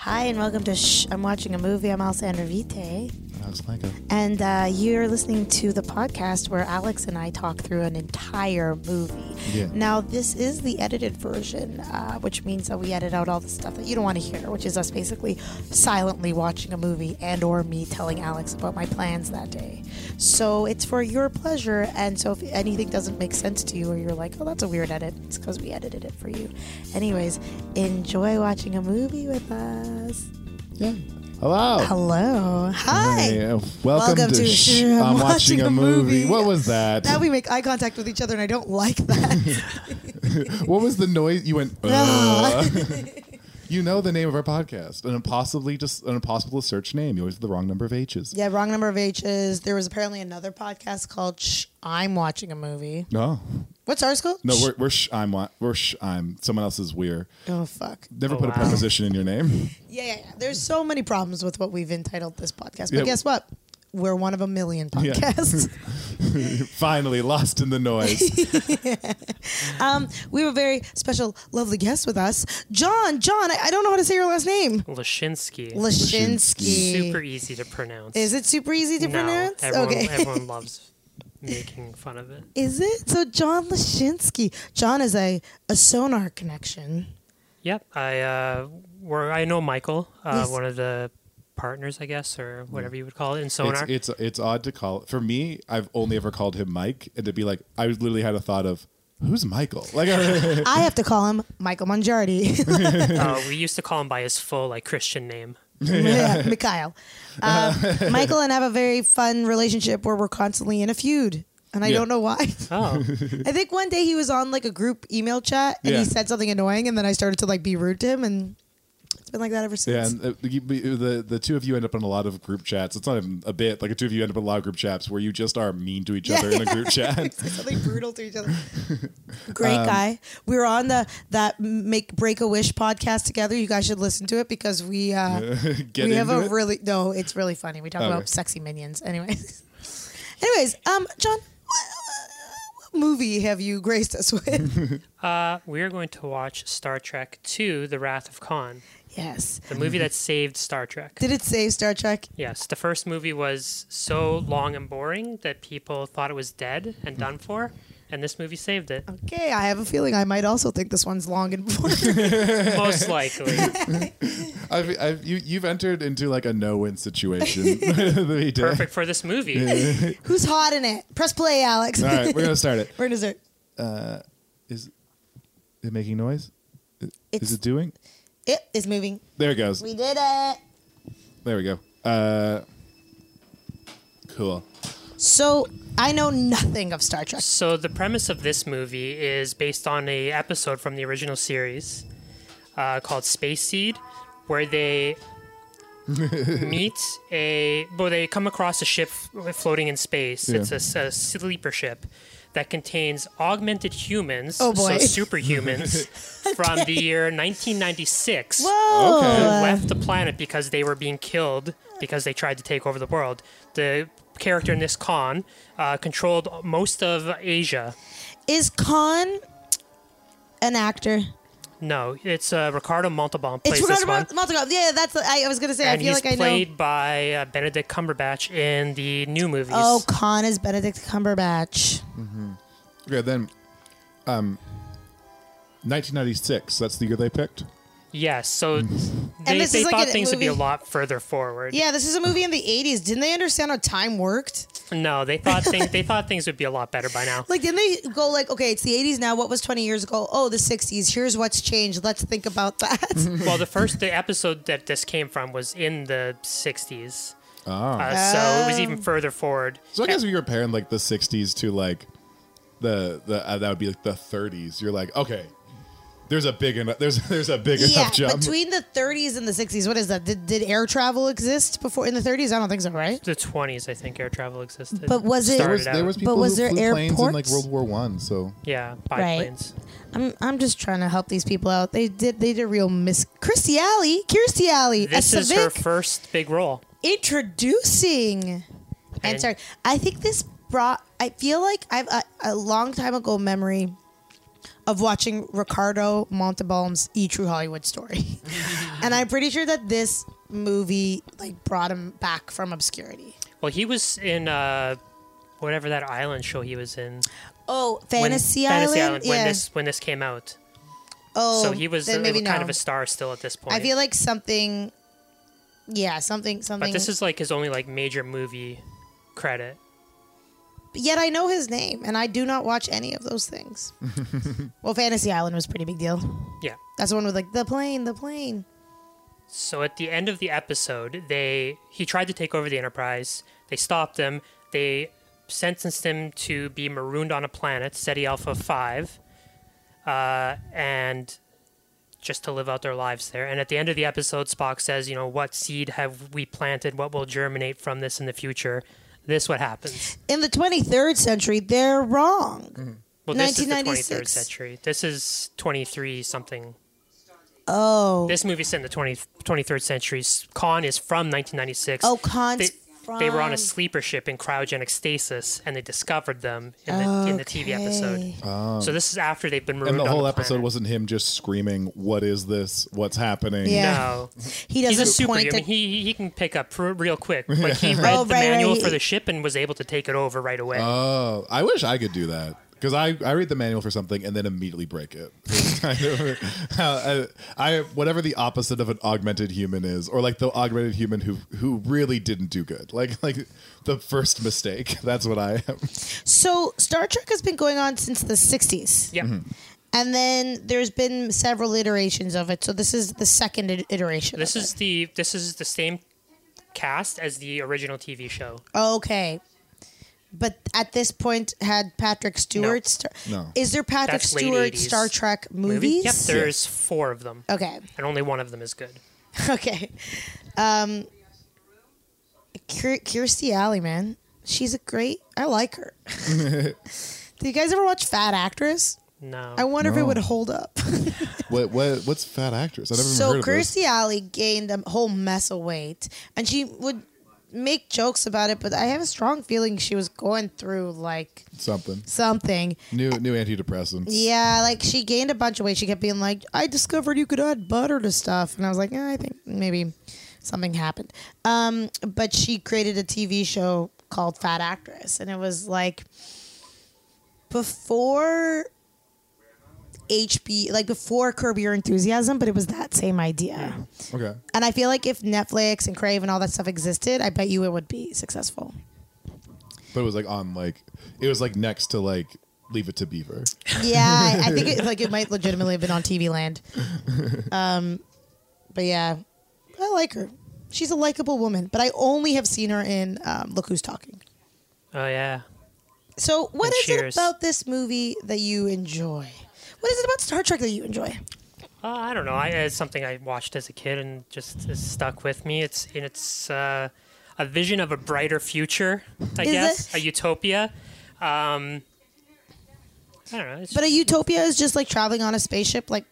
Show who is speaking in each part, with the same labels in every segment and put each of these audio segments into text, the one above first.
Speaker 1: Hi, and welcome to Shh, I'm Watching a Movie. I'm Alsa Vite.
Speaker 2: Alex Blanco.
Speaker 1: And uh, you're listening to the podcast where Alex and I talk through an entire movie.
Speaker 2: Yeah.
Speaker 1: Now, this is the edited version, uh, which means that we edit out all the stuff that you don't want to hear, which is us basically silently watching a movie and or me telling Alex about my plans that day. So it's for your pleasure, and so if anything doesn't make sense to you or you're like, oh, that's a weird edit, it's because we edited it for you. Anyways, enjoy watching a movie with us.
Speaker 2: Yeah. Hello.
Speaker 1: Hello. Hi.
Speaker 2: Oh, Hey, uh, welcome, to, Shh, I'm watching a movie. What was that?
Speaker 1: Now we make eye contact with each other, and I don't like that.
Speaker 2: what was the noise? You went.
Speaker 1: Ah.
Speaker 2: "Uh." you know the name of our podcast. An impossibly just an impossible to search name. You always have the wrong number of H's.
Speaker 1: yeah, wrong number of H's. There was apparently another podcast called Shh, I'm watching a movie.
Speaker 2: No.
Speaker 1: What's ours called?
Speaker 2: Oh. No,
Speaker 1: Shh.
Speaker 2: we're we're sh- I'm wa- we're sh- I'm someone else's we're.
Speaker 1: Oh, fuck.
Speaker 2: Never put a
Speaker 3: wow.
Speaker 2: preposition in your name.
Speaker 1: Yeah, yeah, yeah. There's so many problems with what we've entitled this podcast. But
Speaker 2: Yeah.
Speaker 1: guess what? We're one of a million podcasts.
Speaker 2: Finally lost in the noise.
Speaker 1: um, we have a very special, lovely guest with us. John, John, I, I don't know how to say your last name.
Speaker 3: Lashinsky.
Speaker 1: Lashinsky.
Speaker 3: Super easy to pronounce.
Speaker 1: Is it super easy to
Speaker 3: no,
Speaker 1: pronounce?
Speaker 3: Everyone,
Speaker 1: okay.
Speaker 3: everyone loves making fun of it.
Speaker 1: Is it? So John Lashinsky. John is a, a sonar connection.
Speaker 3: Yep. I uh, were I know Michael, uh,
Speaker 1: Yes.
Speaker 3: one of the partners, I guess, or whatever you would call it in sonar.
Speaker 2: It's, it's it's odd to call for me. I've only ever called him Mike, and to be like, I literally had a thought of who's Michael. Like, I,
Speaker 1: I have to call him Michael Mongiardi.
Speaker 3: uh, we used to call him by his full like Christian name.
Speaker 1: yeah, Mikhail. Um, Michael and I have a very fun relationship where we're constantly in a feud. And I
Speaker 2: Yeah.
Speaker 1: don't know why.
Speaker 3: Oh,
Speaker 1: I think one day he was on like a group email chat and
Speaker 2: Yeah.
Speaker 1: he said something annoying and then I started to like be rude to him and it's been like that ever
Speaker 2: yeah,
Speaker 1: since.
Speaker 2: and uh, you, the the two of you end up in a lot of group chats. It's not even a bit. Like, the two of you end up in a lot of group chats where you just are mean to each other in a group chat.
Speaker 1: Say something brutal to each other. Great
Speaker 2: Um,
Speaker 1: guy. We were on the that make break a wish podcast together. You guys should listen to it because we uh,
Speaker 2: Get
Speaker 1: we
Speaker 2: into
Speaker 1: have a
Speaker 2: it.
Speaker 1: really no. It's really funny. We talk
Speaker 2: Okay.
Speaker 1: about sexy minions. Anyways, anyways, um, John, what, what movie have you graced us with?
Speaker 3: uh, we are going to watch Star Trek II: The Wrath of Khan,
Speaker 1: yes.
Speaker 3: the movie that saved Star Trek.
Speaker 1: Did it save Star Trek?
Speaker 3: Yes, the first movie was so long and boring that people thought it was dead and done for, and this movie saved it.
Speaker 1: Okay, I have a feeling I might also think this one's long and boring.
Speaker 3: Most likely.
Speaker 2: I've, I've, you, you've entered into like a no-win situation. We did.
Speaker 3: Perfect for this movie.
Speaker 1: Who's hot in it? Press play, Alex.
Speaker 2: All right, we're gonna start it.
Speaker 1: Where does it?
Speaker 2: Is it making noise? Is
Speaker 1: It's-
Speaker 2: it doing?
Speaker 1: It is moving.
Speaker 2: There it goes.
Speaker 1: We did it.
Speaker 2: There we go. Uh, cool.
Speaker 1: So I know nothing of Star Trek.
Speaker 3: So the premise of this movie is based on a episode from the original series uh, called Space Seed, where they meet a well, they come across a ship floating in space.
Speaker 2: Yeah.
Speaker 3: It's a, s- a sleeper ship that contains augmented humans,
Speaker 1: Oh, boy.
Speaker 3: so superhumans, from the year 1996
Speaker 1: Whoa.
Speaker 2: Okay.
Speaker 3: who left the planet because they were being killed because they tried to take over the world. The character in this Khan uh, controlled most of Asia.
Speaker 1: Is Khan an actor?
Speaker 3: No, it's uh, Ricardo Montalban plays
Speaker 1: It's
Speaker 3: this
Speaker 1: Ricardo
Speaker 3: one,
Speaker 1: Mon- Montalban. Yeah, that's. I, I was gonna say.
Speaker 3: and
Speaker 1: I feel
Speaker 3: he's
Speaker 1: like I
Speaker 3: played
Speaker 1: know.
Speaker 3: by uh, Benedict Cumberbatch in the new movies.
Speaker 1: Oh, Khan is Benedict Cumberbatch.
Speaker 2: Okay, then, um, 1996. That's the year they picked.
Speaker 3: yes. So they,
Speaker 1: this
Speaker 3: they
Speaker 1: is like
Speaker 3: thought
Speaker 1: a
Speaker 3: things would be a
Speaker 1: movie-
Speaker 3: lot further forward.
Speaker 1: Yeah, this is a movie in the '80s. Didn't they understand how time worked?
Speaker 3: No, they thought things, they thought things would be a lot better by now.
Speaker 1: Like, didn't they go like, okay, it's the '80s now. What was 20 years ago? Oh, the '60s. Here's what's changed. Let's think about that.
Speaker 3: well, the first the episode that this came from was in the '60s,
Speaker 2: Ah.
Speaker 3: uh, so it was
Speaker 1: Oh.
Speaker 3: even further forward.
Speaker 2: So I guess if you're comparing like the '60s to like the the uh, that would be like the '30s. You're like, okay, there's a big enough there's there's a big
Speaker 1: yeah,
Speaker 2: enough jump.
Speaker 1: between the '30s and the '60s, what is that? Did, did air travel exist before in the '30s? I don't think so, right?
Speaker 3: the 20s, I think air travel existed.
Speaker 1: But was it-
Speaker 2: there
Speaker 3: Started
Speaker 2: was there
Speaker 3: out.
Speaker 2: was people
Speaker 1: was
Speaker 2: who
Speaker 1: there
Speaker 2: flew planes in like
Speaker 1: airports?
Speaker 2: World War One. So
Speaker 3: yeah biplanes.
Speaker 1: I'm I'm just trying to help these people out. They did they did a real miss Kirstie Alley, Kirstie Alley,
Speaker 3: This
Speaker 1: a
Speaker 3: is her
Speaker 1: civic
Speaker 3: first big role.
Speaker 1: introducing. And
Speaker 3: And-
Speaker 1: sorry, uh, I think this brought. I feel like I've a, a long time ago memory of watching Ricardo Montalban's E True Hollywood Story, and I'm pretty sure that this movie like brought him back from obscurity.
Speaker 3: Well, he was in uh, whatever that island show he was in.
Speaker 1: Oh,
Speaker 3: when-
Speaker 1: Fantasy Island.
Speaker 3: Fantasy Island.
Speaker 1: yeah.
Speaker 3: When this when this came out,
Speaker 1: oh,
Speaker 3: so he was
Speaker 1: then
Speaker 3: uh,
Speaker 1: maybe
Speaker 3: kind
Speaker 1: no.
Speaker 3: of a star still at this point.
Speaker 1: I feel like something. Yeah, something. Something.
Speaker 3: but this is like his only like major movie credit.
Speaker 1: Yet I know his name, and I do not watch any of those things. well, Fantasy Island was a pretty big deal.
Speaker 3: Yeah.
Speaker 1: That's the one with like the plane, the plane.
Speaker 3: So at the end of the episode, they he tried to take over the Enterprise. They stopped him. They sentenced him to be marooned on a planet, SETI Alpha Five, uh, and just to live out their lives there. And at the end of the episode, Spock says, "You know, what seed have we planted? What will germinate from this in the future? This what happens."
Speaker 1: In the 23rd century, they're wrong.
Speaker 3: Well, this is the 23rd
Speaker 1: 1996.
Speaker 3: century. This is 23 something.
Speaker 1: Oh,
Speaker 3: This movie's set in the 20, 23rd century. Khan is from 1996.
Speaker 1: oh, cons.
Speaker 3: they, they were on a
Speaker 1: from-
Speaker 3: sleeper ship in cryogenic stasis and they discovered them in the, in the TV episode.
Speaker 1: Okay.
Speaker 3: So this is after they've been
Speaker 2: Oh. And
Speaker 3: marooned
Speaker 2: the
Speaker 3: on
Speaker 2: whole
Speaker 3: the
Speaker 2: episode
Speaker 3: planet.
Speaker 2: wasn't him just screaming, "What is this? What's happening?"
Speaker 1: Yeah.
Speaker 3: No,
Speaker 1: He
Speaker 3: he's
Speaker 1: doesn't
Speaker 3: a super. I
Speaker 1: point.
Speaker 3: mean,
Speaker 1: To,
Speaker 3: he he can pick up pr- real quick. Like he read
Speaker 1: Oh,
Speaker 3: the
Speaker 1: right, right,
Speaker 3: manual
Speaker 1: he-
Speaker 3: for the ship and was able to take it over right away.
Speaker 2: Oh, I wish I could do that because I, I read the manual for something and then immediately break it. It's kind of how I, I whatever the opposite of an augmented human is, or like the augmented human who who really didn't do good, like like the first mistake. That's what I am.
Speaker 1: so Star Trek has been going on since the 60s,
Speaker 3: yeah,
Speaker 2: mm-hmm.
Speaker 1: and then there's been several iterations of it. So this is the second i- iteration.
Speaker 3: this
Speaker 1: of
Speaker 3: is the this is the same cast as the original TV show.
Speaker 1: it. okay. But at this point, had Patrick Stewart? Star-
Speaker 2: No.
Speaker 1: Is there Patrick
Speaker 3: That's late
Speaker 1: Stewart
Speaker 3: 80s
Speaker 1: Star Trek
Speaker 3: Movie?
Speaker 1: movies?
Speaker 3: Yep, there's four of them,
Speaker 1: Okay.
Speaker 3: and only one of them is good.
Speaker 1: Okay. Um, Kier- Kirstie Alley, man. She's a great. I like her. Do you guys ever watch Fat Actress?
Speaker 3: No,
Speaker 1: I wonder if it
Speaker 2: No.
Speaker 1: would hold up.
Speaker 2: What what what's fat actress? I never even heard
Speaker 1: so
Speaker 2: of this.
Speaker 1: Kirstie Alley gained a whole mess of weight, and she would make jokes about it. But I have a strong feeling she was going through like
Speaker 2: Something
Speaker 1: something.
Speaker 2: new new antidepressants.
Speaker 1: Yeah, like she gained a bunch of weight. She kept being like, "I discovered you could add butter to stuff," and I was like, eh, "I think maybe something happened." Um, but she created a TV show called Fat Actress, and it was like before HB, like before Curb Your Enthusiasm, but it was that same idea.
Speaker 2: Okay,
Speaker 1: And I feel like if Netflix and Crave and all that stuff existed, I bet you it would be successful.
Speaker 2: but it was like on like it was like next to like Leave It to Beaver.
Speaker 1: Yeah, I, I think it, like it might legitimately have been on TV Land. Um, but yeah, I like her. She's a likable woman, but I only have seen her in um, Look Who's Talking.
Speaker 3: oh yeah.
Speaker 1: So, what
Speaker 3: And
Speaker 1: is
Speaker 3: Cheers.
Speaker 1: it about this movie that you enjoy? What is it about Star Trek that you enjoy?
Speaker 3: Uh, I don't know. I, it's something I watched as a kid and just is stuck with me. It's and it's uh, a vision of a brighter future, I
Speaker 1: Is it-
Speaker 3: guess, a utopia. Um, I don't know. It's
Speaker 1: But a utopia is just like traveling on a spaceship. Like,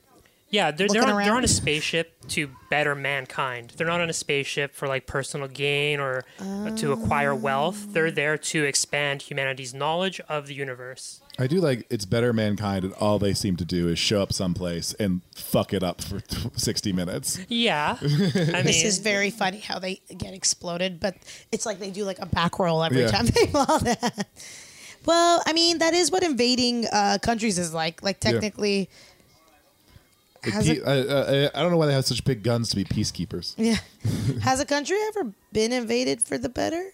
Speaker 3: yeah, they're, they're,
Speaker 1: looking
Speaker 3: on, they're
Speaker 1: around.
Speaker 3: on a spaceship to better mankind. They're not on a spaceship for like personal gain or to acquire wealth.
Speaker 1: Ah.
Speaker 3: They're there to expand humanity's knowledge of the universe.
Speaker 2: I do like it's better mankind, and all they seem to do is show up someplace and fuck it up for sixty minutes.
Speaker 3: Yeah, I
Speaker 1: this
Speaker 3: mean,
Speaker 1: is very funny how they get exploded, but it's like they do like a back roll every
Speaker 2: Yeah.
Speaker 1: time they fall down. Well, I mean, that is what invading uh, countries is like. Like, technically.
Speaker 2: Like,
Speaker 1: Has
Speaker 2: pe- I, I- I- I don't know why they have such big guns to be peacekeepers.
Speaker 1: Yeah. Has a country ever been invaded for the better?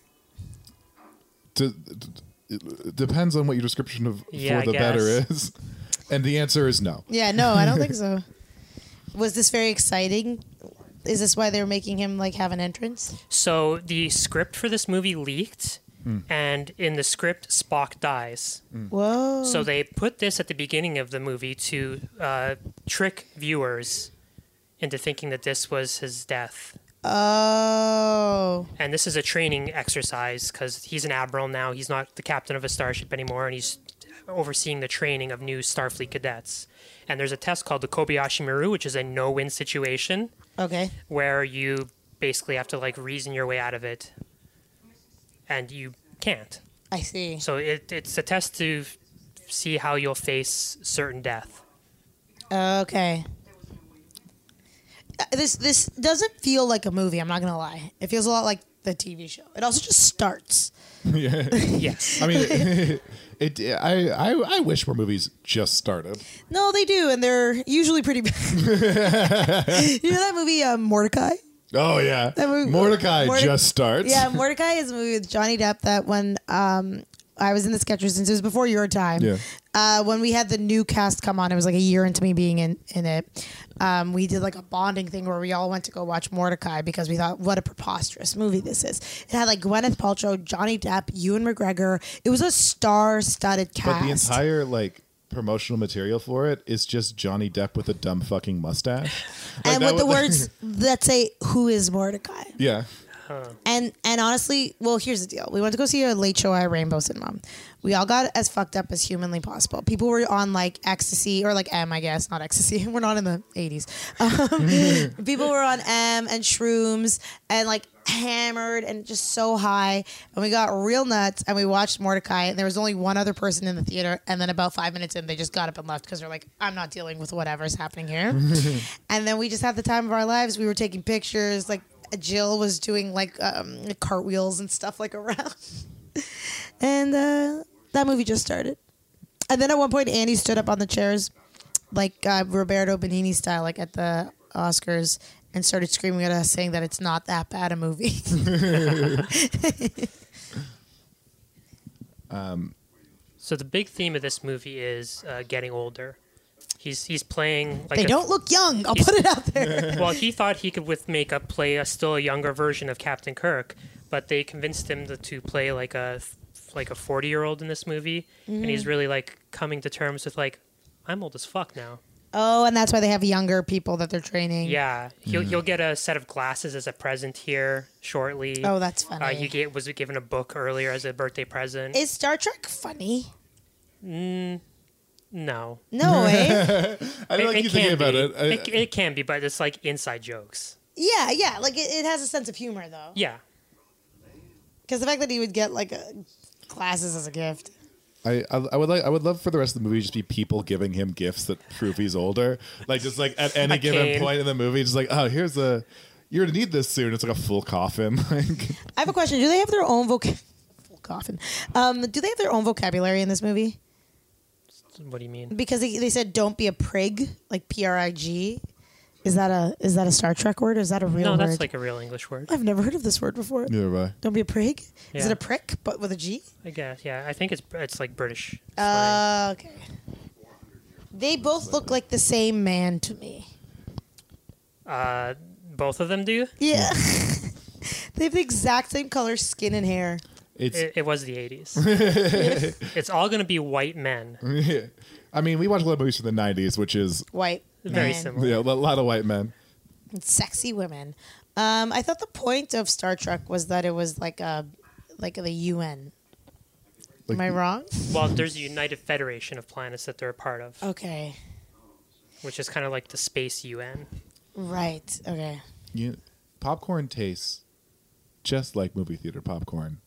Speaker 2: D- d- it depends on what your description of
Speaker 3: Yeah,
Speaker 2: for the
Speaker 3: I
Speaker 2: better
Speaker 3: guess.
Speaker 2: is, and the answer is no.
Speaker 1: Yeah, no, I don't think so. Was this very exciting? Is this why they're making him like have an entrance?
Speaker 3: So the script for this movie leaked, and in the script, Spock dies.
Speaker 1: Hmm. Whoa.
Speaker 3: So they put this at the beginning of the movie to uh, trick viewers into thinking that this was his death.
Speaker 1: Oh.
Speaker 3: And this is a training exercise because he's an admiral now. He's not the captain of a starship anymore, and he's overseeing the training of new Starfleet cadets. And there's a test called the Kobayashi Maru, which is a no-win situation
Speaker 1: Okay.
Speaker 3: where you basically have to like reason your way out of it, and you can't.
Speaker 1: I see.
Speaker 3: So it, it's a test to f- see how you'll face certain death.
Speaker 1: Okay. Uh, This this doesn't feel like a movie. I'm not gonna lie. It feels a lot like the TV show. It also just starts.
Speaker 3: Yes.
Speaker 2: I mean, it, I, I I wish more movies just started.
Speaker 1: No, they do, and they're usually pretty bad. you know that movie uh, Mordecai?
Speaker 2: Oh yeah,
Speaker 1: movie-
Speaker 2: Mordecai
Speaker 1: Morde-
Speaker 2: just starts.
Speaker 1: Yeah, Mordecai is a movie with Johnny Depp that when um, I was in the Skechers since it was before your time.
Speaker 2: Yeah.
Speaker 1: Uh, when we had the new cast come on, it was like a year into me being in, in it. Um, we did like a bonding thing where we all went to go watch Mordecai because we thought, what a preposterous movie this is. It had like Gwyneth Paltrow, Johnny Depp, Ewan McGregor. It was a star studded cast.
Speaker 2: But the entire like promotional material for it is just Johnny Depp with a dumb fucking mustache. Like,
Speaker 1: and
Speaker 2: that
Speaker 1: with the
Speaker 2: was-
Speaker 1: words that say, who is Mordecai?
Speaker 2: yeah.
Speaker 1: And and honestly, well, here's the deal. We went to go see a late show at Rainbow Cinema. We all got as fucked up as humanly possible. People were on like ecstasy or like M, I guess, not ecstasy. We're not in the 80s. Um, people were on M and shrooms and like hammered and just so high. And we got real nuts and we watched Mordecai. And there was only one other person in the theater. And then about five minutes in, they just got up and left because they're like, I'm not dealing with whatever's happening here. and then we just had the time of our lives. We were taking pictures, like Jill was doing like um, cartwheels and stuff like around. and uh, that movie just started. And then at one point, Annie stood up on the chairs, like uh, Roberto Benigni style, like at the Oscars, and started screaming at us, saying that it's not that bad a movie.
Speaker 3: so the big theme of this movie is uh, getting older. He's he's playing like
Speaker 1: they
Speaker 3: a-
Speaker 1: don't look young. I'll put it out there.
Speaker 3: well, he thought he could with makeup play a still younger version of Captain Kirk, but they convinced him to, to play like a like a forty year old in this movie, and
Speaker 1: Mm-hmm.
Speaker 3: he's really like coming to terms with like I'm old as fuck now.
Speaker 1: oh, and that's why they have younger people that they're training.
Speaker 3: Yeah, he'll
Speaker 2: Mm-hmm.
Speaker 3: he'll get a set of glasses as a present here shortly.
Speaker 1: Oh, that's
Speaker 3: Uh,
Speaker 1: funny.
Speaker 3: he get, was given a book earlier as a birthday present.
Speaker 1: Is Star Trek funny?
Speaker 3: no,
Speaker 1: No eh? way.
Speaker 2: I don't like you thinking about
Speaker 3: be.
Speaker 2: it. I-
Speaker 3: it. It can be, but it's like inside jokes.
Speaker 1: yeah, yeah. Like it, it has a sense of humor though.
Speaker 3: Yeah,
Speaker 1: Because the fact that he would get like a, glasses as a gift.
Speaker 2: I, I I would like I would love for the rest of the movie to just be people giving him gifts that prove he's older. Like just like at any
Speaker 3: A
Speaker 2: given
Speaker 3: cane.
Speaker 2: point in the movie, just like oh here's a you're gonna need this soon. It's like a full coffin. Like
Speaker 1: I have a question. Do they have their own voc? Full coffin. Um, do they have their own vocabulary in this movie?
Speaker 3: what do you mean?
Speaker 1: Because they, they said "don't be a prig," like P R I G. Is that a is that a Star Trek word? Or is that a real
Speaker 3: No,
Speaker 1: word?
Speaker 3: that's like a real English word.
Speaker 1: I've never heard of this word before.
Speaker 2: neither have
Speaker 1: Don't be a prig. Is it
Speaker 3: Yeah.
Speaker 1: a prick but with a G?
Speaker 3: I guess. Yeah, I think it's it's like British. slang.
Speaker 1: Uh, okay. They both look like the same man to me.
Speaker 3: Uh, both of them do.
Speaker 1: Yeah. they have the exact same color skin and hair.
Speaker 2: I. It's
Speaker 3: It, it was the '80s. it's all gonna be white men.
Speaker 2: I mean we watch a lot of movies from the '90s, which is
Speaker 1: White.
Speaker 3: Very
Speaker 1: man.
Speaker 3: similar.
Speaker 2: you know, a lot of white men.
Speaker 1: sexy women. Um, I thought the point of Star Trek was that it was like a like the UN.
Speaker 2: Like-
Speaker 1: Am I wrong?
Speaker 3: Well, there's a United Federation of planets that they're a part of,
Speaker 1: Okay.
Speaker 3: which is kind of like the space UN.
Speaker 1: Right. Okay.
Speaker 2: you popcorn tastes just like movie theater popcorn.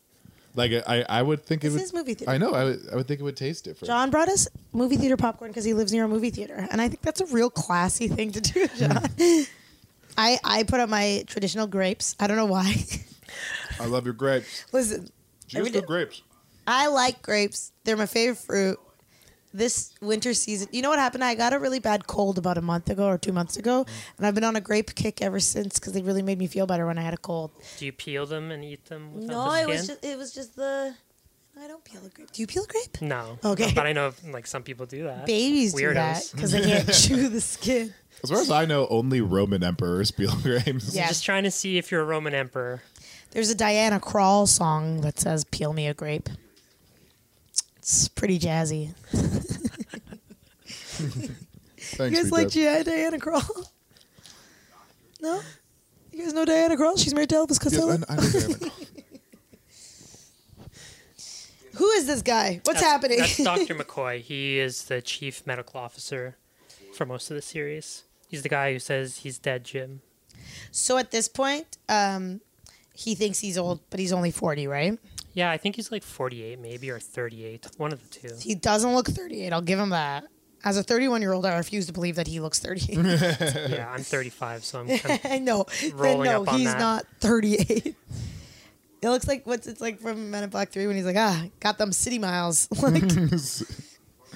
Speaker 2: Like I, I would think
Speaker 1: This
Speaker 2: it would.
Speaker 1: is movie theater.
Speaker 2: I know. I would, I would think it would taste different.
Speaker 1: John brought us movie theater popcorn because he lives near a movie theater, and I think that's a real classy thing to do, John. I I put up my traditional grapes. I don't know why.
Speaker 2: I love your grapes.
Speaker 1: Listen,
Speaker 2: Cheers
Speaker 1: day-
Speaker 2: to grapes.
Speaker 1: I like grapes. They're my favorite fruit. This winter season, you know what happened? I got a really bad cold about a month ago or two months ago, and I've been on a grape kick ever since because they really made me feel better when I had a cold.
Speaker 3: Do you peel them and eat them? Without
Speaker 1: No,
Speaker 3: the
Speaker 1: it
Speaker 3: skin?
Speaker 1: was just it was just the. I don't peel a grape. Do you peel a grape?
Speaker 3: no.
Speaker 1: Okay.
Speaker 3: but I know like some people do that.
Speaker 1: Babies do that
Speaker 3: Weirdos.
Speaker 1: because they can't chew the skin.
Speaker 2: As far as I know, only Roman emperors peel grapes.
Speaker 1: Yeah.
Speaker 3: Just trying to see if you're a Roman emperor.
Speaker 1: There's a Diana Krall song that says "Peel me a grape." It's pretty jazzy. You
Speaker 2: Thanks,
Speaker 1: guys
Speaker 2: Sweet
Speaker 1: like
Speaker 2: Deb.
Speaker 1: G.I. Diana Krall? No? You guys know Diana Krall? She's married to Elvis
Speaker 2: Yes,
Speaker 1: Costello.
Speaker 2: I- I know Diana.
Speaker 1: Who is this guy? What's happening?
Speaker 3: That's Dr. McCoy. He is the chief medical officer for most of the series. He's the guy who says he's dead, Jim.
Speaker 1: so at this point, um, he thinks he's old, but he's only 40, right?
Speaker 3: Yeah, I think he's like 48 maybe or 38, one of the two.
Speaker 1: He doesn't look 38. I'll give him that. As a 31 year old, I refuse to believe that he looks 38.
Speaker 3: Yeah, I'm 35, so I'm. Kind of,
Speaker 1: I know.
Speaker 3: Rolling
Speaker 1: no,
Speaker 3: up on
Speaker 1: he's
Speaker 3: that.
Speaker 1: not 38. It looks like what's it's like from Men in Black 3 when he's like, ah, got them city miles. Like,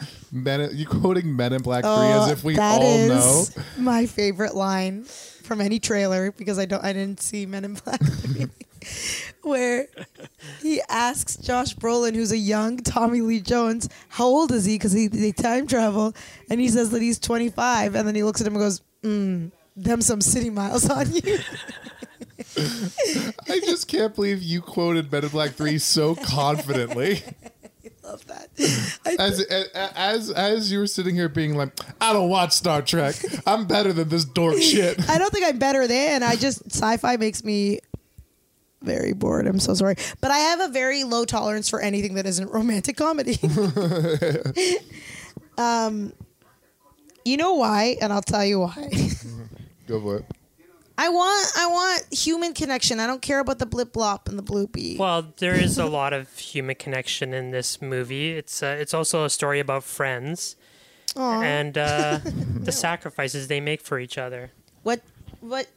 Speaker 2: Men, in- you quoting Men in Black Three
Speaker 1: oh,
Speaker 2: as if we
Speaker 1: that
Speaker 2: all
Speaker 1: is
Speaker 2: know.
Speaker 1: my favorite line from any trailer because I don't I didn't see Men in Black 3, where he asks Josh Brolin, who's a young Tommy Lee Jones, how old is he? Because he they time travel, and he says that he's 25, and then he looks at him and goes, mm, them some city miles on you.
Speaker 2: I just can't believe you quoted Men in Black Three so confidently.
Speaker 1: Love that. I
Speaker 2: As as as you were sitting here being like, I don't watch Star Trek. I'm better than this dork shit.
Speaker 1: I don't think I'm better than. I just sci-fi makes me very bored. I'm so sorry, but I have a very low tolerance for anything that isn't romantic comedy. um, you know why? And I'll tell you why.
Speaker 2: Go for it.
Speaker 1: I want I want human connection. I don't care about the blip blop and the bloopy.
Speaker 3: well, there is a lot of human connection in this movie. It's uh, it's also a story about friends
Speaker 1: Aw.
Speaker 3: and uh, the sacrifices they make for each other.
Speaker 1: What what?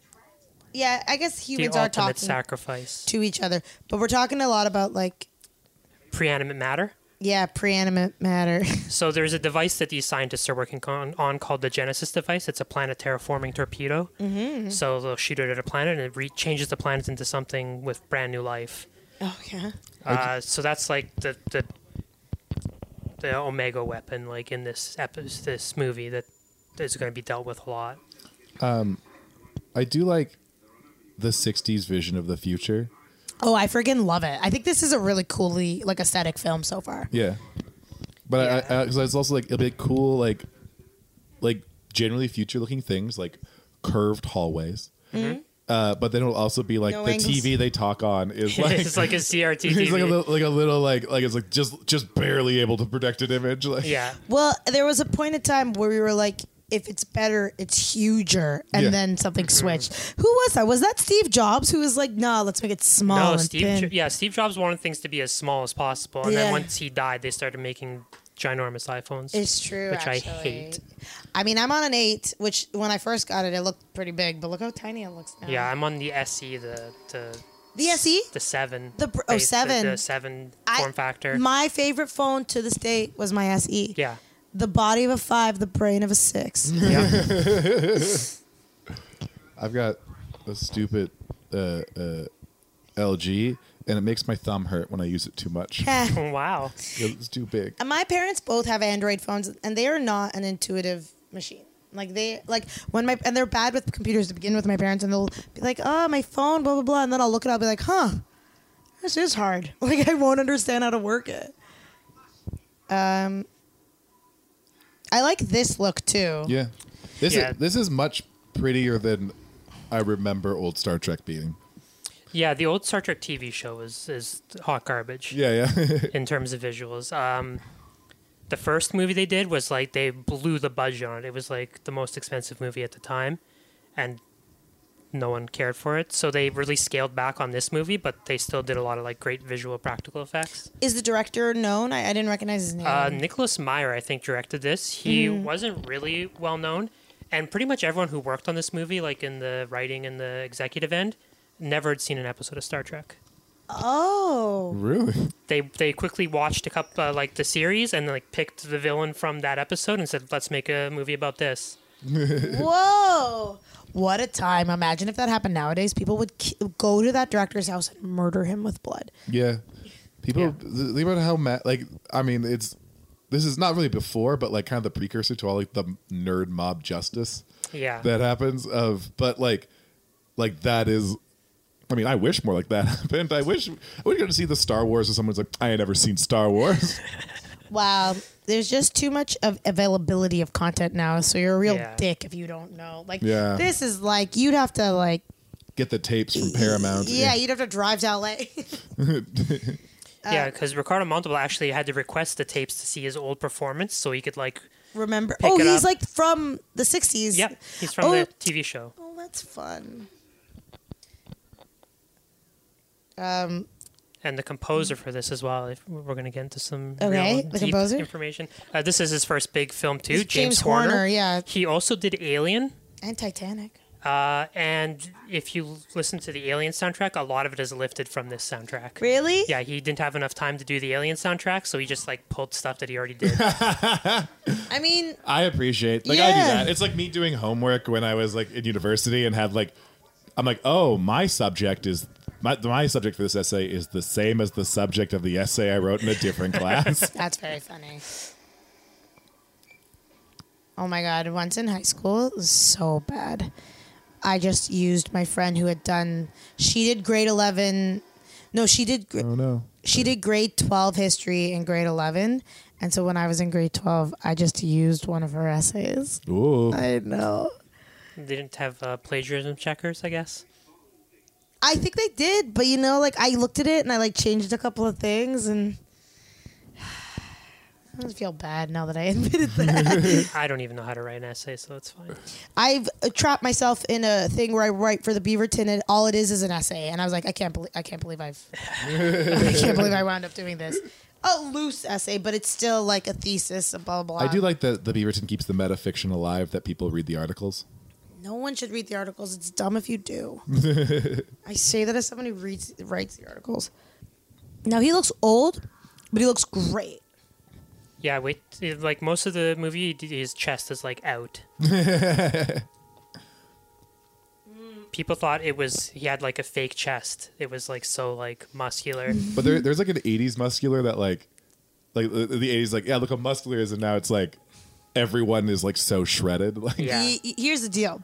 Speaker 1: Yeah, I guess
Speaker 3: The
Speaker 1: humans are
Speaker 3: ultimate
Speaker 1: talking
Speaker 3: sacrifice.
Speaker 1: to each other, but we're talking a lot about like
Speaker 3: Preanimate matter.
Speaker 1: yeah, preanimate matter.
Speaker 3: So there's a device that these scientists are working on, on called the Genesis device. It's a planet terraforming torpedo. Mm-hmm. So they'll shoot it at a planet and it re- changes the planet into something with brand new life.
Speaker 1: oh yeah.
Speaker 3: Uh, so that's like the the the Omega weapon, like in this epi- this movie that is going to be dealt with a lot.
Speaker 2: I do like the '60s vision of the future.
Speaker 1: Oh, I friggin' love it. I think this is a really coolly like aesthetic film so far.
Speaker 2: Yeah, but I- I
Speaker 3: Yeah.
Speaker 2: because it's also like it'll be like, cool, like like generally future looking things like curved hallways. Uh, but then it'll also be like
Speaker 1: Mm-hmm. No
Speaker 2: the
Speaker 1: angles.
Speaker 2: TV they talk on is like.
Speaker 3: it's like a CRT
Speaker 2: It's like a
Speaker 3: TV.
Speaker 2: little, like a little, like like it's like just just barely able to protect an image. Like,
Speaker 3: yeah,
Speaker 1: Well, there was a point in time where we were like, if it's better, it's huger, and
Speaker 2: Yeah.
Speaker 1: then something switched. Who was that? Was that Steve Jobs who was like, "Nah, let's make it small
Speaker 3: no,
Speaker 1: and
Speaker 3: Steve.
Speaker 1: thin"?
Speaker 3: Jo- yeah, Steve Jobs wanted things to be as small as possible, and
Speaker 1: Yeah.
Speaker 3: then once he died, they started making ginormous iPhones.
Speaker 1: It's true,
Speaker 3: which I
Speaker 1: actually.
Speaker 3: hate.
Speaker 1: I mean, I'm on an eight, which when I first got it, it looked pretty big, but look how tiny it looks now.
Speaker 3: Yeah, I'm on the SE, the the
Speaker 1: the SE.
Speaker 3: the seven,
Speaker 1: The br- oh,
Speaker 3: base-
Speaker 1: seven.
Speaker 3: the, the seven
Speaker 1: I-
Speaker 3: form factor.
Speaker 1: My favorite phone to this day was my SE.
Speaker 3: yeah,
Speaker 1: The body of a five, the brain of a six.
Speaker 3: yeah.
Speaker 2: I've got a stupid uh, uh, LG, and it makes my thumb hurt when I use it too much.
Speaker 3: Oh, wow.
Speaker 2: it's too big.
Speaker 1: And my parents both have Android phones, and they are not an intuitive machine. Like they like when my and they're bad with computers to begin with. My parents and they'll be like, "Oh, my phone, blah blah blah," and then I'll look at, it, I'll be like, "Huh, this is hard. Like I won't understand how to work it." Um, I like this look too.
Speaker 2: Yeah, this
Speaker 3: Yeah.
Speaker 2: is this is much prettier than I remember old Star Trek being.
Speaker 3: Yeah, the old Star Trek TV show is is hot garbage
Speaker 2: Yeah, yeah.
Speaker 3: in terms of visuals. Um, the first movie they did was like they blew the budget on it. It was like the most expensive movie at the time, and no one cared for it. So they really scaled back on this movie, but they still did a lot of like great visual practical effects.
Speaker 1: Is the director known? I, I didn't recognize his name.
Speaker 3: Uh, Nicholas Meyer, I think, directed this. He wasn't really well known, and pretty much everyone who worked on this movie, like in the writing and the executive end, never had seen an episode of Star Trek.
Speaker 1: oh,
Speaker 2: really?
Speaker 3: They they quickly watched a couple uh, like the series and like picked the villain from that episode and said, "Let's make a movie about this."
Speaker 1: whoa! What a time! Imagine if that happened nowadays. People would ki- go to that director's house and murder him with blood.
Speaker 2: Yeah. People
Speaker 3: Yeah.
Speaker 2: th- think about how mad. Like, I mean, it's this is not really before, but like kind of the precursor to all like the nerd mob justice
Speaker 3: Yeah,
Speaker 2: that happens. Of but like, like that is. I mean, I wish more like that happened. I wish I would go to see the Star Wars, and someone's like, "I ain't never seen Star Wars."
Speaker 1: Wow, there's just too much of availability of content now. So you're a real
Speaker 3: Yeah.
Speaker 1: dick if you don't know. Like
Speaker 2: Yeah.
Speaker 1: this is like you'd have to like
Speaker 2: Get the tapes from Paramount.
Speaker 1: yeah, you'd have to drive to LA. Uh,
Speaker 3: yeah, because Ricardo Montalban actually had to request the tapes to see his old performance so he could like,
Speaker 1: Remember?
Speaker 3: Pick
Speaker 1: oh,
Speaker 3: it
Speaker 1: he's
Speaker 3: up.
Speaker 1: like from the '60s.
Speaker 3: yeah, he's from
Speaker 1: oh,
Speaker 3: the TV show.
Speaker 1: Oh, that's fun. Um,
Speaker 3: and the composer for this as well. If we're going to get into some
Speaker 1: Okay,
Speaker 3: real
Speaker 1: the
Speaker 3: deep
Speaker 1: composer?
Speaker 3: information. Uh, this is his first big film too.
Speaker 1: It's
Speaker 3: James,
Speaker 1: James
Speaker 3: Horner.
Speaker 1: Horner, yeah.
Speaker 3: He also did Alien.
Speaker 1: and Titanic.
Speaker 3: Uh, and if you listen to the Alien soundtrack, a lot of it is lifted from this soundtrack.
Speaker 4: Really?
Speaker 3: Yeah, he didn't have enough time to do the Alien soundtrack, so he just like pulled stuff that he already did.
Speaker 4: I mean,
Speaker 2: I appreciate like I do
Speaker 1: Yeah.
Speaker 2: that. It's like me doing homework when I was like in university and had like I'm like, oh, my subject is my, my subject for this essay is the same as the subject of the essay I wrote in a different class.
Speaker 1: That's very funny. Oh my god, once in high school, it was so bad. I just used my friend who had done she did grade 11. No, she did gr-
Speaker 2: oh no.
Speaker 1: she did grade 12 history in grade 11. And so when I was in grade 12, I just used one of her essays.
Speaker 2: Ooh.
Speaker 1: I know.
Speaker 3: they didn't have uh, plagiarism checkers, I guess.
Speaker 1: I think they did, but you know, like I looked at it and I like changed a couple of things and I just feel bad now that I admitted that.
Speaker 3: I don't even know how to write an essay, so that's fine.
Speaker 1: I've uh, trapped myself in a thing where I write for the Beaverton, and all it is is an essay. And I was like, I can't believe, I can't believe I've, I can't believe I wound up doing this. A loose essay, but it's still like a thesis. Blah blah. blah.
Speaker 2: I do like that the Beaverton keeps the meta fiction alive that people read the articles.
Speaker 1: No one should read the articles. It's dumb if you do. I say that as someone who reads writes the articles. Now he looks old, but he looks great.
Speaker 3: Yeah, wait. it- Like most of the movie, d- his chest is like out. People thought it was he had like a fake chest. It was like so like muscular.
Speaker 2: But there, there's like an 80s muscular that like like the the 80s like yeah, look how muscular it is and now it's like everyone is like so shredded like
Speaker 3: Yeah.
Speaker 1: Y- y- here's the deal.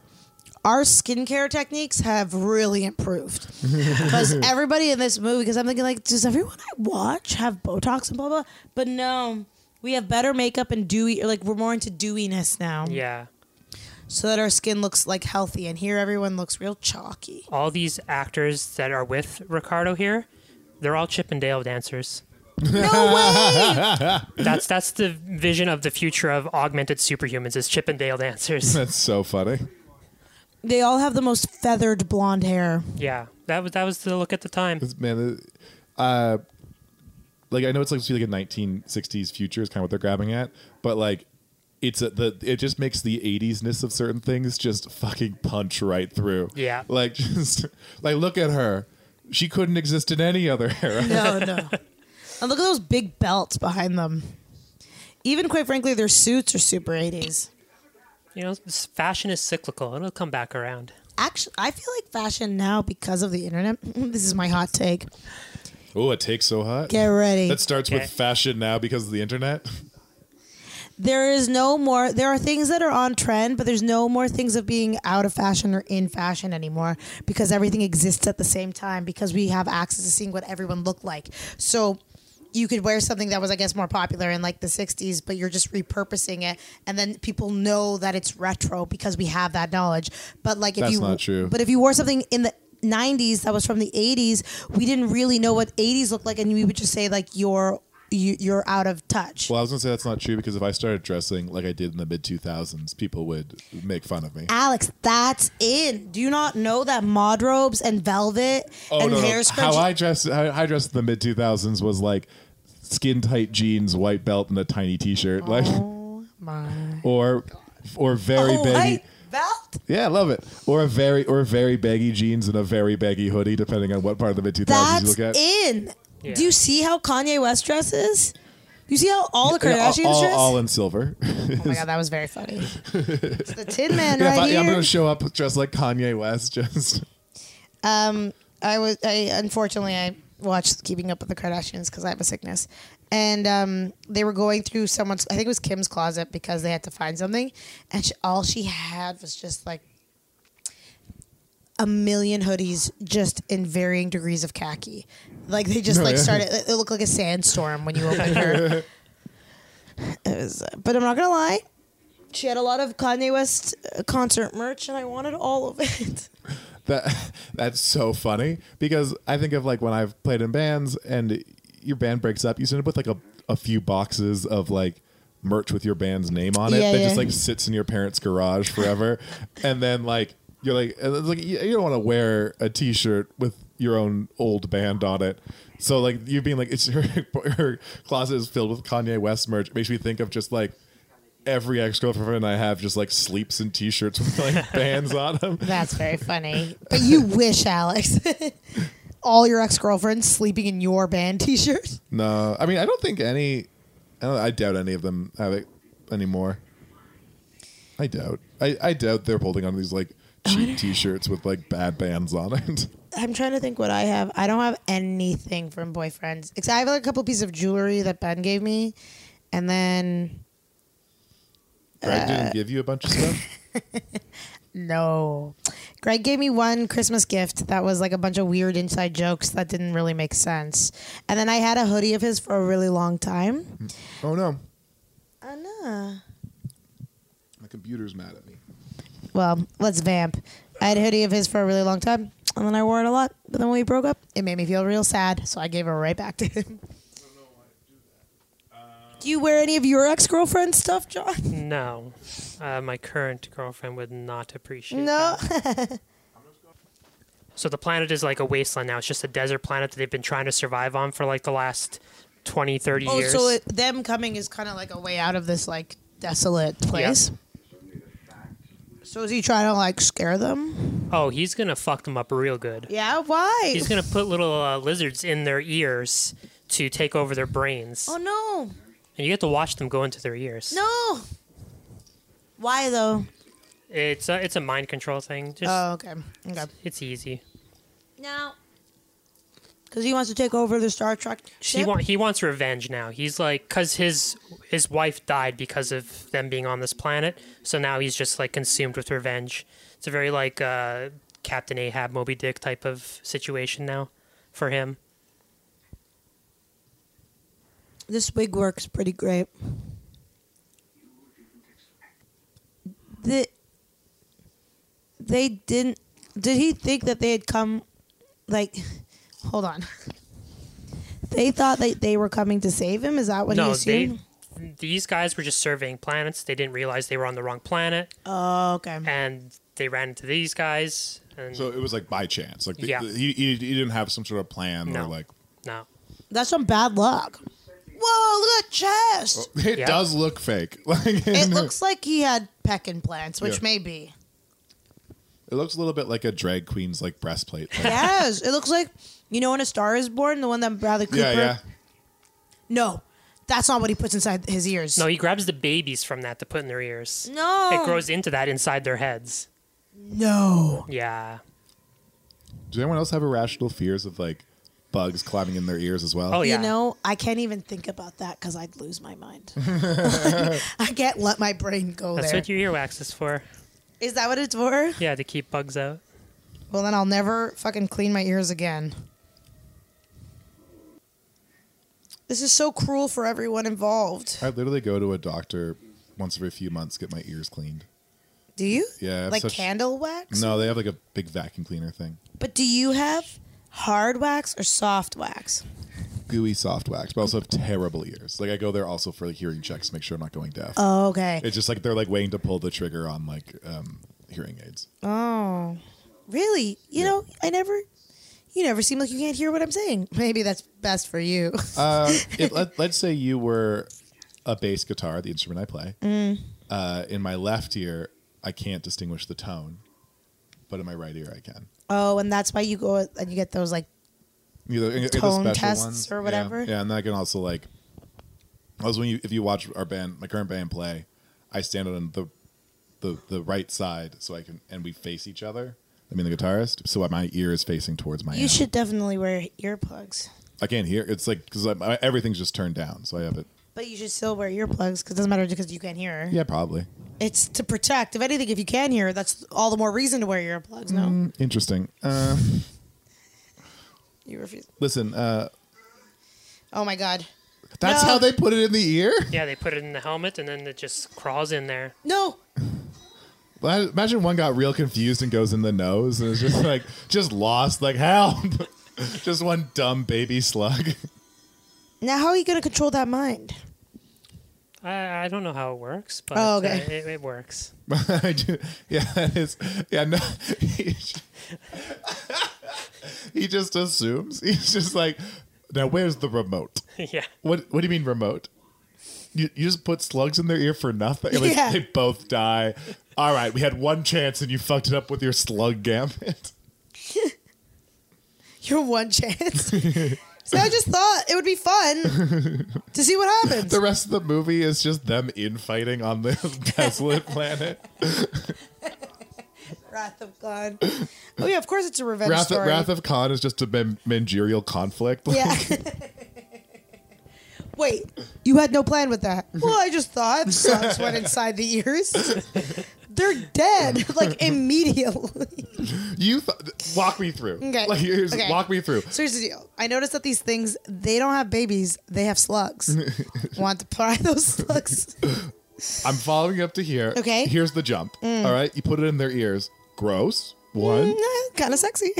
Speaker 1: Our skincare techniques have really improved because everybody in this movie. Because I'm thinking, like, does everyone I watch have Botox and blah blah? But no, we have better makeup and dewy. Like, we're more into dewiness now,
Speaker 3: Yeah.
Speaker 1: so that our skin looks like healthy. And here, everyone looks real chalky.
Speaker 3: All these actors that are with Ricardo here, they're all Chippendale dancers.
Speaker 1: No way!
Speaker 3: That's that's the vision of the future of augmented superhumans is Chippendale dancers.
Speaker 2: That's so funny.
Speaker 1: they all have the most feathered blonde hair.
Speaker 3: yeah. That was that was the look at the time.
Speaker 2: It's- man, uh, uh, like I know it's like supposed to be like a 1960s future is kind of what they're grabbing at, but like it's a, the it just makes the 80s-ness of certain things just fucking punch right through.
Speaker 3: Yeah.
Speaker 2: like just like look at her. She couldn't exist in any other era.
Speaker 1: No, no. and look at those big belts behind them. Even quite frankly, their suits are super 80s.
Speaker 3: You know, s- fashion is cyclical. It'll come back around.
Speaker 1: actually i feel like fashion now because of the internet this is my hot take
Speaker 2: oh, it takes so hot.
Speaker 1: get ready
Speaker 2: That starts
Speaker 3: Okay.
Speaker 2: with fashion now because of the internet.
Speaker 1: there is no more there are things that are on trend but there's no more things of being out of fashion or in fashion anymore because everything exists at the same time because we have access to seeing what everyone looked like so you could wear something that was i guess more popular in like the 60s but you're just repurposing it and then people know that it's retro because we have that knowledge but like if
Speaker 2: That's
Speaker 1: you
Speaker 2: not true.
Speaker 1: but if you wore something in the 90s that was from the 80s we didn't really know what 80s looked like and we would just say like you're you, you're out of touch
Speaker 2: Well, I was gonna say that's not true because if I started dressing like I did in the mid 2000s, people would make fun of me.
Speaker 1: Alex, that's in. Do you not know that mod robes and velvet and hair scrunchies?
Speaker 2: Oh, How I dressed, how I dressed in the mid two thousands was like skin tight jeans, white belt, and a tiny t shirt, like
Speaker 1: My
Speaker 2: or or very
Speaker 1: oh,
Speaker 2: baggy.
Speaker 1: white belt.
Speaker 2: Yeah, I love it. Or a very or very baggy jeans and a very baggy hoodie, depending on what part of the mid two thousands you
Speaker 1: That's
Speaker 2: look at.
Speaker 1: in.
Speaker 3: Yeah.
Speaker 1: Do you see how Kanye West dresses? You see how all the
Speaker 2: Yeah, all-
Speaker 1: Kardashians
Speaker 2: all,
Speaker 1: dress?
Speaker 2: all in silver.
Speaker 1: oh my god, that was very funny. it's the Tin Man
Speaker 2: Yeah, if
Speaker 1: right
Speaker 2: I, am
Speaker 1: here.
Speaker 2: gonna show up dressed like Kanye West. Just
Speaker 1: um, I was I unfortunately I watched Keeping Up with the Kardashians because I have a sickness, and um, they were going through someone's I think it was Kim's closet because they had to find something, and she, all she had was just like a million hoodies just in varying degrees of khaki, like they just
Speaker 2: Oh,
Speaker 1: like
Speaker 2: yeah.
Speaker 1: started it, it looked like a sandstorm when you opened her. it was, uh, but I'm not gonna lie. She had a lot of Kanye West uh, concert merch, and I wanted all of it.
Speaker 2: that that's so funny because I think of like when I've played in bands and your band breaks up, you end up with like a, a few boxes of like merch with your band's name on it
Speaker 1: Yeah,
Speaker 2: that just
Speaker 1: yeah.
Speaker 2: like sits in your parents' garage forever, and then like You're like, and it's like you you don't want to wear a T-shirt with your own old band on it. So like you being like, it's her, her closet is filled with Kanye West merch. It makes me think of just like every ex girlfriend I have just like sleeps in T-shirts with like bands on them.
Speaker 1: That's very funny. But you wish, Alex. All your ex girlfriends sleeping in your band t shirt.
Speaker 2: No, I mean I don't think any. I, don't, I doubt any of them have it anymore. I doubt. I, I doubt they're holding on to these like
Speaker 3: Oh,
Speaker 2: cheap T-shirts with like bad bands on it.
Speaker 1: I'm trying to think what I have. I don't have anything from boyfriends. Except I have like a couple pieces of jewelry that Ben gave me. And then,
Speaker 3: Uh.
Speaker 2: Greg didn't give you a bunch of stuff.
Speaker 1: no. Greg gave me one Christmas gift that was like a bunch of weird inside jokes that didn't really make sense. And then I had a hoodie of his for a really long time.
Speaker 2: Oh no,
Speaker 1: I know.
Speaker 2: my computer's mad at me.
Speaker 1: well, let's vamp. I had a hoodie of his for a really long time, and then I wore it a lot. But then when we broke up, it made me feel real sad, so I gave it right back to him. Um, Do you wear any of your ex girlfriend stuff, John?
Speaker 3: No, uh, my current girlfriend would not appreciate.
Speaker 1: No.
Speaker 3: that. So the planet is like a wasteland now. It's just a desert planet that they've been trying to survive on for like the last 20, 30
Speaker 1: oh,
Speaker 3: years.
Speaker 1: so it, them coming is kind of like a way out of this like desolate place. So is he trying to like scare them?
Speaker 3: oh, he's gonna fuck them up real good.
Speaker 1: Yeah. Why?
Speaker 3: He's gonna put little uh, lizards in their ears to take over their brains,
Speaker 1: oh no,
Speaker 3: and you get to watch them go into their ears.
Speaker 1: no. Why though?
Speaker 3: It's a, it's a mind control thing. Just
Speaker 1: Oh, okay, okay.
Speaker 3: it's easy.
Speaker 1: Now, because he wants to take over the Star Trek ship.
Speaker 3: He want he wants revenge now. He's like cuz his his wife died because of them being on this planet. So now he's just like consumed with revenge. It's a very like uh Captain Ahab Moby Dick type of situation now for him.
Speaker 1: This wig works pretty great. The, they didn't. Did he think that they had come? Like, hold on. They thought that they were coming to save him. Is that what he
Speaker 3: no, they
Speaker 1: assumed?
Speaker 3: these guys were just surveying planets. They didn't realize they were on the wrong planet
Speaker 1: oh, okay.
Speaker 3: and they ran into these guys and
Speaker 2: So it was like by chance. Like the,
Speaker 3: Yeah.
Speaker 2: he, he he didn't have some sort of plan or
Speaker 3: No.
Speaker 2: like.
Speaker 3: no.
Speaker 1: That's some bad luck. Whoa! Look at that chest.
Speaker 2: It
Speaker 3: Yeah.
Speaker 2: does look fake. Like
Speaker 1: It looks like he had peck implants, which
Speaker 2: Oh. Yeah.
Speaker 1: may be.
Speaker 2: It looks a little bit like a drag queen's like breastplate. Like,
Speaker 1: Yes, it looks like you know when a star is born, the one that Bradley Cooper.
Speaker 2: yeah, yeah.
Speaker 1: No, that's not what he puts inside his ears.
Speaker 3: No, he grabs the babies from that to put in their ears.
Speaker 1: no,
Speaker 3: It grows into that inside their heads.
Speaker 1: No,
Speaker 3: Yeah.
Speaker 2: Does anyone else have irrational fears of like bugs climbing in their ears as well?
Speaker 3: Oh, yeah.
Speaker 1: you know I can't even think about that because I'd lose my mind. I can't let my brain go
Speaker 3: That's
Speaker 1: there.
Speaker 3: what your earwax is for.
Speaker 1: Is that what it's for?
Speaker 3: Yeah, to keep bugs out.
Speaker 1: Well, then I'll never fucking clean my ears again. This is so cruel for everyone involved.
Speaker 2: I literally go to a doctor once every few months get my ears cleaned.
Speaker 1: Do you?
Speaker 2: Yeah, I have
Speaker 1: Like
Speaker 2: such-
Speaker 1: candle wax?
Speaker 2: No, they have like a big vacuum cleaner thing.
Speaker 1: But do you have hard wax or soft wax?
Speaker 2: Gooey soft wax, but I also have terrible ears. Like I go there also for like hearing checks to make sure I'm not going deaf.
Speaker 1: Oh, okay.
Speaker 2: It's just like they're like waiting to pull the trigger on like um, hearing aids.
Speaker 1: Oh, really? You know, I never. You never seem like you can't hear what I'm saying. Maybe that's best for you.
Speaker 2: Uh, if, let, let's say you were a bass guitar, the instrument I play. Uh, in my left ear, I can't distinguish the tone, but in my right ear, I can.
Speaker 1: oh, and that's why you go and you get those like.
Speaker 2: You know, the
Speaker 1: Tone
Speaker 2: special
Speaker 1: tests
Speaker 2: ones.
Speaker 1: or
Speaker 2: Yeah.
Speaker 1: whatever?
Speaker 2: Yeah, and I can also like. Also, when you if you watch our band, my current band play, I stand on the, the the right side so I can, and we face each other. I mean, the guitarist. So my ear is facing towards my.
Speaker 1: You
Speaker 2: amp.
Speaker 1: should definitely wear earplugs,
Speaker 2: I can't hear. It's like because everything's just turned down, so I have it.
Speaker 1: but you should still wear earplugs because it doesn't matter because you can't hear.
Speaker 2: Yeah, probably.
Speaker 1: It's to protect. If anything, if you can hear, that's all the more reason to wear earplugs. No,
Speaker 2: Interesting. Uh,
Speaker 1: you refuse.
Speaker 2: listen, uh,
Speaker 1: Oh my god.
Speaker 2: that's
Speaker 1: No.
Speaker 2: how they put it in the ear.
Speaker 3: Yeah, they put it in the helmet and then it just crawls in there.
Speaker 1: No,
Speaker 2: Well, Imagine one got real confused and goes in the nose and is just like just lost, like help. just one dumb baby slug.
Speaker 1: now how are you gonna control that mind?
Speaker 3: I, I don't know how it works, but
Speaker 1: Oh,
Speaker 3: uh,
Speaker 1: okay.
Speaker 3: it, it works.
Speaker 2: I do- yeah, that is. Yeah, no. He, j- he just assumes. He's just like, now where's the remote?
Speaker 3: yeah.
Speaker 2: What What do you mean remote? You, you just put slugs in their ear for nothing. Like,
Speaker 1: Yeah.
Speaker 2: They both die. All right, we had one chance and you fucked it up with your slug gambit.
Speaker 1: Your one chance. so I just thought it would be fun to see what happens.
Speaker 2: The rest of the movie is just them infighting on this desolate planet.
Speaker 1: Wrath of God. Oh yeah, of course it's a revenge
Speaker 2: Wrath,
Speaker 1: story.
Speaker 2: Wrath of Khan is just a man- managerial conflict. Like,
Speaker 1: yeah. Wait, you had no plan with that?
Speaker 2: Mm-hmm.
Speaker 1: Well, I just thought slugs went inside the ears. They're dead, like immediately.
Speaker 2: You th- walk me through.
Speaker 1: Okay.
Speaker 2: Like, here's,
Speaker 1: Okay.
Speaker 2: Walk me through.
Speaker 1: So here's the deal. I noticed that these things they don't have babies; they have slugs. Want to pry those slugs?
Speaker 2: I'm following up to here.
Speaker 1: Okay. Mm.
Speaker 2: Here's the jump. All right. You put it in their ears. Gross. One.
Speaker 1: kind of sexy.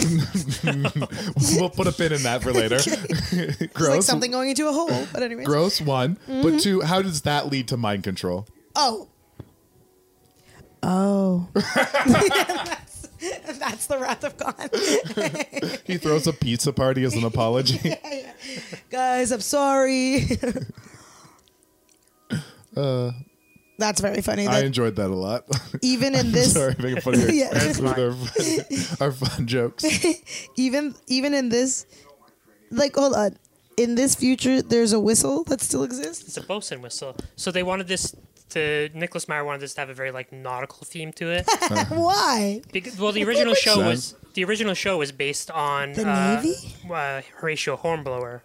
Speaker 2: we'll put a pin in that for later.
Speaker 1: Mm. It's
Speaker 2: gross.
Speaker 1: like something Mm-hmm. going into a hole. But anyways,
Speaker 2: Gross. One. But two. How does that lead to mind control?
Speaker 1: oh, oh, that's, that's the wrath of God,
Speaker 2: He throws a pizza party as an apology.
Speaker 1: guys. I'm sorry. that's very funny.
Speaker 2: I
Speaker 1: That
Speaker 2: enjoyed that a lot.
Speaker 1: even in this,
Speaker 2: Sorry, making fun of your
Speaker 1: Yeah. Oh,
Speaker 2: experience with our fun, our fun jokes.
Speaker 1: even even in this, like hold on. In this future, there's a whistle that still exists.
Speaker 3: It's a bosun whistle. So they wanted this to Nicholas Meyer wanted this to have a very like nautical theme to it.
Speaker 1: Why?
Speaker 3: Because, well, the original
Speaker 2: makes
Speaker 3: show
Speaker 2: sense.
Speaker 3: was the original show was based on
Speaker 1: The
Speaker 3: uh,
Speaker 1: Navy?
Speaker 3: uh, Horatio Hornblower,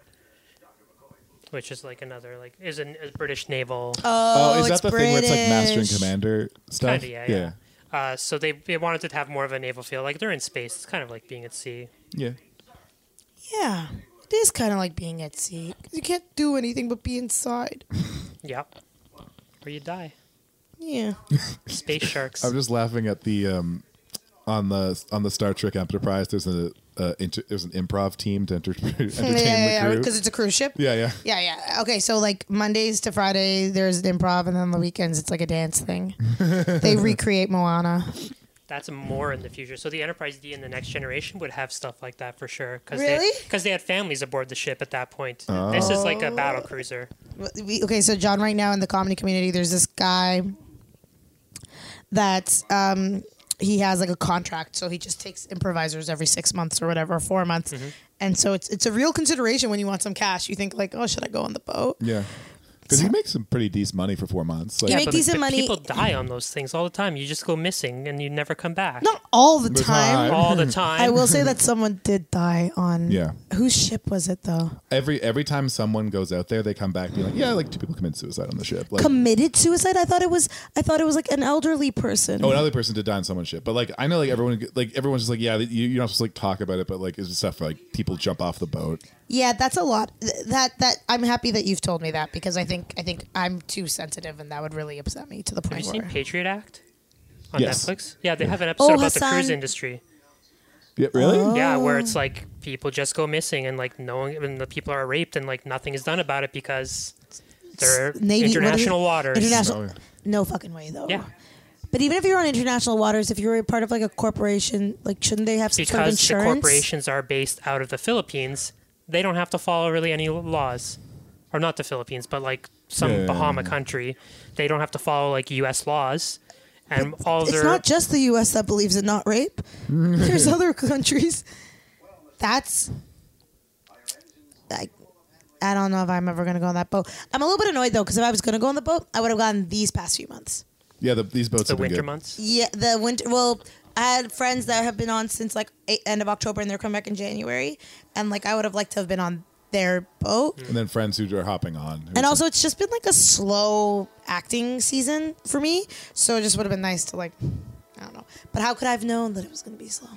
Speaker 3: which is like another like is an, a British naval.
Speaker 2: Oh, is
Speaker 1: it's
Speaker 2: that the thing where it's like master and
Speaker 1: British.
Speaker 2: commander stuff?
Speaker 3: Kinda, yeah, yeah. Uh, so they, they wanted to have more of a naval feel. Like they're in space. It's kind of like being at sea.
Speaker 2: Yeah.
Speaker 1: Yeah, it is kind of like being at sea. You can't do anything but be inside.
Speaker 3: Yeah. Or you die.
Speaker 1: Yeah.
Speaker 3: Space sharks.
Speaker 2: I'm just laughing at the um, on the on the Star Trek Enterprise. There's a uh, inter, there's an improv team to enter, entertain
Speaker 1: yeah,
Speaker 2: the
Speaker 1: yeah,
Speaker 2: crew.
Speaker 1: because it's a cruise ship.
Speaker 2: yeah, yeah.
Speaker 1: Yeah, yeah. Okay, so like Mondays to Friday, there's an improv, and then on the weekends, it's like a dance thing. they recreate Moana.
Speaker 3: That's more in the future. So the Enterprise D in the next generation would have stuff like that for sure. Cause
Speaker 1: Really? Oh.
Speaker 3: Because they, had families aboard the ship at that point. This is like a battle cruiser.
Speaker 1: We, okay, so John, right now in the comedy community, there's this guy that um, he has like a contract, so he just takes improvisers every six months or whatever, four months.
Speaker 2: Mm-hmm.
Speaker 1: And so it's it's a real consideration when you want some cash. You think like, oh, should I go on the boat?
Speaker 2: Yeah. Because he makes some pretty decent money for four months. Like,
Speaker 1: You
Speaker 3: But
Speaker 1: make
Speaker 3: the-
Speaker 1: decent
Speaker 3: the
Speaker 1: money.
Speaker 3: People die on those things all the time. You just go missing and you never come back.
Speaker 1: Not all the
Speaker 2: time.
Speaker 1: time.
Speaker 3: All the time.
Speaker 1: I will say that someone did die on.
Speaker 2: Yeah.
Speaker 1: Whose ship was it though?
Speaker 2: every every time someone goes out there, they come back being like, yeah, like two people commit suicide on the ship. Like,
Speaker 1: Committed suicide. I thought it was. I thought it was like an elderly person.
Speaker 2: oh, another person did die on someone's ship. But like, I know like everyone like everyone's just like, yeah, you, you're not supposed to like talk about it, but like, it's just stuff like people jump off the boat.
Speaker 1: Yeah, that's a lot. Th- That that I'm happy that you've told me that because I think I think I'm too sensitive and that would really upset me to the
Speaker 3: Have
Speaker 1: point
Speaker 3: you seen
Speaker 1: where.
Speaker 3: Patriot Act on
Speaker 2: Yes.
Speaker 3: Netflix? Yeah, they have an episode
Speaker 1: Oh,
Speaker 3: about the cruise
Speaker 1: Hassan.
Speaker 3: industry.
Speaker 2: Yeah, really?
Speaker 1: Oh.
Speaker 3: Yeah, where it's like people just go missing and like no one, and the people are raped and like nothing is done about it because they're
Speaker 1: Navy- what is it?
Speaker 3: international waters.
Speaker 1: International.
Speaker 2: Oh, yeah.
Speaker 1: No fucking way though.
Speaker 3: Yeah,
Speaker 1: But even if you're on international waters, if you're a part of like a corporation, like shouldn't they have some sort of
Speaker 3: because the
Speaker 1: insurance?
Speaker 3: corporations are based out of the Philippines, they don't have to follow really any laws, or not the Philippines, but like some
Speaker 2: Yeah, yeah,
Speaker 3: Bahama
Speaker 2: yeah.
Speaker 3: country, they don't have to follow like U.S. laws, and all
Speaker 1: It's
Speaker 3: their
Speaker 1: not just the U.S. that believes in not rape. There's other countries. That's. I, I don't know if I'm ever going to go on that boat. I'm a little bit annoyed though, because if I was going to go on the boat, I would have gone these past few months.
Speaker 2: Yeah, the, these boats
Speaker 3: the
Speaker 2: have been
Speaker 3: winter
Speaker 2: good.
Speaker 3: months.
Speaker 1: Yeah, the winter. Well, I had friends that have been on since like eight, end of October, and they're coming back in January, and like I would have liked to have been on their boat.
Speaker 2: And then friends who are hopping on. who
Speaker 1: And
Speaker 2: are
Speaker 1: also, it's just been like a slow acting season for me, so it just would have been nice to like, I don't know. But how could I have known that it was going to be slow?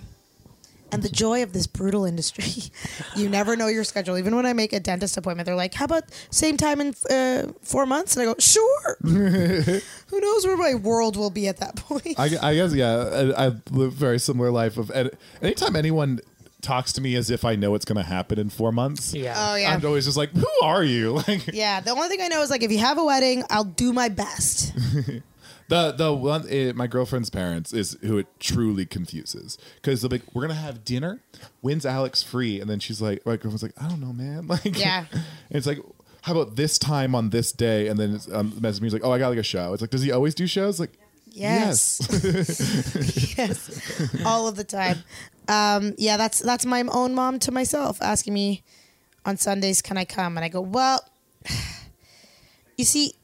Speaker 1: And the joy of this brutal industry, you never know your schedule. Even when I make a dentist appointment, they're like, "How about same time in uh, four months?" And I go, "Sure." Who knows where my world will be at that point?
Speaker 2: I, I guess yeah. I, I live a very similar life of and anytime anyone talks to me as if I know it's going to happen in four months.
Speaker 3: Yeah.
Speaker 1: Oh yeah.
Speaker 2: I'm always just like, who are you? Like
Speaker 1: yeah. The only thing I know is like if you have a wedding, I'll do my best.
Speaker 2: the the one eh, my girlfriend's parents is who it truly confuses because they'll be like, we're gonna have dinner. When's Alex free? And then she's like, my girlfriend's like, I don't know, man. Like
Speaker 1: Yeah.
Speaker 2: and it's like. How about this time on this day? And then it's, um, message me he's like, "Oh, I got like a show." It's like, does he always do shows? Like,
Speaker 1: Yes. yes. All of the time. Um, yeah, that's that's my own mom to myself asking me on Sundays, can I come? And I go, well, you see,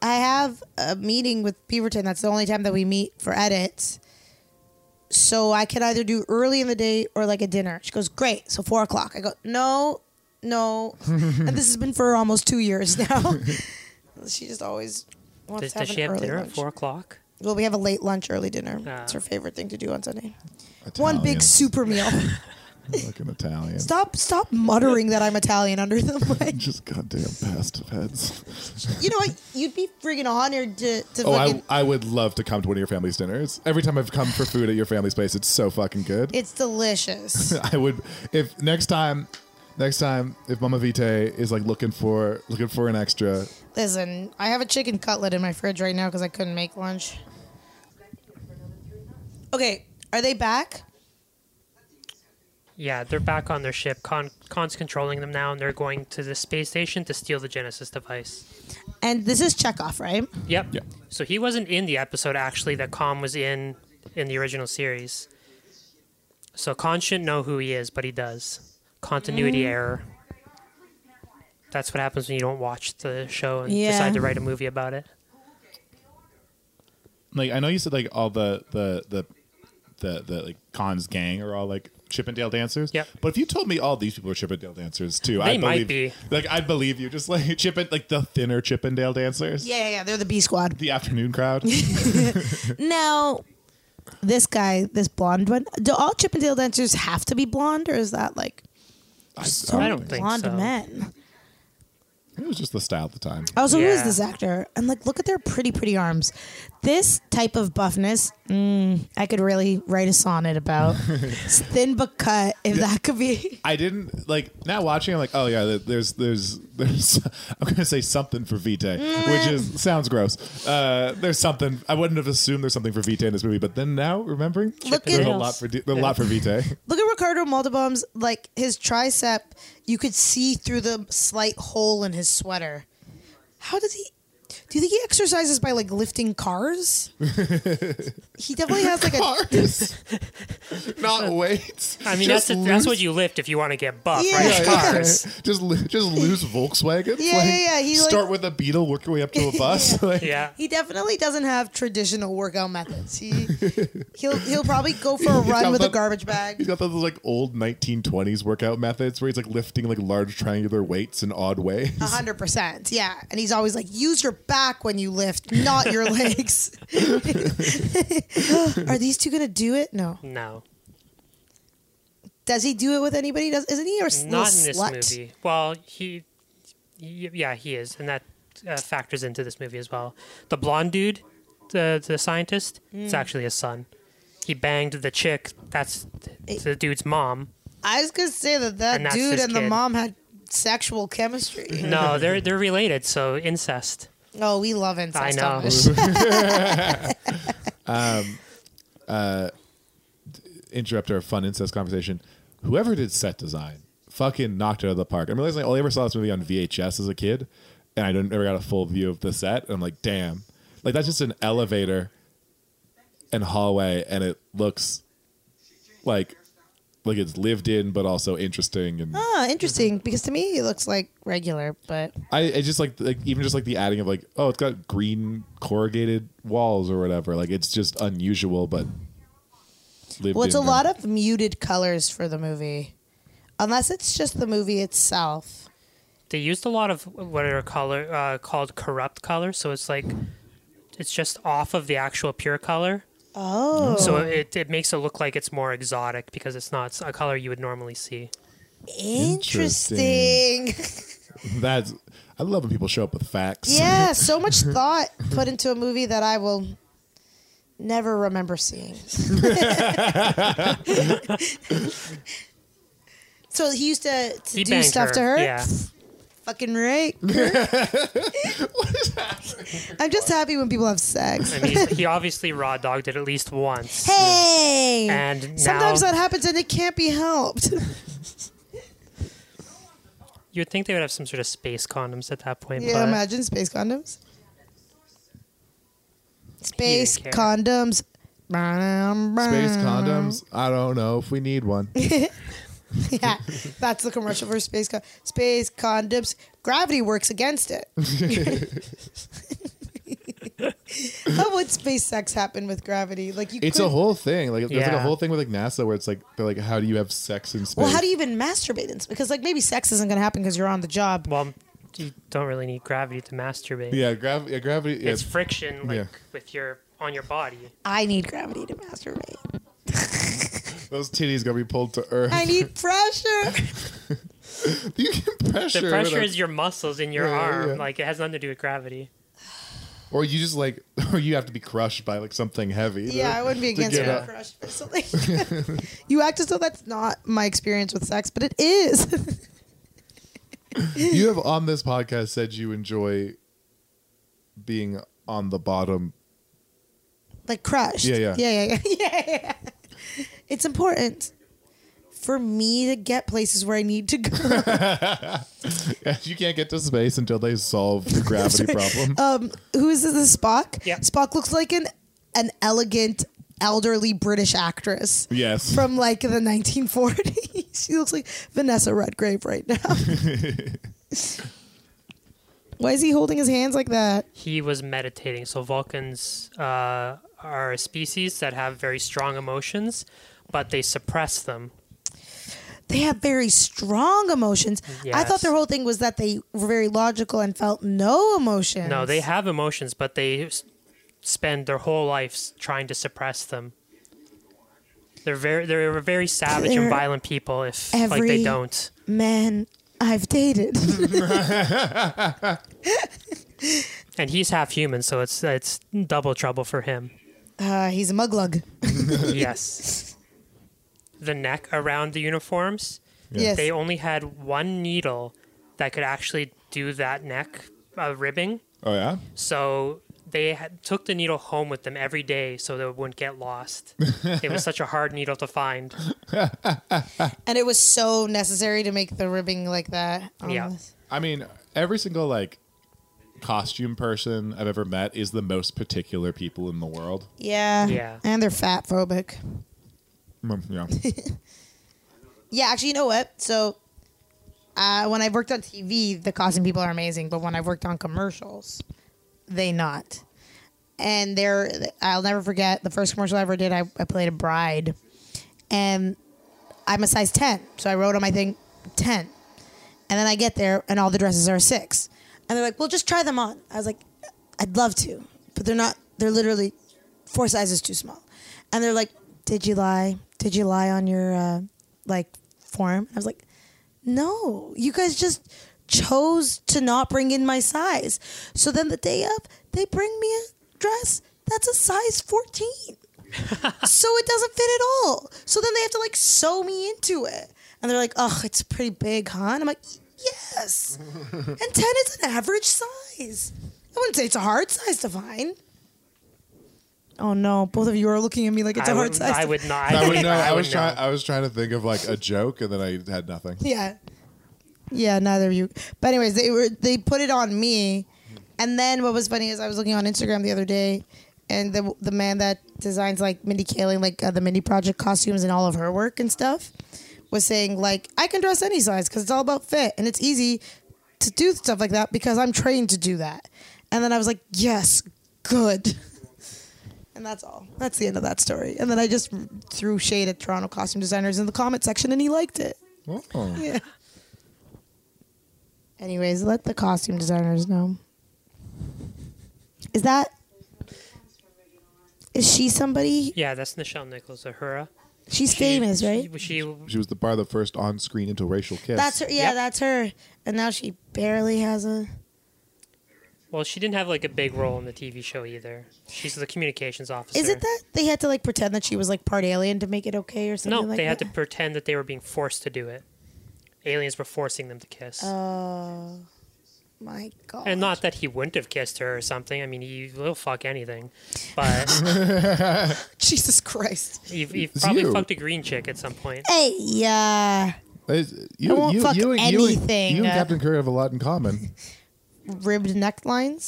Speaker 1: I have a meeting with Beaverton. That's the only time that we meet for edits. So I can either do early in the day or like a dinner. She goes, great. So four o'clock. I go, no, no. and this has been for almost two years now. she just always wants
Speaker 3: Does,
Speaker 1: to have
Speaker 3: does she
Speaker 1: an
Speaker 3: have
Speaker 1: early
Speaker 3: dinner at
Speaker 1: lunch.
Speaker 3: four o'clock?
Speaker 1: Well, we have a late lunch, early dinner.
Speaker 3: Ah.
Speaker 1: It's her favorite thing to do on Sunday.
Speaker 2: Yes.
Speaker 1: One big super meal.
Speaker 2: like an Italian.
Speaker 1: stop, stop muttering that I'm Italian under the mic.
Speaker 2: Just goddamn past heads.
Speaker 1: You know what? You'd be freaking honored to, to
Speaker 2: Oh,
Speaker 1: fucking.
Speaker 2: I, I would love to come to one of your family's dinners. Every time I've come for food at your family's place, it's so fucking good.
Speaker 1: it's delicious.
Speaker 2: I would if next time, next time if Mama Vitae is like looking for looking for an extra.
Speaker 1: Listen, I have a chicken cutlet in my fridge right now because I couldn't make lunch. Okay, are they back?
Speaker 3: Yeah, they're back on their ship. Con- Con's controlling them now, and they're going to the space station to steal the Genesis device.
Speaker 1: And this is Chekhov, right?
Speaker 3: Yep.
Speaker 2: Yeah.
Speaker 3: So he wasn't in the episode actually that Con was in in the original series. So Con shouldn't know who he is, but he does. Continuity
Speaker 1: Mm.
Speaker 3: error. That's what happens when you don't watch the show and
Speaker 1: Yeah.
Speaker 3: decide to write a movie about it.
Speaker 5: like I know you said like all the the the the, the like Khan's gang are all like Chippendale dancers.
Speaker 3: Yep.
Speaker 5: But if you told me all these people are Chippendale dancers too, I
Speaker 3: might
Speaker 5: believe, Like I'd believe you. Just like Chippen like the thinner Chippendale dancers.
Speaker 1: Yeah, yeah, yeah. They're the B squad.
Speaker 5: The afternoon crowd.
Speaker 1: Now, this guy, this blonde one, do all Chippendale dancers have to be blonde, or is that like so
Speaker 3: I
Speaker 1: many
Speaker 3: don't think
Speaker 1: blonde
Speaker 3: so.
Speaker 1: men?
Speaker 2: It was just the style at the time.
Speaker 1: Also, who is
Speaker 3: Yeah.
Speaker 1: this actor? And like, look at their pretty, pretty arms. This type of buffness, mm, I could really write a sonnet about. it's thin but cut, if that could be.
Speaker 2: I didn't like now watching. I'm like, oh yeah, there- there's there's there's. I'm gonna say something for Vitae, which
Speaker 1: Mm.
Speaker 2: is sounds gross. Uh, there's something I wouldn't have assumed there's something for Vitae in this movie, but then now remembering,
Speaker 1: Look
Speaker 2: there's
Speaker 1: at-
Speaker 2: a lot for there's a lot for Vitae.
Speaker 1: Look at Ricardo Montalban's like his tricep. You could see through the slight hole in his sweater. How does he? Do you think he exercises by like lifting cars? he definitely has like a
Speaker 2: Cars, not weights.
Speaker 3: I mean,
Speaker 2: Just
Speaker 3: that's that's
Speaker 2: loose-
Speaker 3: what you lift if you want to get buff,
Speaker 1: Yeah.
Speaker 3: right?
Speaker 1: Yeah,
Speaker 3: It's
Speaker 1: yeah.
Speaker 3: Cars.
Speaker 2: just lo- just lose Volkswagen.
Speaker 1: Yeah, yeah, yeah. He, like-
Speaker 2: start with a Beetle, work your way up to a bus. Like,
Speaker 3: Yeah.
Speaker 1: He definitely doesn't have traditional workout methods. He he'll he'll probably go for a run
Speaker 2: got
Speaker 1: with a
Speaker 2: that-
Speaker 1: garbage
Speaker 2: He's
Speaker 1: bag.
Speaker 2: got those like old 1920s workout methods where he's like lifting like large triangular weights in odd ways.
Speaker 1: a hundred percent, yeah. And he's always like, use your back when you lift, not your legs. Are these two gonna do it? No.
Speaker 3: No,
Speaker 1: Does he do it with anybody? Does isn't he or
Speaker 3: not in this movie. Well, he, he- yeah, he is, and that uh, factors into this movie as well. The blonde dude, the the scientist, it's actually his son. He banged the chick. That's th- the dude's mom.
Speaker 1: I was gonna say that
Speaker 3: And
Speaker 1: that
Speaker 3: that's
Speaker 1: dude
Speaker 3: his
Speaker 1: and the
Speaker 3: kid.
Speaker 1: mom had sexual chemistry.
Speaker 3: No, they're they're related, so incest.
Speaker 1: Oh, we love incest.
Speaker 3: I know.
Speaker 1: on this
Speaker 2: Interrupt our fun incest conversation. Whoever did set design fucking knocked it out of the park. I'm realizing I only ever saw this movie on VHS as a kid, and I didn't ever got a full view of the set. And I'm like, damn, like that's just an elevator and hallway, and it looks like like it's lived in, but also interesting and.
Speaker 1: Oh, interesting. Because to me, it looks like regular, but
Speaker 2: I, I just like, like even just like the adding of like oh it's got green corrugated walls or whatever like it's just unusual but lived
Speaker 1: Well, it's a
Speaker 2: in.
Speaker 1: lot of muted colors for the movie, unless it's just the movie itself.
Speaker 3: They used a lot of what are color uh, called corrupt colors, so it's like it's just off of the actual pure color.
Speaker 1: Oh,
Speaker 3: So uh, it, it makes it look like it's more exotic because it's not a color you would normally see.
Speaker 1: interesting.
Speaker 2: that's I love when people show up with facts
Speaker 1: yeah, so much thought put into a movie that I will never remember seeing. So he used to, to
Speaker 3: He
Speaker 1: do
Speaker 3: banged
Speaker 1: stuff to her.
Speaker 3: Yeah.
Speaker 1: Fucking right. I'm just happy when people have sex.
Speaker 3: I mean, he obviously raw dogged it at least once.
Speaker 1: Hey.
Speaker 3: And
Speaker 1: Sometimes
Speaker 3: now-
Speaker 1: that happens and it can't be helped.
Speaker 3: You would think they would have some sort of space condoms at that point,
Speaker 1: Yeah,
Speaker 3: but
Speaker 1: imagine space condoms. Space
Speaker 3: care.
Speaker 1: condoms.
Speaker 2: Space
Speaker 1: Uh-huh.
Speaker 2: condoms? I don't know if we need one.
Speaker 1: Yeah, that's the commercial for space con- space condoms. Gravity works against it. How would space sex happen with gravity? Like you,
Speaker 2: It's
Speaker 1: could,
Speaker 2: a whole thing. Like there's like a
Speaker 3: Yeah.
Speaker 2: whole thing with like NASA where it's like they're like, how do you have sex in space?
Speaker 1: Well, how do you even masturbate in? Because like maybe sex isn't gonna happen because you're on the job.
Speaker 3: well, you don't really need gravity to masturbate.
Speaker 2: Yeah, grav- yeah gravity. Yeah.
Speaker 3: It's friction, like
Speaker 2: Yeah.
Speaker 3: with your on your body.
Speaker 1: I need gravity to masturbate.
Speaker 2: Those titties gonna be pulled to earth.
Speaker 1: I need pressure.
Speaker 2: you can pressure.
Speaker 3: The
Speaker 2: it
Speaker 3: pressure
Speaker 2: up.
Speaker 3: is your muscles in your
Speaker 2: Yeah, yeah,
Speaker 3: arm.
Speaker 2: yeah.
Speaker 3: Like it has nothing to do with gravity.
Speaker 2: Or you just like, or you have to be crushed by like something heavy. to-
Speaker 1: yeah, I wouldn't be
Speaker 2: to
Speaker 1: against
Speaker 2: get
Speaker 1: being
Speaker 2: up.
Speaker 1: crushed by something. you act as though that's not my experience with sex, but it is.
Speaker 2: You have on this podcast said you enjoy being on the bottom.
Speaker 1: like crushed.
Speaker 2: Yeah, yeah.
Speaker 1: yeah, yeah, yeah. yeah, yeah. It's important for me to get places where I need to go.
Speaker 2: you can't get to space until they solve the gravity problem.
Speaker 1: Um, who is this? this is Spock.
Speaker 3: Yep.
Speaker 1: Spock looks like an an elegant elderly British actress
Speaker 2: yes.
Speaker 1: from like the 1940s. she looks like Vanessa Redgrave right now. Why is he holding his hands like that?
Speaker 3: He was meditating. So Vulcans uh, are a species that have very strong emotions, but they suppress them.
Speaker 1: They have very strong emotions. I thought
Speaker 3: Yes.
Speaker 1: their whole thing was that they were very logical and felt no emotions.
Speaker 3: No, they have emotions, but they s- spend their whole lives trying to suppress them. They're very they're very savage
Speaker 1: They're
Speaker 3: and violent people if like
Speaker 1: every-
Speaker 3: they don't.
Speaker 1: man I've dated.
Speaker 3: And he's half human, so it's it's double trouble for him.
Speaker 1: Uh, he's a muglug.
Speaker 3: yes. The neck around the uniforms,
Speaker 1: Yes.
Speaker 3: they only had one needle that could actually do that neck uh, ribbing.
Speaker 2: Oh yeah.
Speaker 3: So they had, took the needle home with them every day so that it wouldn't get lost. it was such a hard needle to find.
Speaker 1: and it was so necessary to make the ribbing like that. on
Speaker 3: Yeah.
Speaker 1: this.
Speaker 5: I mean, every single like costume person I've ever met is the most particular people in the world.
Speaker 1: Yeah.
Speaker 3: Yeah.
Speaker 1: And they're fat phobic.
Speaker 2: Mm, Yeah.
Speaker 1: Yeah, actually, you know what? So uh, when I've worked on TV, the costume people are amazing, but when I've worked on commercials, they not. And they're, I'll never forget the first commercial I ever did, I, I played a bride. And I'm a size 10. So I wrote on my thing 10. And then I get there and all the dresses are a six. And they're like, well, just try them on. I was like, I'd love to, but they're not, they're literally four sizes too small. And they're like, did you lie? Did you lie on your uh, like form? I was like, no, you guys just chose to not bring in my size. So then the day of, they bring me a dress that's a size 14. so it doesn't fit at all. So then they have to like sew me into it. And they're like, oh, it's pretty big, huh? And I'm like, yes. and 10 is an average size. I wouldn't say it's a hard size to find. Oh no, both of you are looking at me like it's a
Speaker 3: I
Speaker 1: hard
Speaker 3: would,
Speaker 1: size.
Speaker 3: I
Speaker 1: to-
Speaker 3: would not.
Speaker 2: I
Speaker 3: I,
Speaker 2: would
Speaker 3: would,
Speaker 2: know.
Speaker 3: I
Speaker 2: I
Speaker 3: would
Speaker 2: was trying.
Speaker 3: know.
Speaker 2: I was trying to think of like a joke, and then I had nothing.
Speaker 1: Yeah. Yeah, neither of you. But anyways, they were they put it on me. And then what was funny is I was looking on Instagram the other day and the the man that designs like Mindy Kaling like uh, the Mindy Project costumes and all of her work and stuff was saying like I can dress any size cuz it's all about fit and it's easy to do stuff like that because I'm trained to do that. And then I was like, "Yes, good." And that's all. That's the end of that story. And then I just threw shade at Toronto costume designers in the comment section and he liked it.
Speaker 2: Oh.
Speaker 1: Yeah. Anyways, let the costume designers know. Is that is she somebody?
Speaker 3: Yeah, that's Nichelle Nichols, Ahura.
Speaker 1: She's
Speaker 3: She-
Speaker 1: famous,
Speaker 3: she-
Speaker 1: right?
Speaker 3: She,
Speaker 2: She was the bar the first on-screen interracial kiss.
Speaker 1: That's her. Yeah,
Speaker 3: Yep.
Speaker 1: that's her. And now she barely has a.
Speaker 3: well, she didn't have like a big role in the TV show either. She's the communications officer.
Speaker 1: Is it that they had to like pretend that she was like part alien to make it okay or something?
Speaker 3: No,
Speaker 1: like
Speaker 3: they had
Speaker 1: that?
Speaker 3: to pretend that they were being forced to do it. aliens were forcing them to kiss.
Speaker 1: My Oh, God.
Speaker 3: and not that he wouldn't have kissed her or something. I mean, he will fuck anything. But
Speaker 1: Jesus Christ.
Speaker 3: he, he probably
Speaker 2: you.
Speaker 3: fucked a green chick at some point.
Speaker 1: Hey, yeah.
Speaker 2: It's- You,
Speaker 1: won't fuck
Speaker 2: you, and- you and-
Speaker 1: anything,
Speaker 2: You and
Speaker 1: uh,
Speaker 2: Captain Kirk have a lot in common.
Speaker 1: Ribbed necklines,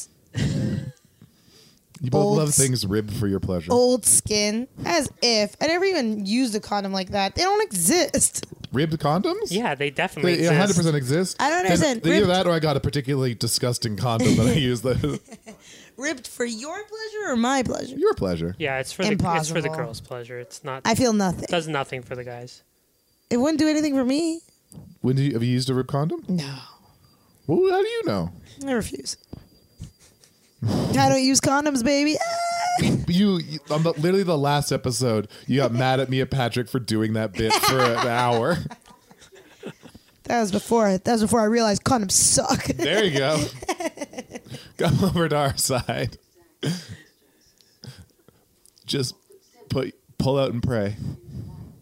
Speaker 2: You both love
Speaker 1: Bolts.
Speaker 2: things ribbed for your pleasure.
Speaker 1: old skin, as if. I never even used a condom like that. They don't exist.
Speaker 2: Ribbed condoms?
Speaker 3: Yeah, they definitely
Speaker 2: They
Speaker 3: exist.
Speaker 2: 100% exist.
Speaker 1: I don't
Speaker 2: Then-
Speaker 1: understand.
Speaker 2: then Either
Speaker 1: Ribbed-
Speaker 2: that or I got a particularly disgusting condom that I use that
Speaker 1: Ribbed for your pleasure or my pleasure?
Speaker 2: your pleasure.
Speaker 3: Yeah, it's for the it's for the
Speaker 1: Impossible.
Speaker 3: girls' pleasure. It's not
Speaker 1: I feel nothing.
Speaker 3: does nothing for the guys.
Speaker 1: It wouldn't do anything for me.
Speaker 2: When do you, have you used a rib condom?
Speaker 1: No.
Speaker 2: Well, how do you know?
Speaker 1: I refuse. I don't use condoms, baby. Ah,
Speaker 2: You, you on the, literally the last episode, you got mad at me and Patrick for doing that bit for an hour.
Speaker 1: That was before. That was before I realized condoms suck.
Speaker 2: There you go. Come over to our side. Just put pull out and pray.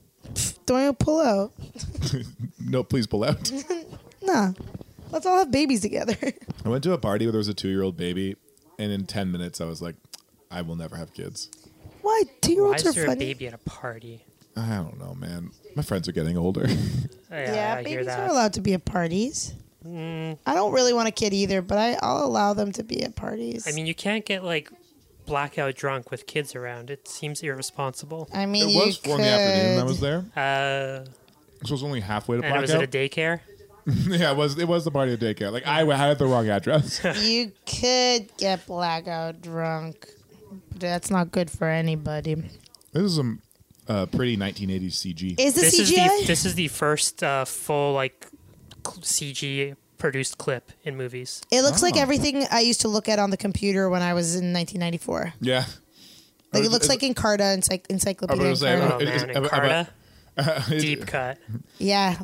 Speaker 1: Don't even pull out.
Speaker 2: No, please pull out.
Speaker 1: Nah. Let's all have babies together.
Speaker 2: I went to a party where there was a two-year-old baby, and in ten minutes, I was like, "I will never have kids."
Speaker 1: Why? Two year
Speaker 3: Why
Speaker 1: olds
Speaker 3: is
Speaker 1: are
Speaker 3: there a
Speaker 1: funny.
Speaker 3: baby at a party?
Speaker 2: I don't know, man. My friends are getting older.
Speaker 3: Yeah,
Speaker 1: Yeah,
Speaker 3: I hear
Speaker 1: babies
Speaker 3: that. Mm.
Speaker 1: are allowed to be at parties. I don't really want a kid either, but I, I'll allow them to be at parties.
Speaker 3: I mean, you can't get like blackout drunk with kids around. It seems irresponsible.
Speaker 1: I mean,
Speaker 2: it
Speaker 1: you
Speaker 2: was four in the afternoon. I
Speaker 1: could-
Speaker 2: was there.
Speaker 3: Uh,
Speaker 2: This was only halfway to
Speaker 3: and it was at a
Speaker 2: blackout.
Speaker 3: daycare.
Speaker 2: yeah, it was. It was the party at daycare. Like I had the wrong address.
Speaker 1: You could get blackout drunk. But that's not good for anybody.
Speaker 2: This is some uh, pretty 1980s CG.
Speaker 1: Is this,
Speaker 3: This is
Speaker 1: CGI?
Speaker 3: the this is the first uh, full like cl- CG produced clip in movies.
Speaker 1: it looks
Speaker 2: Ah.
Speaker 1: like everything I used to look at on the computer when I was in 1994.
Speaker 2: yeah.
Speaker 1: Like
Speaker 2: was-
Speaker 1: it looks
Speaker 2: it-
Speaker 1: like Encarta encycl- Encyclopedia.
Speaker 2: I was gonna say,
Speaker 1: Encarta.
Speaker 3: Oh
Speaker 2: It- it's
Speaker 3: man,
Speaker 2: ab-
Speaker 3: Encarta,
Speaker 2: Uh, It-
Speaker 3: deep cut.
Speaker 1: Yeah,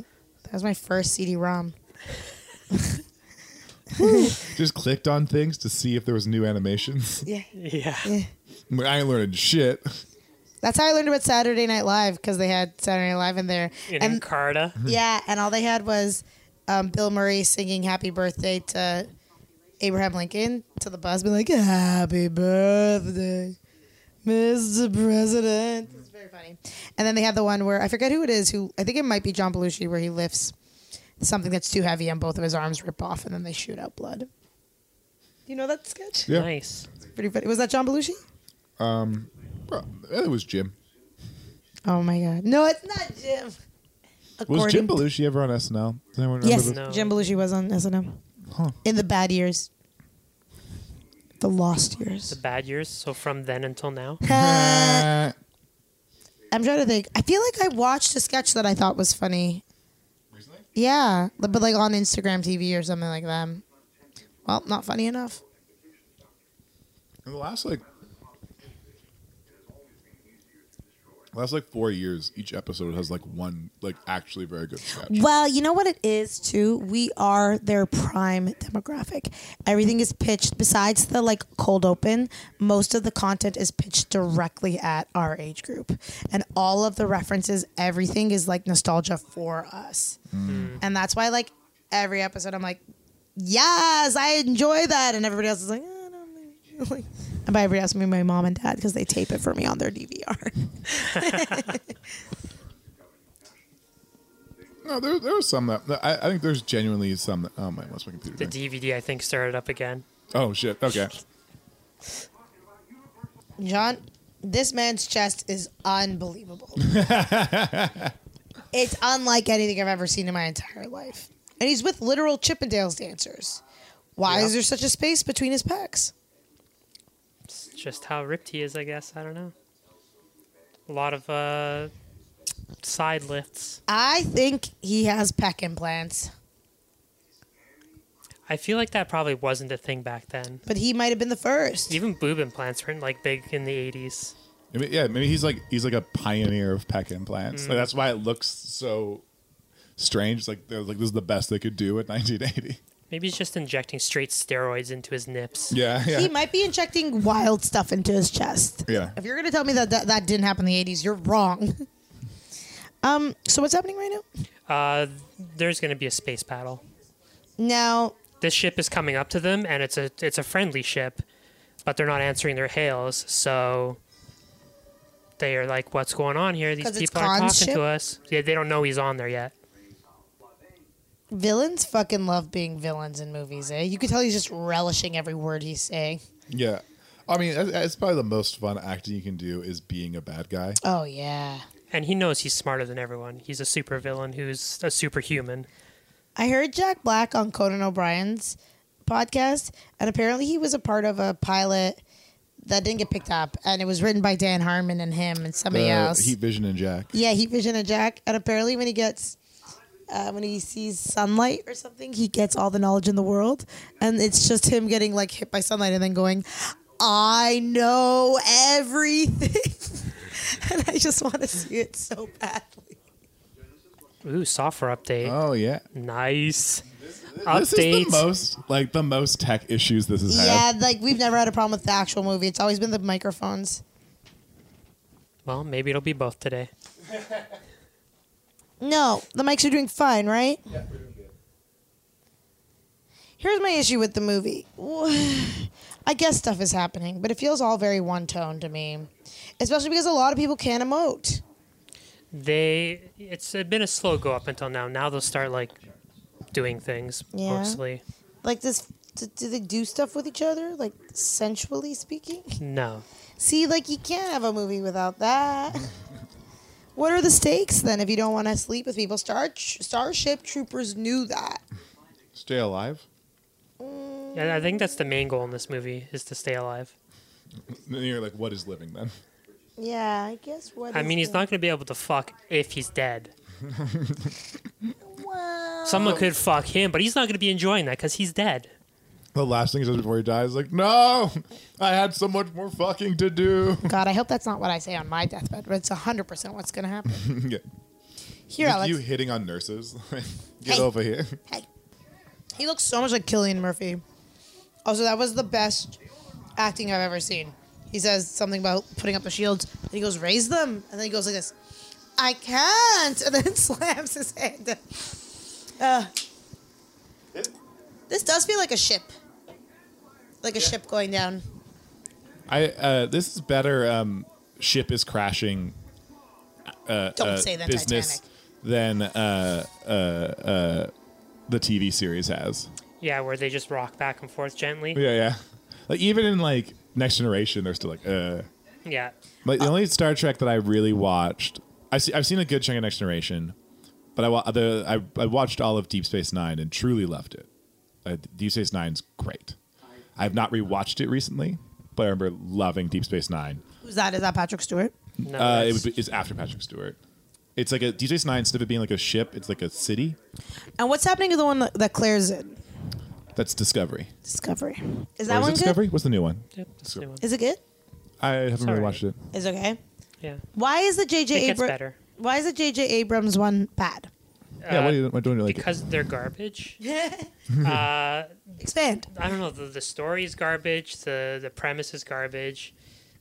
Speaker 1: that was my first CD-ROM.
Speaker 2: Just clicked on things to see if there was new animations.
Speaker 1: Yeah,
Speaker 3: Yeah.
Speaker 2: I'm like, I ain't learning shit.
Speaker 1: that's how I learned about Saturday Night Live because they had Saturday Night Live in there.
Speaker 3: In
Speaker 1: and
Speaker 3: Encarta.
Speaker 2: Hmm.
Speaker 1: yeah, and all they had was um, Bill Murray singing "Happy Birthday" to Abraham Lincoln to the bus, being like "Happy Birthday, Mr. President." It's very funny. And then they have the one where I forget who it is. Who I think it might be John Belushi, where he lifts something that's too heavy and both of his arms rip off, and then they shoot out blood. You know that sketch?
Speaker 2: Yeah.
Speaker 3: Nice.
Speaker 1: Pretty funny. Was that John Belushi?
Speaker 2: Um, Bro, it was Jim.
Speaker 1: Oh my god. No, it's not Jim.
Speaker 2: Was
Speaker 1: According-
Speaker 2: Jim Belushi ever on SNL? Does anyone remember?
Speaker 1: Yes,
Speaker 2: the-
Speaker 3: No.
Speaker 1: Jim Belushi was on SNL.
Speaker 2: Huh.
Speaker 1: In the bad years. The lost years.
Speaker 3: The bad years. So from then until now.
Speaker 1: I'm
Speaker 2: Uh,
Speaker 1: trying to think. I feel like I watched a sketch that I thought was funny.
Speaker 2: Recently?
Speaker 1: Yeah, but but like on Instagram TV or something like that. Well, not funny enough.
Speaker 2: In the last like last like four years, each episode has like one like actually very good sketch.
Speaker 1: Well, you know what it is too. We are their prime demographic. Everything is pitched. Besides the like cold open, most of the content is pitched directly at our age group, and all of the references, everything is like nostalgia for us, and that's why like every episode, I'm like, yes, I enjoy that, and everybody else is like. "I don't know." Like, and by everybody else, I mean my mom and dad because they tape it for me on their DVR.
Speaker 2: No, there, there was some that I, I think there's genuinely some that oh my what's my computer
Speaker 3: The
Speaker 2: doing?
Speaker 3: DVD I think started up again.
Speaker 2: Oh shit. Okay.
Speaker 1: John, this man's chest is unbelievable. it's unlike anything I've ever seen in my entire life. And he's with literal Chippendales dancers. Why is there such a space between his pecs?
Speaker 3: It's just how ripped he is, I guess. I don't know. A lot of uh, side lifts.
Speaker 1: I think he has pec implants,
Speaker 3: I feel like that probably wasn't a thing back then.
Speaker 1: but he might have been the first.
Speaker 3: Even boob implants weren't like big in the '80s.
Speaker 2: I mean, yeah, maybe he's like he's like a pioneer of peck implants. Like, that's why it looks so strange. Like they're like this is the best they could do at 1980.
Speaker 3: Maybe he's just injecting straight steroids into his nips.
Speaker 2: Yeah, yeah.
Speaker 1: He might be injecting wild stuff into his chest.
Speaker 2: Yeah.
Speaker 1: If you're going to tell me that, that that didn't happen in the 80s, you're wrong. um, so what's happening right now?
Speaker 3: Uh, there's going to be a space battle.
Speaker 1: Now,
Speaker 3: This ship is coming up to them, and it's a it's a friendly ship, but they're not answering their hails. So they are like, "What's going on here? These
Speaker 1: 'Cause it's
Speaker 3: people are talking
Speaker 1: Khan's ship?
Speaker 3: to us." Yeah, they don't know he's on there yet.
Speaker 1: villains fucking love being villains in movies, eh? You could tell he's just relishing every word he's saying.
Speaker 2: Yeah. I mean, it's- it's probably the most fun acting you can do is being a bad guy.
Speaker 1: Oh, yeah.
Speaker 3: And he knows he's smarter than everyone. He's a supervillain who's a superhuman.
Speaker 1: I heard Jack Black on Conan O'Brien's podcast, and apparently he was a part of a pilot that didn't get picked up, and it was written by Dan Harmon and him and somebody
Speaker 2: The
Speaker 1: else.
Speaker 2: Heat Vision and Jack.
Speaker 1: yeah, Heat Vision and Jack, and apparently when he gets. Uh, when he sees sunlight or something, he gets all the knowledge in the world, and it's just him getting like hit by sunlight and then going, "I know everything," and I just want to see it so badly.
Speaker 3: Ooh, software update.
Speaker 2: Oh yeah.
Speaker 3: Nice
Speaker 2: This
Speaker 3: update.
Speaker 2: is the most like the most tech issues this has
Speaker 1: Yeah,
Speaker 2: had.
Speaker 1: like we've never had a problem with the actual movie. It's always been the microphones.
Speaker 3: well, maybe it'll be both today.
Speaker 1: No, the mics are doing fine, right? Yeah, we're doing good. Here's my issue with the movie. I guess stuff is happening, but it feels all very one tone to me, especially because a lot of people can't emote.
Speaker 3: They it's been a slow go up until now. Now they'll start like doing things
Speaker 1: Yeah.
Speaker 3: mostly.
Speaker 1: Like this, do, do they do stuff with each other? Like sensually speaking.
Speaker 3: No,
Speaker 1: See, like you can't have a movie without that. what are the stakes then if you don't want to sleep with people? Star Starship Troopers knew that.
Speaker 2: Stay alive.
Speaker 3: yeah, I think that's the main goal in this movie is to stay alive.
Speaker 2: And then you're like, what is living then?
Speaker 1: Yeah, I guess what.
Speaker 3: I
Speaker 1: is
Speaker 3: mean, he's
Speaker 1: the-
Speaker 3: not going to be able to fuck if he's dead.
Speaker 1: Well,
Speaker 3: Someone could fuck him, but he's not going to be enjoying that because he's dead.
Speaker 2: The last thing he says before he dies, like, no, I had so much more fucking to do.
Speaker 1: God, I hope that's not what I say on my deathbed, but it's 100% what's going to happen.
Speaker 5: Mm-hmm.
Speaker 2: yeah.
Speaker 1: Here,
Speaker 2: Like,
Speaker 1: Alex.
Speaker 2: you
Speaker 1: You...
Speaker 2: hitting on nurses? Like, Get
Speaker 1: Hey.
Speaker 2: over here.
Speaker 1: Hey. He looks so much like Killian Murphy. Also, that was the best acting I've ever seen. He says something about putting up the shields, and he goes, raise them. And then he goes like this, I can't. And then slams his hand. Uh, this does feel like a ship. Like a ship going down.
Speaker 5: I uh, this is better. Um, ship is crashing.
Speaker 1: Don't
Speaker 5: uh,
Speaker 1: say that,
Speaker 5: business
Speaker 1: Titanic.
Speaker 5: than uh, uh, uh, the TV series has.
Speaker 3: Yeah, where they just rock back and forth gently.
Speaker 5: Yeah, yeah. Like even in like Next Generation, they're still like, uh.
Speaker 3: Yeah,
Speaker 5: Like the only Star Trek that I really watched, I see, I've seen a good chunk of Next Generation, but I wa- the I, I watched all of Deep Space Nine and truly loved it. Uh, Deep Space Nine's great. I have not rewatched it recently, but I remember loving Deep Space Nine.
Speaker 1: Who's that? Is that Patrick Stewart?
Speaker 3: no,
Speaker 5: Uh, it
Speaker 3: that's-
Speaker 5: was, it's after Patrick Stewart. It's like a Deep Space Nine instead of it being like a ship, it's like a city.
Speaker 1: And what's happening to the one that, that Claire's in?
Speaker 5: That's Discovery.
Speaker 1: Discovery. Is
Speaker 5: Or
Speaker 1: that
Speaker 5: is
Speaker 1: one
Speaker 5: it
Speaker 1: good?
Speaker 5: Discovery? What's the new one?
Speaker 3: Yep, that's a new one.
Speaker 1: Is it good?
Speaker 5: I haven't
Speaker 3: all
Speaker 5: really
Speaker 3: right.
Speaker 5: watched it.
Speaker 1: Is it okay?
Speaker 3: yeah.
Speaker 1: Why is the
Speaker 3: It
Speaker 1: JJ
Speaker 3: gets
Speaker 1: Abrams
Speaker 3: better.
Speaker 1: Why is the JJ Abrams one bad?
Speaker 5: yeah,
Speaker 3: Uh,
Speaker 5: why, do you, why don't you like
Speaker 3: because they're garbage. Uh,
Speaker 1: Expand.
Speaker 3: I don't know. The, the story is garbage. The the premise is garbage.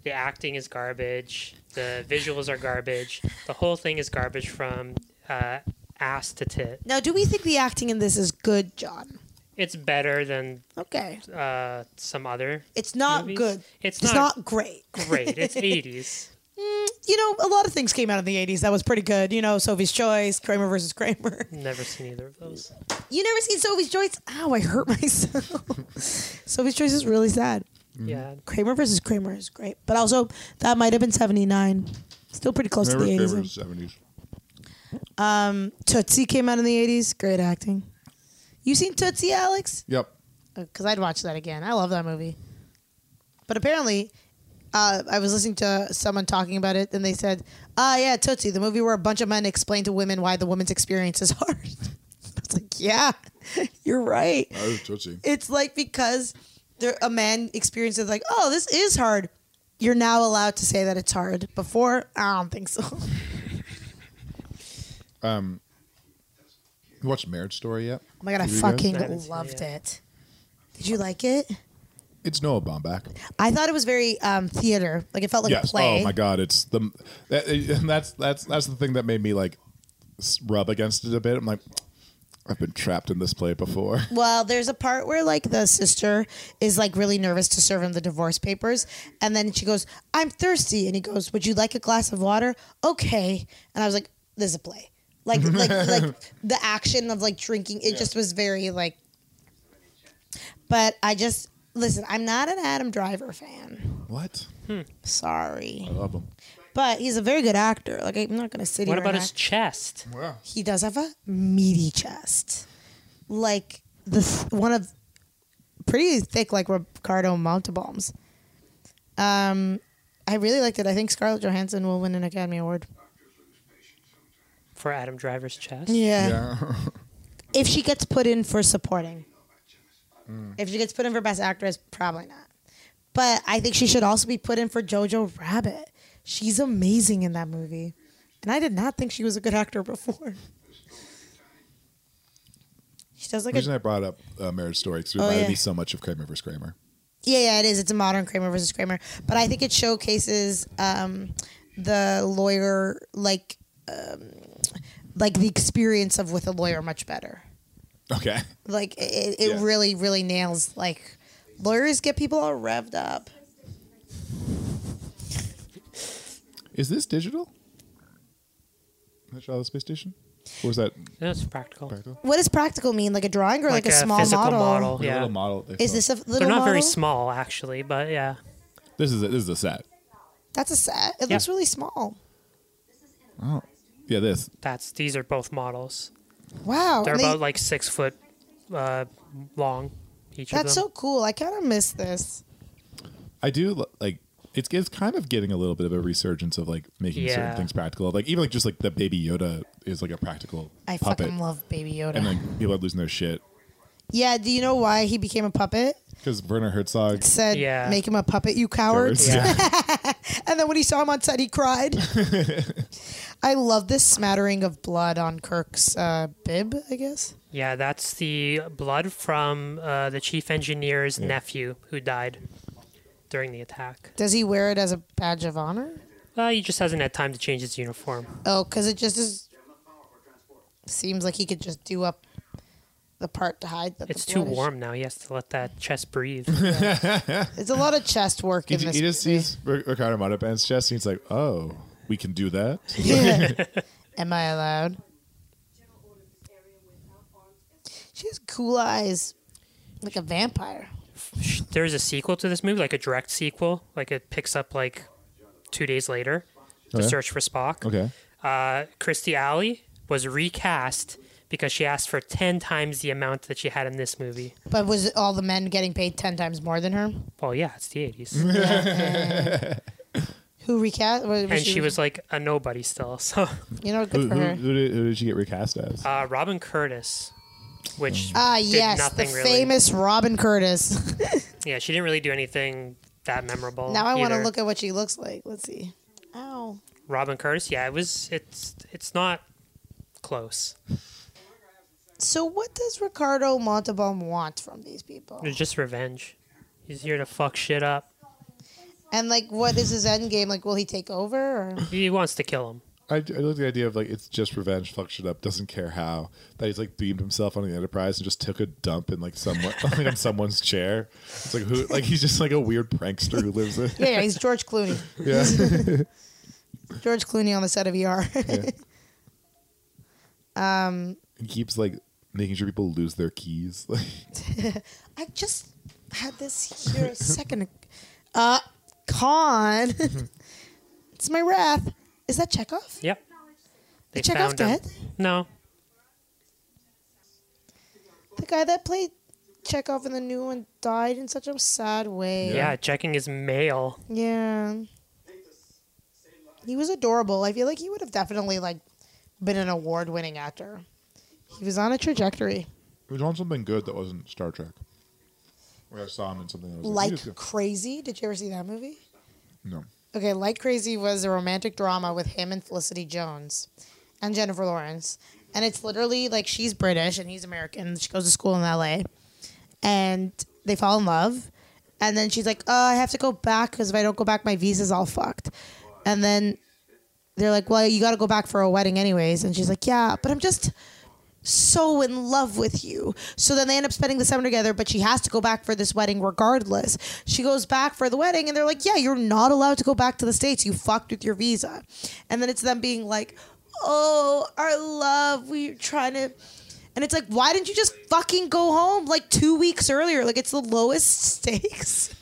Speaker 3: The acting is garbage. The visuals are garbage. The whole thing is garbage from uh, ass to tit.
Speaker 1: Now, do we think the acting in this is good, John?
Speaker 3: It's better than
Speaker 1: Okay.
Speaker 3: uh, some other.
Speaker 1: It's not
Speaker 3: Movies?
Speaker 1: good.
Speaker 3: It's
Speaker 1: not,
Speaker 3: not-
Speaker 1: great.
Speaker 3: Great. It's eighties.
Speaker 1: You know, a lot of things came out in the 80s that was pretty good. You know, Sophie's Choice, Kramer versus Kramer.
Speaker 3: Never seen either of those.
Speaker 1: You never seen Sophie's Choice? Ow, I hurt myself. Sophie's Choice is really sad.
Speaker 3: Yeah.
Speaker 1: Kramer versus Kramer is great. But also, that might have been 79. Still pretty close to the
Speaker 2: Remember
Speaker 1: 80s.
Speaker 2: Kramer's 70s.
Speaker 1: Um, Tootsie came out in the 80s. Great acting. You seen Tootsie, Alex?
Speaker 2: Yep.
Speaker 1: Because Uh, I'd watch that again. I love that movie. But apparently, uh, I was listening to someone talking about it, and they said, ah, yeah, Tootsie, the movie where a bunch of men explain to women why the woman's experience is hard. I was like, yeah, you're right.
Speaker 2: I was touching.
Speaker 1: It's like because there, a man experiences, like, oh, this is hard. You're now allowed to say that it's hard. Before, I don't think so. Oh
Speaker 2: You watched Marriage Story yet?
Speaker 1: Oh my God, I
Speaker 2: Did you guys?
Speaker 1: fucking
Speaker 3: That's-
Speaker 1: loved
Speaker 3: yeah.
Speaker 1: it. Did you like it?
Speaker 2: It's Noah Baumbach.
Speaker 1: I thought it was very um, theater. Like it felt like a play.
Speaker 2: Oh my god, it's the that, that's that's that's the thing that made me like s- rub against it a bit. I'm like, I've been trapped in this play before.
Speaker 1: Well, there's a part where like the sister is like really nervous to serve him the divorce papers, and then she goes, "I'm thirsty," and he goes, "Would you like a glass of water?" Okay, and I was like, "This is a play." Like, like, like the action of like drinking. It just was very like. But I just listen. I'm not an Adam Driver fan.
Speaker 2: What?
Speaker 1: Sorry,
Speaker 2: Love him.
Speaker 1: but he's a very good actor. Like I'm not gonna sit
Speaker 3: What
Speaker 1: here.
Speaker 3: about
Speaker 1: and
Speaker 3: his chest?
Speaker 1: he does have a meaty chest, like the th- one of pretty thick, like Ricardo Montalban's. Um, I really liked it. I think Scarlett Johansson will win an Academy Award.
Speaker 3: For Adam Driver's chest?
Speaker 1: Yeah,
Speaker 2: Yeah.
Speaker 1: if she gets put in for supporting, if she gets put in for Best Actress, probably not. But I think she should also be put in for Jojo Rabbit. She's amazing in that movie, and I did not think she was a good actor before. She does like
Speaker 2: The
Speaker 1: a
Speaker 2: reason I brought up uh, Marriage Story because it
Speaker 1: Oh,
Speaker 2: reminded
Speaker 1: yeah.
Speaker 2: me so much of Kramer vs. Kramer.
Speaker 1: Yeah, yeah, it is. It's a modern Kramer versus Kramer, but I think it showcases um, the lawyer, like, um, like the experience of with a lawyer, much better.
Speaker 2: Okay.
Speaker 1: Like, it, it
Speaker 2: Yeah.
Speaker 1: really, really nails. Like, lawyers get people all revved up.
Speaker 2: Is this digital? That shot of the space station? Or is that
Speaker 3: That's practical.
Speaker 2: practical?
Speaker 1: What does practical mean? Like a drawing or like, a, small
Speaker 3: physical
Speaker 1: model?
Speaker 2: Like a
Speaker 3: Yeah.
Speaker 2: little model. they
Speaker 1: Is
Speaker 2: filmed.
Speaker 1: this a little?
Speaker 3: They're not very
Speaker 1: model?
Speaker 3: small, actually, but yeah.
Speaker 5: This is a, this is a set.
Speaker 1: That's a set. It
Speaker 3: Yeah.
Speaker 1: looks really small.
Speaker 2: Oh.
Speaker 5: Yeah, this.
Speaker 3: That's These are both models.
Speaker 1: Wow,
Speaker 3: They're
Speaker 1: and they-
Speaker 3: about like six foot uh, long, each
Speaker 1: that's
Speaker 3: of
Speaker 1: so
Speaker 3: them.
Speaker 1: cool. I kind of miss this.
Speaker 5: I do l- like it's it's kind of getting a little bit of a resurgence of like making certain
Speaker 3: Yeah.
Speaker 5: things practical. Like even like just like the baby Yoda is like a practical
Speaker 1: I
Speaker 5: puppet,
Speaker 1: fucking love Baby Yoda.
Speaker 5: and like people are losing their shit
Speaker 1: yeah, do you know why he became a puppet?
Speaker 5: because Werner Herzog.
Speaker 1: said,
Speaker 3: Yeah.
Speaker 1: "Make him a puppet, you cowards."
Speaker 3: Yeah.
Speaker 1: And then when he saw him on set, he cried. I love this smattering of blood on Kirk's uh, bib. I guess.
Speaker 3: Yeah, that's the blood from uh, the chief engineer's nephew who died during the attack.
Speaker 1: Does he wear it as a badge of honor?
Speaker 3: Well, he just hasn't had time to change his uniform.
Speaker 1: Oh, because it just is. Seems like he could just do up the part to hide. That the
Speaker 3: It's too
Speaker 1: blood is-
Speaker 3: warm now. He has to let that chest breathe.
Speaker 1: It's a lot of chest work
Speaker 2: He,
Speaker 1: in
Speaker 2: ju-
Speaker 1: this.
Speaker 2: he just
Speaker 1: movie.
Speaker 2: sees Ric- Ricardo Montalban's chest and he's like, oh, we can do that?
Speaker 1: Yeah. Am I allowed? She has cool eyes, like a vampire.
Speaker 3: There's a sequel to this movie, like a direct sequel. Like it picks up like two days later, The
Speaker 2: Okay.
Speaker 3: Search for Spock.
Speaker 2: Okay.
Speaker 3: Uh, Christy Alley was recast because she asked for 10 times the amount that she had in this movie.
Speaker 1: But was all the men getting paid ten times more than her?
Speaker 3: Well, yeah, it's the 80s.
Speaker 1: Who recast? Was,
Speaker 3: and she was like a nobody still. So
Speaker 1: you know,
Speaker 2: Who,
Speaker 1: good for
Speaker 2: who-
Speaker 1: her.
Speaker 2: who did, who did she get recast as?
Speaker 3: uh, Robin Curtis, which
Speaker 1: Ah,
Speaker 3: did
Speaker 1: yes, the
Speaker 3: nothing really.
Speaker 1: famous Robin Curtis.
Speaker 3: Yeah, she didn't really do anything that memorable.
Speaker 1: now I want to
Speaker 3: either.
Speaker 1: look at what she looks like. Let's see. Ow.
Speaker 3: Robin Curtis. Yeah, it was. It's it's not close.
Speaker 1: So what does Ricardo Montalban want from these people?
Speaker 3: It's just revenge. He's here to fuck shit up.
Speaker 1: And like, what is his end game? Like, will he take over? Or?
Speaker 3: He wants to kill him.
Speaker 2: I, I like the idea of like, it's just revenge, fuck shit up, doesn't care how. That he's like beamed himself on the Enterprise and just took a dump in like someone, like on someone's chair. It's like, who, like he's just like a weird prankster who lives in.
Speaker 1: Yeah, yeah, he's George Clooney.
Speaker 2: Yeah.
Speaker 1: George Clooney on the set of ER.
Speaker 2: He keeps like making sure people lose their keys. Like,
Speaker 1: I just had this here a second. ag- Uh, con.
Speaker 3: Mm-hmm.
Speaker 1: it's my wrath. Is that Chekhov?
Speaker 3: Yep. They
Speaker 1: Chekhov
Speaker 3: found him.
Speaker 1: dead?
Speaker 3: No,
Speaker 1: The guy that played Chekhov in the new one died in such a sad way.
Speaker 3: yeah. checking his mail.
Speaker 1: Yeah. He was adorable. I feel like he would have definitely like been an award-winning actor. He was on a trajectory,
Speaker 2: he was on something good that wasn't Star Trek. Where I saw him in something that was
Speaker 1: like
Speaker 2: he was good.
Speaker 1: Crazy. Did you ever see that movie?
Speaker 2: no.
Speaker 1: Okay, Like Crazy was a romantic drama with him and Felicity Jones and Jennifer Lawrence. And it's literally like she's British and he's American. She goes to school in LA and they fall in love. And then she's like, oh, I have to go back because if I don't go back, my visa's all fucked. And then they're like, well, you got to go back for a wedding anyways. And she's like, yeah, but I'm just so in love with you. So then they end up spending the summer together, but she has to go back for this wedding regardless. She goes back for the wedding, and they're like, yeah, you're not allowed to go back to the States. You fucked with your visa. And then it's them being like, oh, our love, we're trying to. And it's like, why didn't you just fucking go home like two weeks earlier? Like, it's the lowest stakes.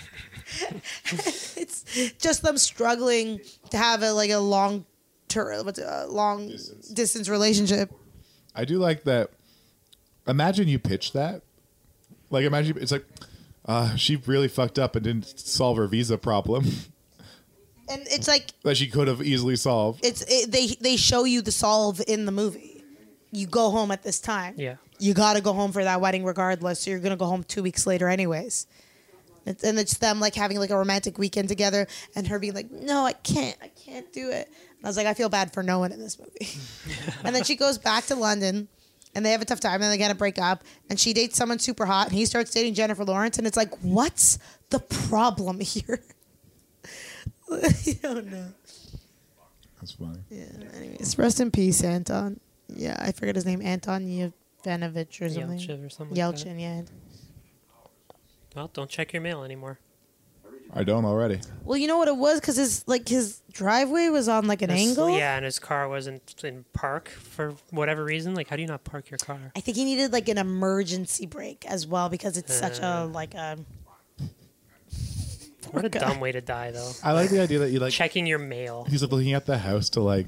Speaker 1: it's just them struggling to have a like a long term, a long distance relationship.
Speaker 2: I do like that. Imagine you pitch that. Like, imagine it's like, uh, she really fucked up and didn't solve her visa problem
Speaker 1: And it's like
Speaker 2: that she could have easily solved.
Speaker 1: it's it, they they show you the solve in the movie. You go home at this time.
Speaker 3: Yeah.
Speaker 1: You got to go home for that wedding regardless. So you're gonna go home two weeks later anyways. It's, and it's them like having like a romantic weekend together, and her being like, "No, I can't, I can't do it." And I was like, I feel bad for no one in this movie. and then she goes back to London, and they have a tough time, and they gotta break up. And she dates someone super hot, and he starts dating Jennifer Lawrence, and it's like, what's the problem here? I don't know.
Speaker 2: That's funny.
Speaker 1: Anyways, rest in peace, Anton. Yeah, I forget his name. Anton Yovanovitch or something.
Speaker 3: Yelchin or something like that.
Speaker 1: Yelchin, yeah.
Speaker 3: Well, don't check your mail anymore.
Speaker 2: I don't already.
Speaker 1: Well, you know what it was because his like his driveway was on like an
Speaker 3: His-
Speaker 1: angle.
Speaker 3: Yeah, and his car wasn't in park for whatever reason. Like, how do you not park your car?
Speaker 1: I think he needed like an emergency brake as well because it's such a like um, a
Speaker 3: Uh. What a
Speaker 1: God.
Speaker 3: dumb way to die, though.
Speaker 2: I like the idea that you like.
Speaker 3: Checking your mail.
Speaker 2: He's like looking at the house to like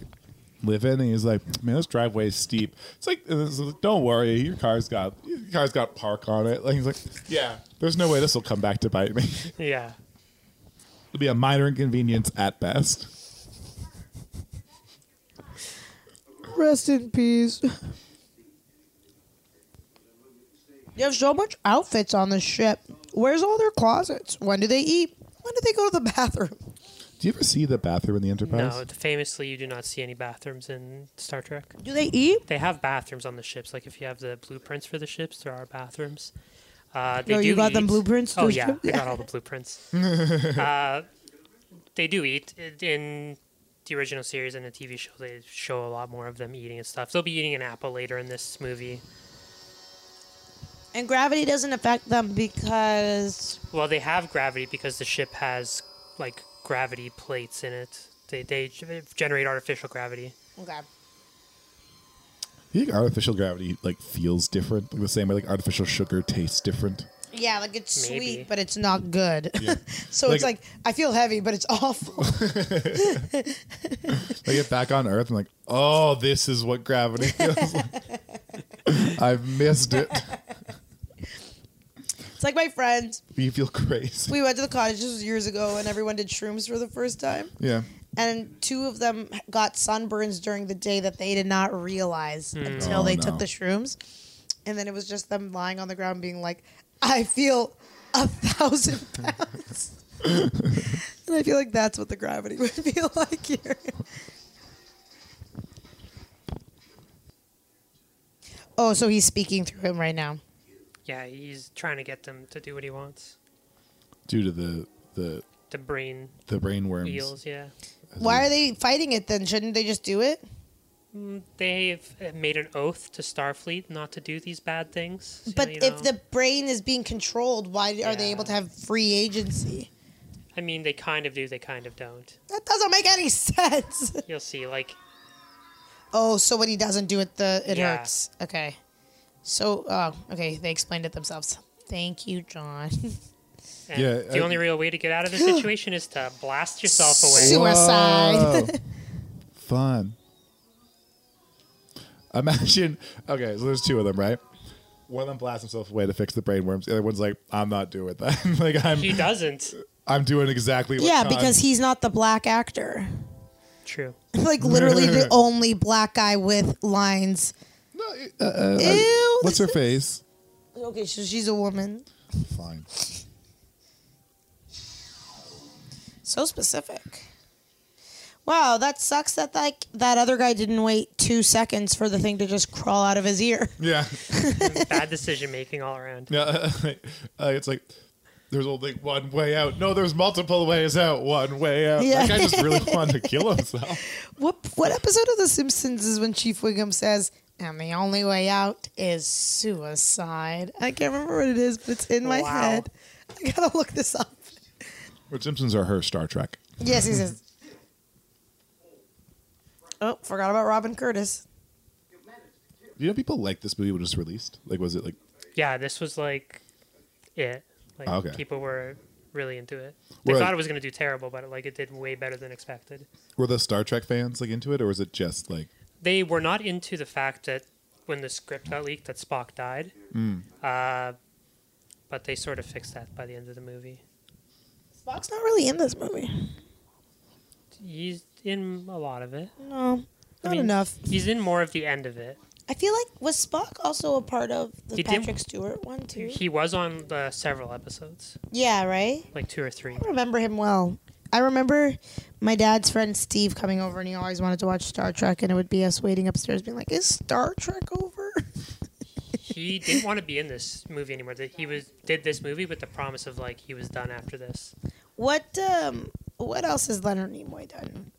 Speaker 2: live in, and he's like, "Man, this driveway is steep." It's like, and it's like, "Don't worry, your car's got your car's got park on it." Like he's like, "Yeah, there's no way this will come back to bite me.
Speaker 3: Yeah.
Speaker 2: It'll be a minor inconvenience at best."
Speaker 1: rest in peace. You have so much outfits on this ship. Where's all their closets? When do they eat? When do they go to the bathroom?
Speaker 2: Do you ever see the bathroom in the Enterprise?
Speaker 3: No, famously, you do not see any bathrooms in Star Trek.
Speaker 1: Do they eat?
Speaker 3: They have bathrooms on the ships. Like, if you have the blueprints for the ships, there are bathrooms. Uh, they
Speaker 1: No,
Speaker 3: do
Speaker 1: you got
Speaker 3: eat.
Speaker 1: them blueprints to
Speaker 3: Oh,
Speaker 1: the
Speaker 3: yeah.
Speaker 1: ship?
Speaker 3: I got all the blueprints. uh, they do eat. I- In the original series and the TV show, they show a lot more of them eating and stuff. They'll be eating an apple later in this movie.
Speaker 1: And gravity doesn't affect them because
Speaker 3: Well, they have gravity because the ship has like gravity plates in it. They they g- generate artificial gravity.
Speaker 1: okay.
Speaker 2: Do you think artificial gravity like feels different, like the same way like artificial sugar tastes different?
Speaker 1: Yeah, like it's
Speaker 3: Maybe.
Speaker 1: sweet, but it's not good. so it's
Speaker 2: Like-
Speaker 1: like I feel heavy, but it's awful.
Speaker 2: I get back on Earth and like, oh, this is what gravity feels like. I've missed it.
Speaker 1: it's like my friends.
Speaker 2: You feel crazy.
Speaker 1: We went to the cottage this was years ago, and everyone did shrooms for the first time.
Speaker 2: Yeah.
Speaker 1: And two of them got sunburns during the day that they did not realize until
Speaker 2: Oh,
Speaker 1: they
Speaker 2: no.
Speaker 1: took the shrooms. And then it was just them lying on the ground, being like, "I feel a thousand pounds." and I feel like that's what the gravity would feel like here. Oh, so he's speaking through him right now.
Speaker 3: Yeah, he's trying to get them to do what he wants.
Speaker 2: Due to the the
Speaker 3: The brain
Speaker 2: the brain worms.
Speaker 3: eels, yeah.
Speaker 1: Why are they fighting it then? Shouldn't they just do it?
Speaker 3: They've uh, made an oath to Starfleet not to do these bad things. so,
Speaker 1: But
Speaker 3: you
Speaker 1: if
Speaker 3: know.
Speaker 1: the brain is being controlled, why are they
Speaker 3: Yeah.
Speaker 1: able to have free agency?
Speaker 3: I mean, they kind of do, they kind of don't.
Speaker 1: That doesn't make any sense.
Speaker 3: You'll see, like,
Speaker 1: oh, so when he doesn't do it, the it
Speaker 3: Yeah.
Speaker 1: hurts. Okay. So, oh, okay, they explained it themselves. Thank you, John.
Speaker 3: and
Speaker 2: Yeah,
Speaker 3: the
Speaker 2: I-
Speaker 3: only real way to get out of this situation is to blast yourself away.
Speaker 1: Suicide.
Speaker 2: Whoa. Fun. Imagine. Okay, so there's two of them, right? One of them blasts himself away to fix the brain worms. The other one's like, "I'm not doing that. like, I'm
Speaker 3: He doesn't.
Speaker 2: I'm doing exactly what."
Speaker 1: yeah,
Speaker 2: Khan-
Speaker 1: because he's not the black actor.
Speaker 3: True.
Speaker 1: like literally the only black guy with lines.
Speaker 2: No, it- uh, uh,
Speaker 1: Ew.
Speaker 2: what's her face?
Speaker 1: Okay, so she's a woman.
Speaker 2: Fine.
Speaker 1: So specific. Wow, that sucks that like that other guy didn't wait two seconds for the thing to just crawl out of his ear.
Speaker 2: Yeah.
Speaker 3: Mm, Bad decision making all around.
Speaker 2: Yeah, uh, it's like
Speaker 6: there's only one way out. No, there's multiple ways out. One way out.
Speaker 1: Yeah.
Speaker 6: That guy just really wanted to kill himself.
Speaker 1: What what episode of The Simpsons is when Chief Wiggum says, "And the only way out is suicide"? I can't remember what it is, but it's in my
Speaker 3: Wow.
Speaker 1: head. I gotta look this up.
Speaker 2: Which Simpsons are her Star Trek.
Speaker 1: Yes, he says. Oh, forgot about Robin Curtis.
Speaker 2: You know, people like this movie when it was released. Like, was it like?
Speaker 3: Yeah, this was like it. Like
Speaker 2: Okay.
Speaker 3: people were really into it. They
Speaker 2: Right.
Speaker 3: thought it was going to do terrible, but like it did way better than expected.
Speaker 2: Were the Star Trek fans like into it, or was it just like?
Speaker 3: They were not into the fact that when the script got leaked that Spock died. Uh, but they sort of fixed that by the end of the movie.
Speaker 1: Spock's not really in this movie.
Speaker 3: He's in a lot of it.
Speaker 1: No, not
Speaker 3: mean-
Speaker 1: enough.
Speaker 3: He's in more of the end of it.
Speaker 1: I feel like was Spock also a part of the
Speaker 3: He did-
Speaker 1: Patrick Stewart one too?
Speaker 3: He was on the several episodes,
Speaker 1: Yeah, right.
Speaker 3: like two or three.
Speaker 1: I remember him well. I remember my dad's friend Steve coming over, and he always wanted to watch Star Trek, and it would be us waiting upstairs, being like, "Is Star Trek over?"
Speaker 3: He didn't want to be in this movie anymore. That he was did this movie with the promise of like he was done after this.
Speaker 1: What um, what else has Leonard Nimoy done?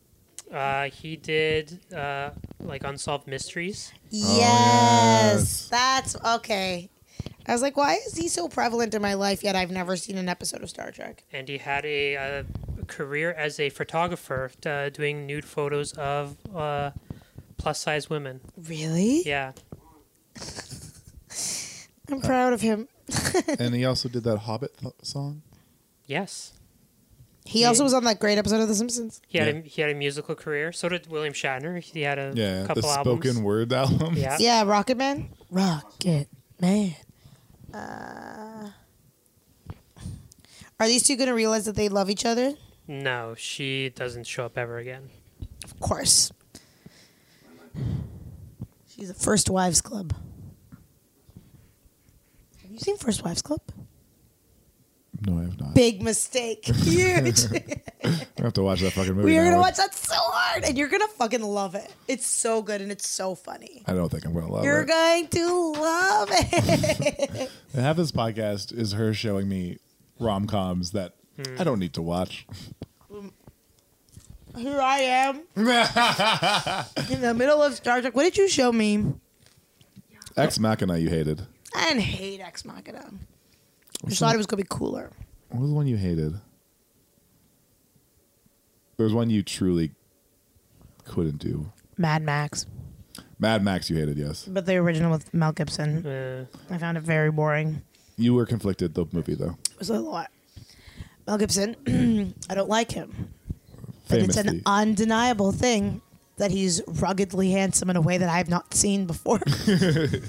Speaker 3: Uh, he did uh, like unsolved mysteries.
Speaker 1: Oh, yes, that's okay. I was like, why is he so prevalent in my life? Yet I've never seen an episode of Star Trek.
Speaker 3: and he had a, uh career as a photographer uh, doing nude photos of uh, plus size women.
Speaker 1: Really?
Speaker 3: Yeah.
Speaker 1: I'm proud of him.
Speaker 6: And he also did that Hobbit th- song.
Speaker 3: Yes.
Speaker 1: He also was on that great episode of The Simpsons.
Speaker 3: He had, a, he had a musical career. So did William Shatner. He had a
Speaker 6: Yeah,
Speaker 3: couple
Speaker 6: the
Speaker 3: albums.
Speaker 6: spoken word album.
Speaker 3: Yeah.
Speaker 1: Yeah, Rocket Man.
Speaker 7: Rocket Man.
Speaker 1: Uh, Are these two gonna realize that they love each other?
Speaker 3: No, she doesn't show up ever again.
Speaker 1: Of course. She's a First Wives Club. Have you seen First Wives Club?
Speaker 2: No, I have not.
Speaker 1: Big mistake. Huge.
Speaker 2: I have to watch that fucking movie.
Speaker 1: we are
Speaker 2: now.
Speaker 1: going to watch that so hard and you're going to fucking love it. It's so good and it's so funny.
Speaker 2: I don't think I'm gonna love
Speaker 1: You're
Speaker 2: it.
Speaker 1: going to love it.
Speaker 2: And half this podcast is her showing me rom coms that
Speaker 1: Hmm.
Speaker 2: I don't need to watch.
Speaker 1: Here I am in the middle of Star Trek. What did you show me?
Speaker 2: Ex Machina, you hated.
Speaker 1: I didn't hate Ex Machina. I just thought it was going to be cooler.
Speaker 2: What was the one you hated? There was one you truly couldn't do.
Speaker 1: Mad Max,
Speaker 2: Mad Max, you hated, yes.
Speaker 1: but the original with Mel Gibson.
Speaker 3: Uh,
Speaker 1: I found it very boring.
Speaker 2: You were conflicted the movie though.
Speaker 1: It was a lot. Mel Gibson, I don't like him. But it's
Speaker 2: Famously,
Speaker 1: an undeniable thing that he's ruggedly handsome in a way that I've not seen before. the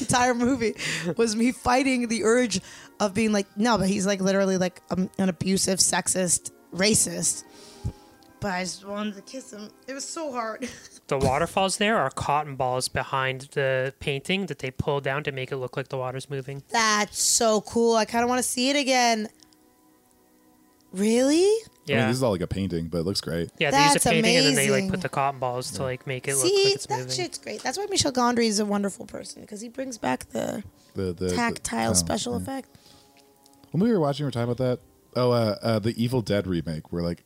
Speaker 1: entire movie was me fighting the urge of being like, no, but he's like literally like um, an abusive, sexist, racist. But I just wanted to kiss him. It was so hard.
Speaker 3: the waterfalls there are cotton balls behind the painting that they pull down to make it look like the water's moving.
Speaker 1: That's so cool. I kind of want to see it again. Really?
Speaker 2: I mean,
Speaker 3: Yeah.
Speaker 2: this is all like a painting, but it looks great.
Speaker 3: yeah, they use
Speaker 1: That's
Speaker 3: a painting and then they like
Speaker 1: amazing.
Speaker 3: put the cotton balls to like make it look
Speaker 1: See,
Speaker 3: like it's
Speaker 1: that
Speaker 3: moving.
Speaker 1: shit's great. That's why Michel Gondry is a wonderful person because he brings back the
Speaker 2: The, the the-
Speaker 1: tactile
Speaker 2: oh,
Speaker 1: special
Speaker 2: yeah.
Speaker 1: effect.
Speaker 2: When we were watching, we were talking about that. Oh, uh, uh, the Evil Dead remake, where like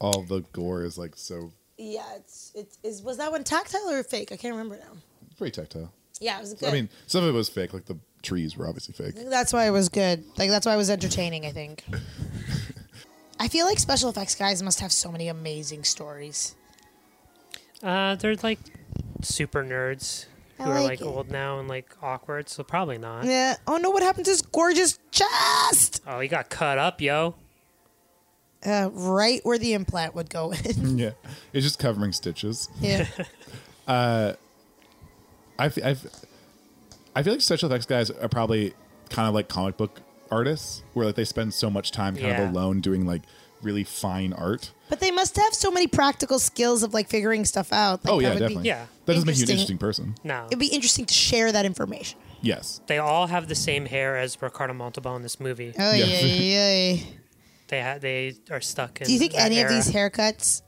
Speaker 2: all the gore is like so
Speaker 1: Yeah, it's it's is was that one tactile or fake? I can't remember now.
Speaker 2: pretty tactile.
Speaker 1: Yeah, it was good.
Speaker 2: I mean, some of it was fake, like the trees were obviously fake.
Speaker 1: that's why it was good. Like that's why it was entertaining. I think. I feel like special effects guys must have so many amazing stories.
Speaker 3: Uh, they're like super nerds
Speaker 1: I
Speaker 3: who are
Speaker 1: like
Speaker 3: like
Speaker 1: it.
Speaker 3: old now and like awkward, so probably not.
Speaker 1: Yeah. Oh no! What happened to his gorgeous chest?
Speaker 3: Oh, he got cut up, yo.
Speaker 1: Uh, right where the implant would go in.
Speaker 2: Yeah, it's just covering stitches.
Speaker 1: yeah.
Speaker 2: I f- I f- I feel like special effects guys are probably kind of like comic book artists, where like they spend so much time kind
Speaker 3: Yeah.
Speaker 2: of alone doing like really fine art.
Speaker 1: But they must have so many practical skills of like figuring stuff out. Like,
Speaker 2: oh yeah,
Speaker 1: that would
Speaker 2: definitely.
Speaker 1: Be,
Speaker 3: Yeah.
Speaker 2: that doesn't make you an
Speaker 1: Interesting.
Speaker 2: interesting person.
Speaker 3: No.
Speaker 1: It'd be interesting to share that information.
Speaker 2: Yes,
Speaker 3: They all have the same hair as Ricardo Montalban in this movie.
Speaker 1: Oh yeah,
Speaker 2: Yeah.
Speaker 1: yeah.
Speaker 3: They ha- they are stuck in.
Speaker 1: Do you think
Speaker 3: that
Speaker 1: any of
Speaker 3: era.
Speaker 1: these haircuts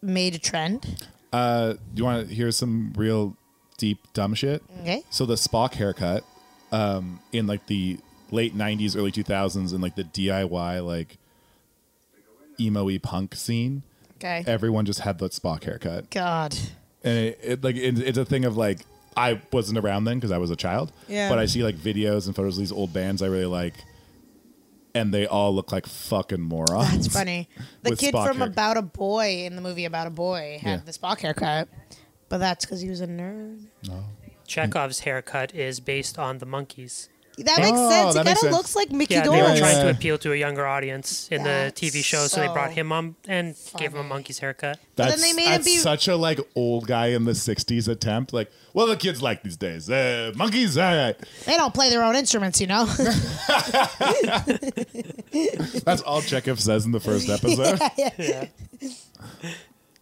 Speaker 1: made a trend?
Speaker 2: Uh, do you want to hear some real deep dumb shit?
Speaker 1: Mm. Okay.
Speaker 2: So the Spock haircut um, in like the late '90s, early 2000s, and like the DIY like emo punk scene.
Speaker 1: Okay.
Speaker 2: Everyone just had that Spock haircut,
Speaker 1: God.
Speaker 2: and it, it like it, it's a thing of like I wasn't around then because I was a child.
Speaker 1: Yeah.
Speaker 2: But I see like videos and photos of these old bands I really like, and they all look like fucking morons.
Speaker 1: That's funny. The
Speaker 2: With
Speaker 1: kid
Speaker 2: Spock
Speaker 1: from
Speaker 2: haircut.
Speaker 1: About a Boy in the movie About a Boy had
Speaker 2: Yeah.
Speaker 1: the Spock haircut, but that's because he was a nerd.
Speaker 3: Chekhov's haircut is based on the monkeys.
Speaker 1: That makes
Speaker 2: Oh,
Speaker 1: sense. It
Speaker 2: that
Speaker 1: kind
Speaker 2: makes
Speaker 1: of
Speaker 2: sense.
Speaker 1: looks like Mickey
Speaker 3: Yeah, they
Speaker 1: Doris.
Speaker 3: were trying to
Speaker 2: Yeah.
Speaker 3: appeal to a younger audience in
Speaker 1: That's
Speaker 3: the TV show, so, they brought
Speaker 1: so
Speaker 3: him on and gave him a monkey's haircut.
Speaker 2: That's,
Speaker 1: then they made it
Speaker 2: that's
Speaker 1: be-
Speaker 2: such a like old guy in the '60s attempt. Like, well, the kids like these days. Uh, monkeys, all right.
Speaker 1: They don't play their own instruments, you know.
Speaker 2: That's all Chekhov says in the first episode.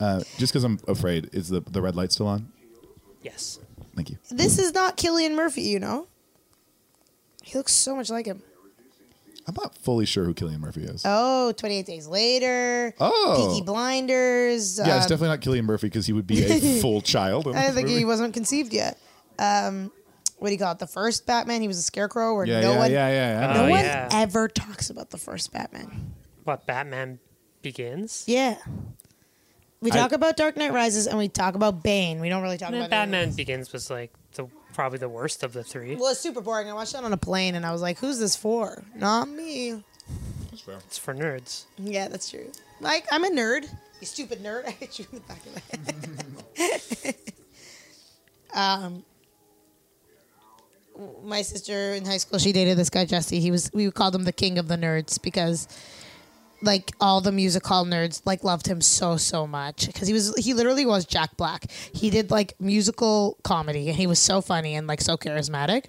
Speaker 2: Uh, just because I'm afraid, is the the red light still on?
Speaker 3: Yes.
Speaker 2: Thank you.
Speaker 1: this is not Killian Murphy, you know. He looks so much like him.
Speaker 2: I'm not fully sure who Killian Murphy is.
Speaker 1: Oh, 28 Days Later.
Speaker 2: Oh.
Speaker 1: Peaky Blinders.
Speaker 2: yeah, it's
Speaker 1: um,
Speaker 2: definitely not Killian Murphy because he would be a full child. in
Speaker 1: I
Speaker 2: this
Speaker 1: don't think
Speaker 2: movie.
Speaker 1: he wasn't conceived yet. Um, what do you call it? The first Batman. He was a scarecrow, where
Speaker 2: Yeah,
Speaker 1: no
Speaker 2: yeah,
Speaker 1: one,
Speaker 2: yeah, yeah, yeah.
Speaker 1: no
Speaker 3: Oh,
Speaker 1: one
Speaker 3: yeah.
Speaker 1: ever talks about the first Batman.
Speaker 3: What Batman begins?
Speaker 1: Yeah, we
Speaker 2: I-
Speaker 1: talk about Dark Knight Rises and we talk about Bane. We don't really talk
Speaker 3: And then
Speaker 1: about
Speaker 3: Batman Begins was like the probably the worst of the three.
Speaker 1: Well, it's super boring. I watched that on a plane and I was like, "Who's this for?" Not me.
Speaker 3: It's for nerds.
Speaker 1: Yeah, that's true. Like, I'm a nerd. You stupid nerd. I hit you in the back of the head. um, w- my sister in high school, she dated this guy Jesse. He was we called him the king of the nerds because, like, all the music hall nerds like loved him so so much because he was he literally was Jack Black. He did like musical comedy and he was so funny and like so charismatic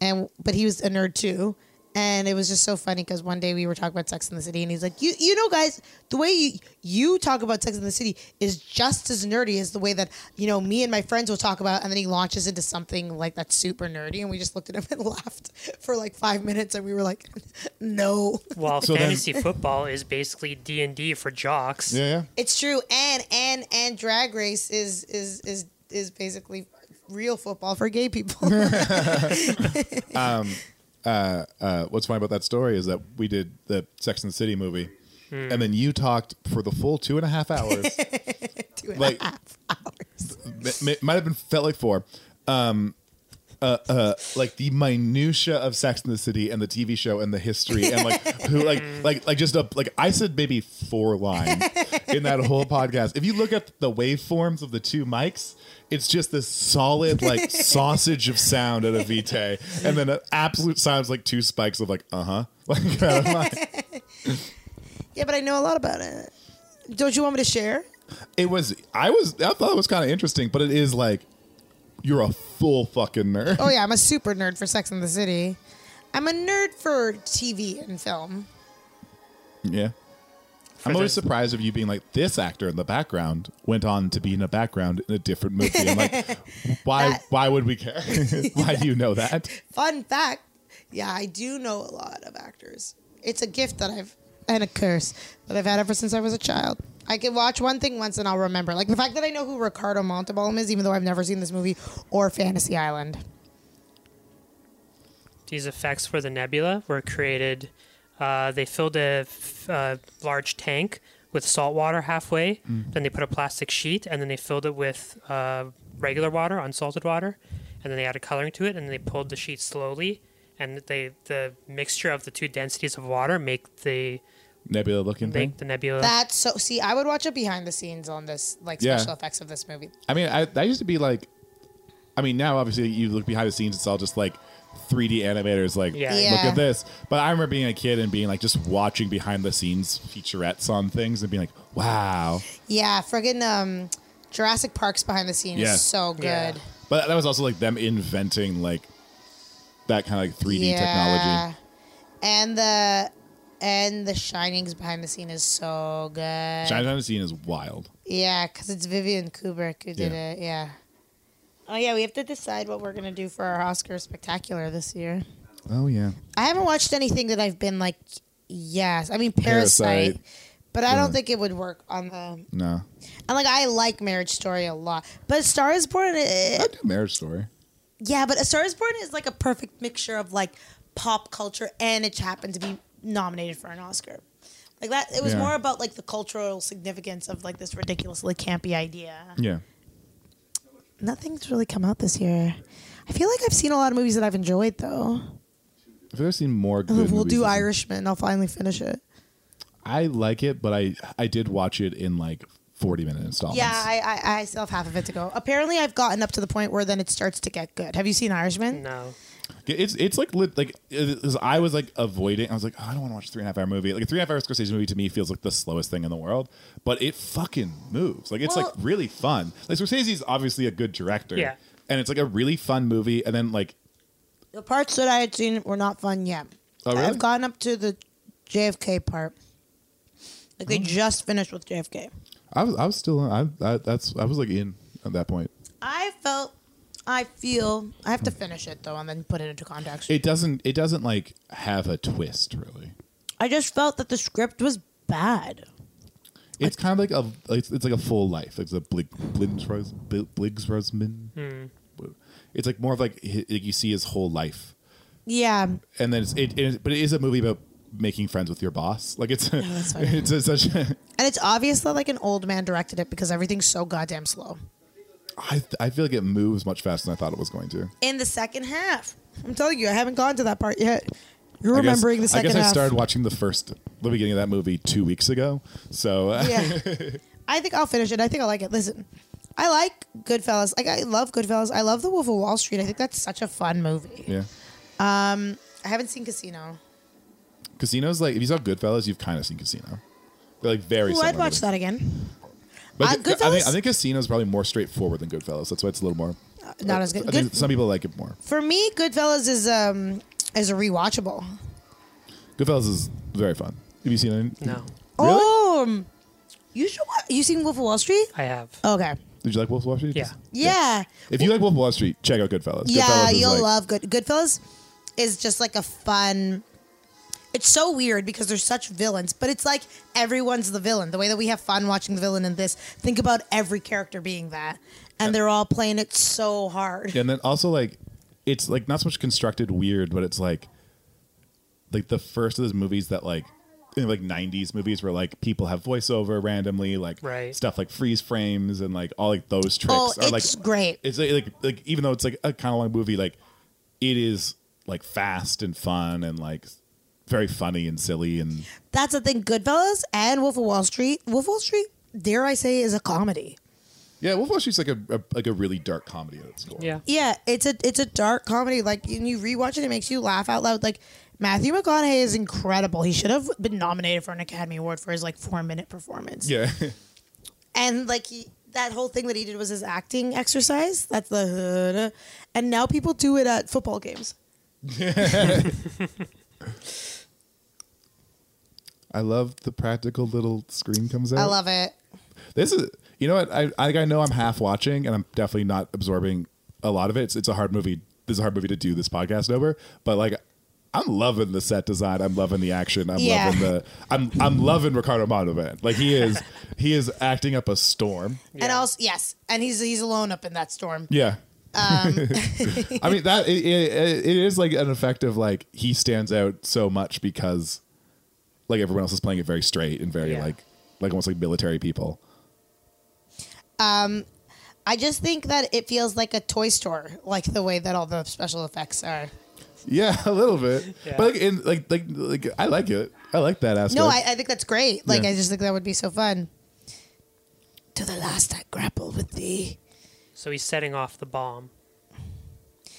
Speaker 1: and but he was a nerd too and it was just so funny because one day we were talking about sex in the city and he's like you you know guys the way you you talk about sex in the city is just as nerdy as the way that you know me and my friends will talk about and then he launches into something like that's super nerdy and we just looked at him and laughed for like five minutes and we were like no
Speaker 3: Well,
Speaker 2: So then-
Speaker 3: fantasy football is basically D and D for jocks.
Speaker 2: Yeah, yeah.
Speaker 1: it's true and and and drag race is is is is basically real football for gay people
Speaker 2: Uh, what's funny about that story is that we did the Sex and the City movie,
Speaker 3: Hmm.
Speaker 2: and then you talked for the full two and a half hours.
Speaker 1: Two and a
Speaker 2: Like-
Speaker 1: half hours.
Speaker 2: it mi- might have been felt like four. Um, uh, uh, like the minutia of Sex in the City and the TV show and the history and like who like like like just a like I said maybe four lines in that whole podcast. If you look at the waveforms of the two mics, it's just this solid like sausage of sound at a vitae, and then an absolute sounds like two spikes of like uh huh. Like,
Speaker 1: yeah but i know a lot about it don't you want me to share
Speaker 2: it was I was I thought it was kind of interesting, but it is like you're a full fucking nerd.
Speaker 1: Oh yeah, I'm a super nerd for Sex and the City. I'm a nerd for TV and film.
Speaker 2: Yeah. I'm always surprised of you being like this actor in the background went on to be in a background in a different movie. I'm like, why?
Speaker 1: That-
Speaker 2: why would we care? why do you know that?
Speaker 1: Fun fact, yeah, I do know a lot of actors. It's a gift that I've and a curse that I've had ever since I was a child. I can watch one thing once and I'll remember. Like the fact that I know who Ricardo Montalban is, even though I've never seen this movie or Fantasy Island.
Speaker 3: These effects for the nebula were created. Uh, they filled a f- uh, large tank with salt water halfway.
Speaker 2: Mm.
Speaker 3: Then they put a plastic sheet, and then they filled it with uh, regular water, unsalted water, and then they added coloring to it, and they pulled the sheet slowly. And they the mixture of the two densities of water make the
Speaker 2: Nebula looking thing.
Speaker 3: make the nebula.
Speaker 1: That's so. See, I would watch a behind the scenes on this, like
Speaker 2: Yeah.
Speaker 1: special effects of this movie.
Speaker 2: I mean, I that used to be like. I mean, now obviously you look behind the scenes; it's all just like 3D animators. Like,
Speaker 3: Yeah.
Speaker 2: look
Speaker 1: Yeah.
Speaker 2: at this. But I remember being a kid and being like just watching behind the scenes featurettes on things and being like, wow.
Speaker 1: Yeah, friggin' um, Jurassic Park's behind the scenes
Speaker 2: Yeah.
Speaker 1: is so good.
Speaker 3: Yeah.
Speaker 2: But that was also like them inventing like that kind of like 3D technology.
Speaker 1: And the and the Shining's behind the scene is so good.
Speaker 2: Shine on the scene is wild.
Speaker 1: yeah, because it's Vivian Kubrick who did
Speaker 2: Yeah.
Speaker 1: it. Yeah. Oh yeah, we have to decide what we're gonna do for our Oscar spectacular this year.
Speaker 2: Oh yeah.
Speaker 1: I haven't watched anything that I've been like, yes. I mean Parasite,
Speaker 2: Parasite.
Speaker 1: but I don't
Speaker 2: Yeah.
Speaker 1: think it would work on the.
Speaker 2: No.
Speaker 1: And like I like Marriage Story a lot, but Star is Born. eh,
Speaker 2: I do Marriage Story.
Speaker 1: Yeah, but A Star is Born is like a perfect mixture of like pop culture and it happened to be nominated for an Oscar. Like that it was
Speaker 2: Yeah.
Speaker 1: more about like the cultural significance of like this ridiculously campy idea.
Speaker 2: Yeah.
Speaker 1: Nothing's really come out this year. I feel like I've seen a lot of movies that I've enjoyed though.
Speaker 2: I've ever seen more good
Speaker 1: we'll
Speaker 2: movies
Speaker 1: do
Speaker 2: than-
Speaker 1: Irishman. I'll finally finish it.
Speaker 2: I like it, but I I did watch it in like 40 minute installments.
Speaker 1: Yeah, I, I I still have half of it to go. Apparently, I've gotten up to the point where then it starts to get good. Have you seen Irishman?
Speaker 3: No.
Speaker 2: It's it's like lit, like it- it's- I was like avoiding. I was like, oh, I don't want to watch a three and a half hour movie. Like a three and a half hour Scorsese movie to me feels like the slowest thing in the world, but it fucking moves. Like it's like
Speaker 1: Well-
Speaker 2: really fun. Like Scorsese is obviously a good director,
Speaker 3: Yeah.
Speaker 2: and it's like a really fun movie. And then like
Speaker 1: The parts that I had seen were not fun yet.
Speaker 2: Oh, really?
Speaker 1: I've gotten up to the JFK part. Like
Speaker 2: Oh.
Speaker 1: they just finished with JFK.
Speaker 2: I was I was still I, I that's I was like in at that point.
Speaker 1: I felt, I feel, I have to finish it though, and then put it into context.
Speaker 2: It doesn't it doesn't like have a twist really.
Speaker 1: I just felt that the script was bad.
Speaker 2: It's kind of like a it's, it's like a full life. It's a Blig, Bligsros, Bligsrosman. It's like more of like, hi like you see his whole life,
Speaker 1: Yeah,
Speaker 2: and then it's it, it is, but it is a movie about making friends with your boss. Like it's
Speaker 1: that's funny.
Speaker 2: it's a, such. A,
Speaker 1: and it's obvious that like an old man directed it because everything's so goddamn slow.
Speaker 2: I I feel like it moves much faster than I thought it was going to.
Speaker 1: In the second half, I'm telling you, I haven't gone to that part yet. You're
Speaker 2: I guess-
Speaker 1: remembering the second
Speaker 2: I guess
Speaker 1: half.
Speaker 2: I started watching the first the beginning of that movie two weeks ago. So uh,
Speaker 1: yeah. I think I'll finish it. I think I like it. Listen, I like Goodfellas. Like I love Goodfellas. I love The Wolf of Wall Street. I think that's such a fun movie.
Speaker 2: yeah.
Speaker 1: I haven't seen Casino.
Speaker 2: Casino's like if you saw Goodfellas, you've kind of seen Casino. They're like very.
Speaker 1: Ooh,
Speaker 2: similar
Speaker 1: I'd watch
Speaker 2: to-
Speaker 1: that again. Uh,
Speaker 2: But I, thi- I think,
Speaker 1: Goodfellas-
Speaker 2: I think Casino's probably more straightforward than Goodfellas. That's why it's a little more.
Speaker 1: Not as good.
Speaker 2: Uh, I
Speaker 1: good
Speaker 2: think some people like it more.
Speaker 1: for me. Goodfellas is um is a rewatchable.
Speaker 2: Goodfellas is very fun. Have you seen it?
Speaker 3: No.
Speaker 1: Oh, um, you should. Watch, you seen Wolf of Wall Street?
Speaker 3: I have.
Speaker 1: Okay.
Speaker 2: Did you like Wolf of Wall Street?
Speaker 3: Yeah.
Speaker 1: Yeah.
Speaker 2: If you like Wolf of Wall Street, check out Goodfellas.
Speaker 1: Yeah,
Speaker 2: Goodfellas is
Speaker 1: you'll
Speaker 2: like-
Speaker 1: love Good Goodfellas. Is just like a fun. It's so weird because there's such villains, but it's like everyone's the villain. The way that we have fun watching the villain in this, think about every character being that, and they're all playing it so hard.
Speaker 2: And then also like, it's like not so much constructed weird, but it's like, like the first of those movies that like, you know, like '90s movies where like people have voiceover randomly, like
Speaker 3: Right.
Speaker 2: stuff like freeze frames and like all like those tricks
Speaker 1: Oh,
Speaker 2: are like
Speaker 1: it's great.
Speaker 2: it's like, like like even though it's like a kind of long movie, like it is like fast and fun and like very funny and silly and
Speaker 1: That's the thing. Goodfellas and Wolf of Wall Street. Wolf of Wall Street, dare I say, is a comedy.
Speaker 2: yeah. Wolf of Wall Street's like a, a like a really dark comedy at its core.
Speaker 3: Yeah.
Speaker 1: Yeah, it's a it's a dark comedy. Like, and you rewatch it, it makes you laugh out loud. Like, Matthew McConaughey is incredible. He should have been nominated for an Academy Award for his like four minute performance.
Speaker 2: yeah.
Speaker 1: and like he that whole thing that he did was his acting exercise. That's the and now people do it at football games.
Speaker 2: I love the practical little screen comes out.
Speaker 1: I love it.
Speaker 2: this is you know what I I, I know I'm half watching and I'm definitely not absorbing a lot of it. It's, it's a hard movie. This is a hard movie to do this podcast over, but like. I'm loving the set design. I'm loving the action. I'm
Speaker 1: Yeah.
Speaker 2: loving the. I'm I'm loving Ricardo Montalban. Like he is, he is acting up a storm.
Speaker 1: And also yes, and he's he's alone up in that storm.
Speaker 2: Yeah. Um. I mean that it, it, it is like an effect of like he stands out so much because like everyone else is playing it very straight and very
Speaker 3: Yeah.
Speaker 2: like like almost like military people.
Speaker 1: I just think that it feels like a toy store, like the way that all the special effects are.
Speaker 2: Yeah, a little bit.
Speaker 3: Yeah.
Speaker 2: But like, in, like, like, like, I like it. I like that aspect.
Speaker 1: No, I, I think that's great. Like
Speaker 2: Yeah.
Speaker 1: I just think that would be so fun. To the last I grapple with thee.
Speaker 3: So he's setting off the bomb.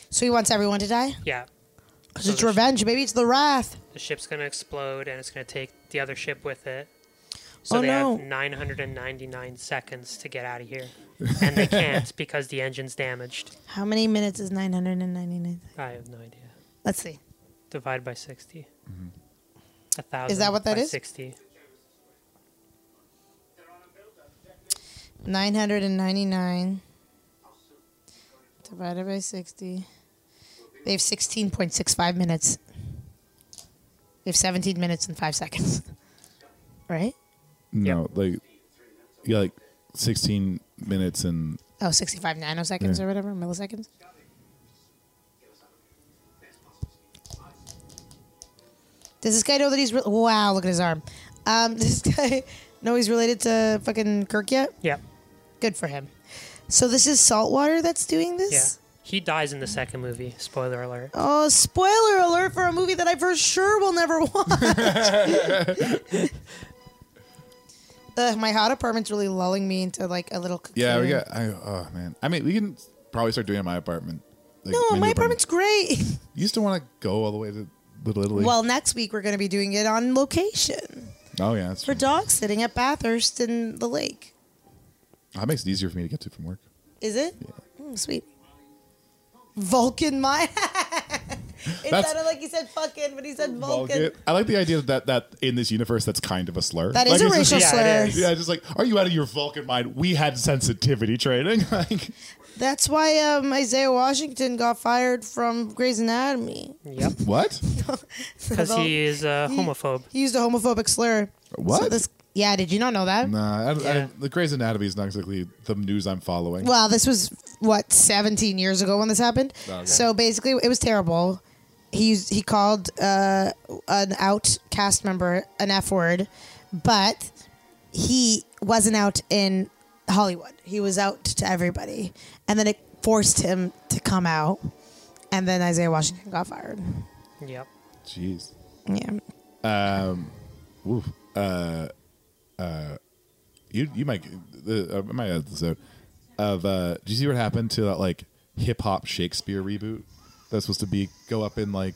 Speaker 1: So he wants everyone to die?
Speaker 3: Yeah.
Speaker 1: Because
Speaker 3: So
Speaker 1: it's
Speaker 3: the sh-
Speaker 1: revenge. Maybe it's the wrath.
Speaker 3: The ship's going to explode and it's going to take the other ship with it. So
Speaker 1: Oh,
Speaker 3: they
Speaker 1: no.
Speaker 3: have 999 seconds to get out of here. And they can't because the engine's damaged.
Speaker 1: How many minutes is 999?
Speaker 3: I have no idea.
Speaker 1: Let's see.
Speaker 3: Divide by 60.
Speaker 1: Mm-hmm.
Speaker 3: A thousand.
Speaker 1: Is that what that
Speaker 3: by
Speaker 1: is?
Speaker 3: 60.
Speaker 1: 999 divided by 60. They have 16.65 minutes. They have 17 minutes and 5 seconds. Right?
Speaker 2: no, like, yeah, like 16 minutes and
Speaker 1: Oh, 65 nanoseconds
Speaker 2: Yeah.
Speaker 1: or whatever, milliseconds. Does this guy know that he's re- wow? Look at his arm. Um, does this guy know he's related to fucking Kirk yet?
Speaker 3: Yeah.
Speaker 1: Good for him. So this is saltwater that's doing
Speaker 3: Yeah.
Speaker 1: this.
Speaker 3: He dies in the second movie. Spoiler alert.
Speaker 1: Oh, spoiler alert for a movie that I for sure will never watch. Ugh, my hot apartment's really lulling me into like a little. Cocoon.
Speaker 2: Yeah, we got. I, oh man, I mean, we can probably start doing it in my apartment. Like,
Speaker 1: No,
Speaker 2: new
Speaker 1: my
Speaker 2: apartment.
Speaker 1: apartment's great.
Speaker 2: You used to want to go all the way to Little Italy.
Speaker 1: well, next week we're going to be doing it on location
Speaker 2: oh yeah, that's
Speaker 1: for
Speaker 2: true.
Speaker 1: dog sitting at Bathurst in the lake.
Speaker 2: that makes it easier for me to get to from work.
Speaker 1: Is it? Mm, sweet. Vulcan my It
Speaker 2: That's-
Speaker 1: sounded like he said fucking, but he said Vulcan.
Speaker 2: I like the idea that that in this universe, that's kind of a slur.
Speaker 1: That is
Speaker 2: Like,
Speaker 1: a
Speaker 2: it's just-
Speaker 1: racial
Speaker 3: yeah,
Speaker 1: slur.
Speaker 3: it is.
Speaker 2: Yeah, just like, are you out of your Vulcan mind? We had sensitivity training. like,
Speaker 1: That's why um, Isaiah Washington got fired from Grey's Anatomy.
Speaker 3: Yep.
Speaker 2: what?
Speaker 3: Because he is a homophobe.
Speaker 1: He used a homophobic slur.
Speaker 2: What?
Speaker 1: So this, yeah, did you not know that?
Speaker 2: Nah, I,
Speaker 3: Yeah.
Speaker 2: I, the Grey's Anatomy is not exactly the news I'm following.
Speaker 1: Well, this was what 17 years ago when this happened.
Speaker 2: Oh, Okay.
Speaker 1: So basically, it was terrible. He used- he called uh, an out cast member an F word, but he wasn't out in Hollywood. He was out to everybody, and then it forced him to come out. And then Isaiah Washington got fired.
Speaker 3: Yep.
Speaker 2: Jeez.
Speaker 1: Yeah.
Speaker 2: Oof. Uh, uh, you you might uh, I might add this out of uh, do you see what happened to that like hip hop Shakespeare reboot that's supposed to be go up in like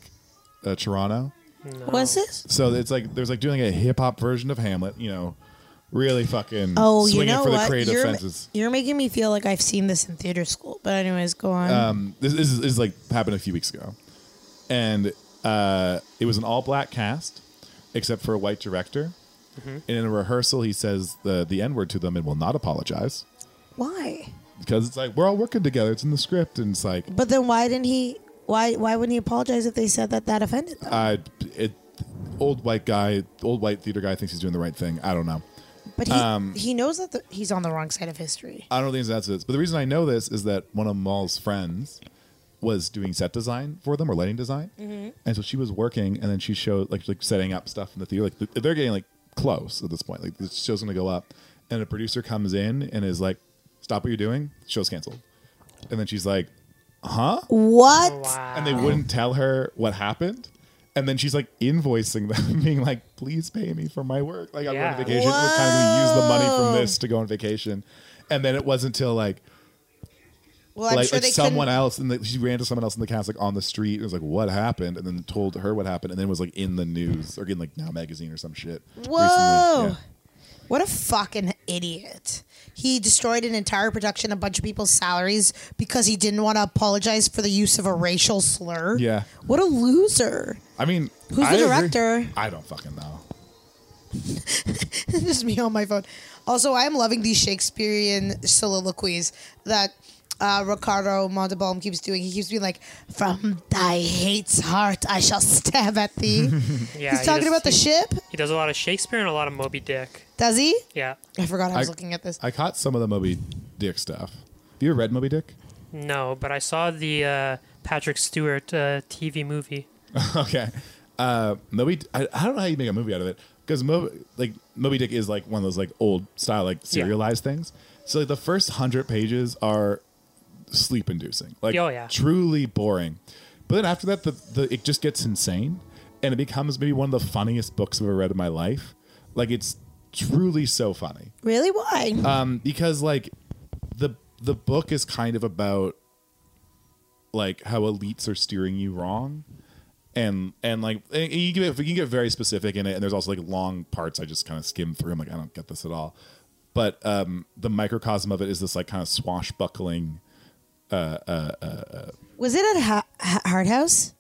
Speaker 2: uh, Toronto?
Speaker 1: Was it?
Speaker 2: So it's like there's like doing a hip hop version of Hamlet, you know, really fucking
Speaker 1: Oh,
Speaker 2: swinging
Speaker 1: you know
Speaker 2: for
Speaker 1: what?
Speaker 2: the creative
Speaker 1: you're,
Speaker 2: fences.
Speaker 1: you're making me feel like I've seen this in theater school. But anyways, go on.
Speaker 2: um, this, this, is, this is like happened a few weeks ago, and uh, it was an all black cast except for a white director. And in a rehearsal, he says the the n word to them and will not apologize
Speaker 1: why?
Speaker 2: because it's like we're all working together. It's in the script, and it's like
Speaker 1: But then why didn't he? Why why wouldn't he apologize if they said that that offended them?
Speaker 2: I it old white guy, old white theater guy thinks he's doing the right thing. I don't know.
Speaker 1: But he
Speaker 2: Um,
Speaker 1: he knows that the, he's on the wrong side of history.
Speaker 2: I don't think that's it. But the reason I know this is that one of Mal's friends was doing set design for them or lighting design, and so she was working, and then she showed like like setting up stuff in the theater. Like th- they're getting like close at this point. Like the show's gonna go up, and a producer comes in and is like, "Stop what you're doing. show's canceled." And then she's like,
Speaker 1: What?
Speaker 3: Wow.
Speaker 2: and they wouldn't tell her what happened. And then she's like invoicing them, being like, "Please pay me for my work. Like I'm
Speaker 3: Yeah.
Speaker 2: going on vacation. We're kind of going to use the money from this to go on vacation." And then it wasn't till like
Speaker 1: Well,
Speaker 2: like, like someone else, and the, she ran to someone else in the cast, like on the street, and was like, "What happened?" And then told her what happened, and then was like in the news or in like Now magazine or some shit. recently.
Speaker 1: Whoa.
Speaker 2: Yeah.
Speaker 1: What a fucking idiot. He destroyed an entire production, a bunch of people's salaries because he didn't want to apologize for the use of a racial slur.
Speaker 2: Yeah.
Speaker 1: What a loser.
Speaker 2: I mean,
Speaker 1: Who's the
Speaker 2: I agree.
Speaker 1: director?
Speaker 2: I don't fucking know.
Speaker 1: This is me on my phone. Also, I am loving these Shakespearean soliloquies that uh, Ricardo Montalban keeps doing. He keeps being like, "From thy hate's heart, I shall stab at thee."
Speaker 3: Yeah,
Speaker 1: He's
Speaker 3: he
Speaker 1: talking
Speaker 3: does-
Speaker 1: about the ship,
Speaker 3: He does a lot of Shakespeare and a lot of Moby Dick.
Speaker 1: does he?
Speaker 3: Yeah.
Speaker 1: I forgot I was
Speaker 2: I-
Speaker 1: looking at this.
Speaker 2: I caught some of the Moby Dick stuff. Have you ever read Moby Dick?
Speaker 3: No, but I saw the uh, Patrick Stewart uh, TV movie.
Speaker 2: okay. Uh, Moby, I, I don't know how you make a movie out of it because Moby, like Moby Dick is like one of those like old style like serialized things. So like the first hundred pages are sleep inducing, like
Speaker 3: Oh, yeah.
Speaker 2: truly boring. But then after that, the, the it just gets insane, and it becomes maybe one of the funniest books I've ever read in my life. Like it's truly so funny
Speaker 1: Really? Why?
Speaker 2: um, because like the the book is kind of about like how elites are steering you wrong and and like and you can, get, you can get very specific in it and there's also like long parts i just kind of skim through i'm like i don't get this at all but um the microcosm of it is this like kind of swashbuckling
Speaker 1: was it at ha- ha- Hard House?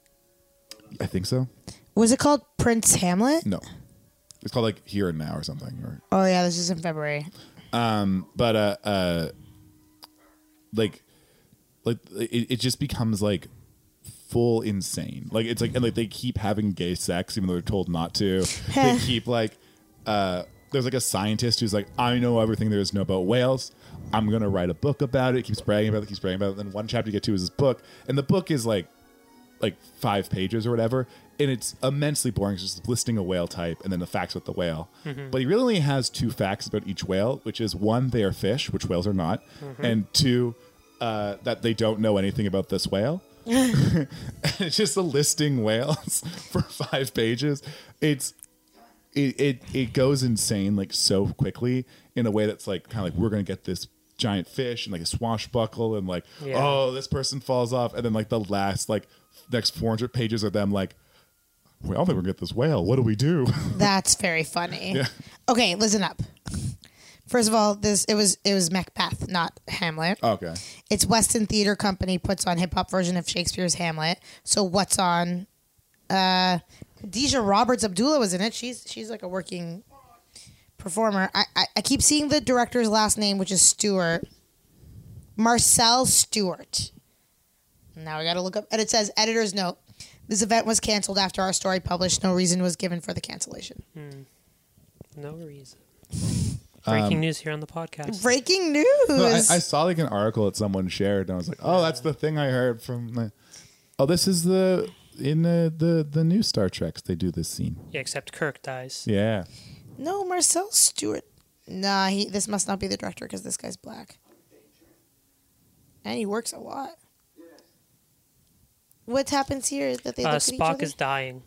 Speaker 2: i think so
Speaker 1: Was it called Prince Hamlet?
Speaker 2: no it's called like here and now or something or
Speaker 1: Oh yeah, this is in February.
Speaker 2: but uh uh like like it, it just becomes like full insane like it's like and like they keep having gay sex even though they're told not to they keep like uh there's like a scientist who's like i know everything there is to know about whales i'm gonna write a book about it keeps bragging about it keeps bragging about it then one chapter you get to is this book and the book is like like five pages or whatever, and it's immensely boring. It's just listing a whale type and then the facts with the whale. But he really only has two facts about each whale, which is one, they are fish, which whales are not, and two, uh, that they don't know anything about this whale. it's just a listing whales for five pages. It's it, it it goes insane like so quickly in a way that's like kind of like we're gonna get this giant fish and like a swashbuckle and like
Speaker 3: Yeah.
Speaker 2: oh this person falls off and then like the last like next 400 pages of them like we all think we're gonna get this whale what do we do
Speaker 1: That's very funny. Okay, listen up. First of all, this it was it was Macbeth, not Hamlet.
Speaker 2: okay
Speaker 1: It's Weston Theater Company puts on hip hop version of Shakespeare's Hamlet. So what's on? Uh, Deja Roberts Abdullah was in it. She's she's like a working performer. I, I I keep seeing the director's last name, which is Stewart, Marcel Stewart. Now I got to look up, and it says editor's note: this event was canceled after our story published. No reason was given for the cancellation.
Speaker 3: No reason. Breaking
Speaker 2: Um,
Speaker 3: news here on the podcast.
Speaker 1: Breaking news.
Speaker 2: No, I, I saw like an article that someone shared and i was like oh that's the thing i heard from the oh this is the in the the, the new star treks they do this scene
Speaker 3: Yeah, except Kirk dies.
Speaker 2: yeah
Speaker 1: No, Marcel Stewart. Nah, he. This must not be the director because this guy's black, and he works a lot. What happens here is that they
Speaker 3: Uh,
Speaker 1: look at
Speaker 3: Spock
Speaker 1: each
Speaker 3: is dying.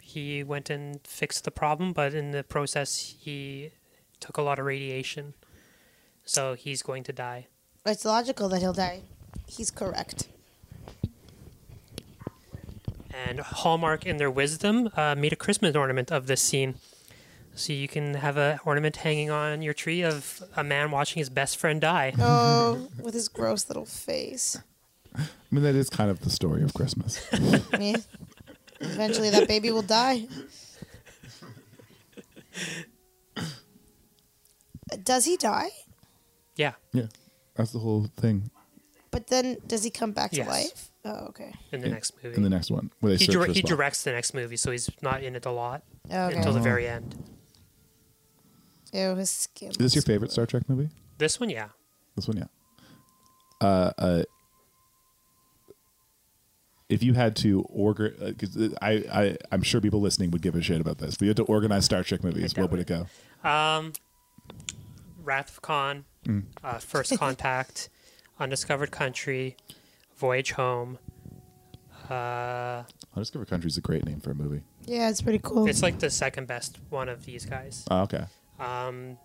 Speaker 3: He went and fixed the problem, but in the process, he took a lot of radiation. So he's going to die.
Speaker 1: other. It's logical that he'll die. He's correct.
Speaker 3: And Hallmark, in their wisdom, uh, made a Christmas ornament of this scene. So you can have a ornament hanging on your tree of a man watching his best friend die.
Speaker 1: Oh, with his gross little face.
Speaker 2: i mean that is kind of the story of christmas
Speaker 1: Yeah. Eventually, that baby will die. Does he die?
Speaker 3: Yeah,
Speaker 2: yeah that's the whole thing
Speaker 1: But then, does he come back to
Speaker 3: Yes.
Speaker 1: life? Oh, okay.
Speaker 3: in the next movie.
Speaker 2: in the next one where they
Speaker 3: he,
Speaker 2: search
Speaker 3: dir-
Speaker 2: for
Speaker 3: he
Speaker 2: Spock. Uh-huh.
Speaker 3: directs the next movie, so he's not in it a lot
Speaker 1: Okay.
Speaker 3: until the very end.
Speaker 1: Ew, his skin.
Speaker 2: Is this your favorite Star Trek movie?
Speaker 3: This one, yeah.
Speaker 2: This one, yeah. Uh, uh, if you had to order, because uh, I, I, I'm sure people listening would give a shit about this. If you had to organize Star Trek movies, where
Speaker 3: doubt
Speaker 2: would it go?
Speaker 3: Um, Wrath of Khan, uh, First Contact, Undiscovered Country, Voyage Home. Uh,
Speaker 2: Undiscovered Country is a great name for a movie.
Speaker 1: Yeah, it's pretty cool.
Speaker 3: it's like the second best one of these guys. Um,
Speaker 2: Oh, okay.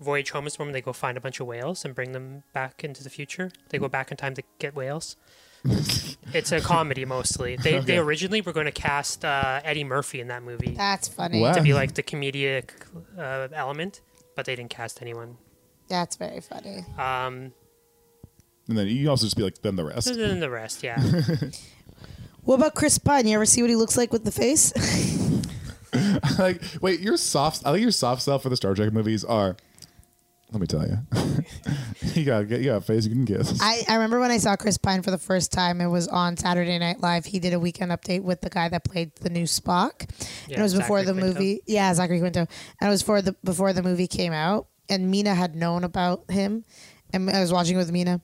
Speaker 3: Voyage Home is when they go find a bunch of whales and bring them back into the future. They go back in time to get whales. it's a comedy mostly. They, they originally were going to cast uh, Eddie Murphy in that movie
Speaker 1: That's funny.
Speaker 2: Wow.
Speaker 3: to be like the comedic uh, element, but they didn't cast anyone.
Speaker 1: That's very funny.
Speaker 3: Um,
Speaker 2: And then you can also just be like, then the rest.
Speaker 3: other than the rest, yeah.
Speaker 1: What about Chris Pine? You ever see what he looks like with the face?
Speaker 2: like, wait, your soft, I think your soft sell for the Star Trek movies are. Let me tell you, you got you got a face you can kiss.
Speaker 1: I, I remember when I saw Chris Pine for the first time. It was on Saturday Night Live. He did a weekend update with the guy that played the new Spock, and it
Speaker 3: Yeah,
Speaker 1: was before
Speaker 3: Zachary
Speaker 1: the
Speaker 3: Quinto.
Speaker 1: movie. Yeah, Zachary Quinto, and it was for the before the movie came out. And Mina had known about him, and I was watching it with Mina,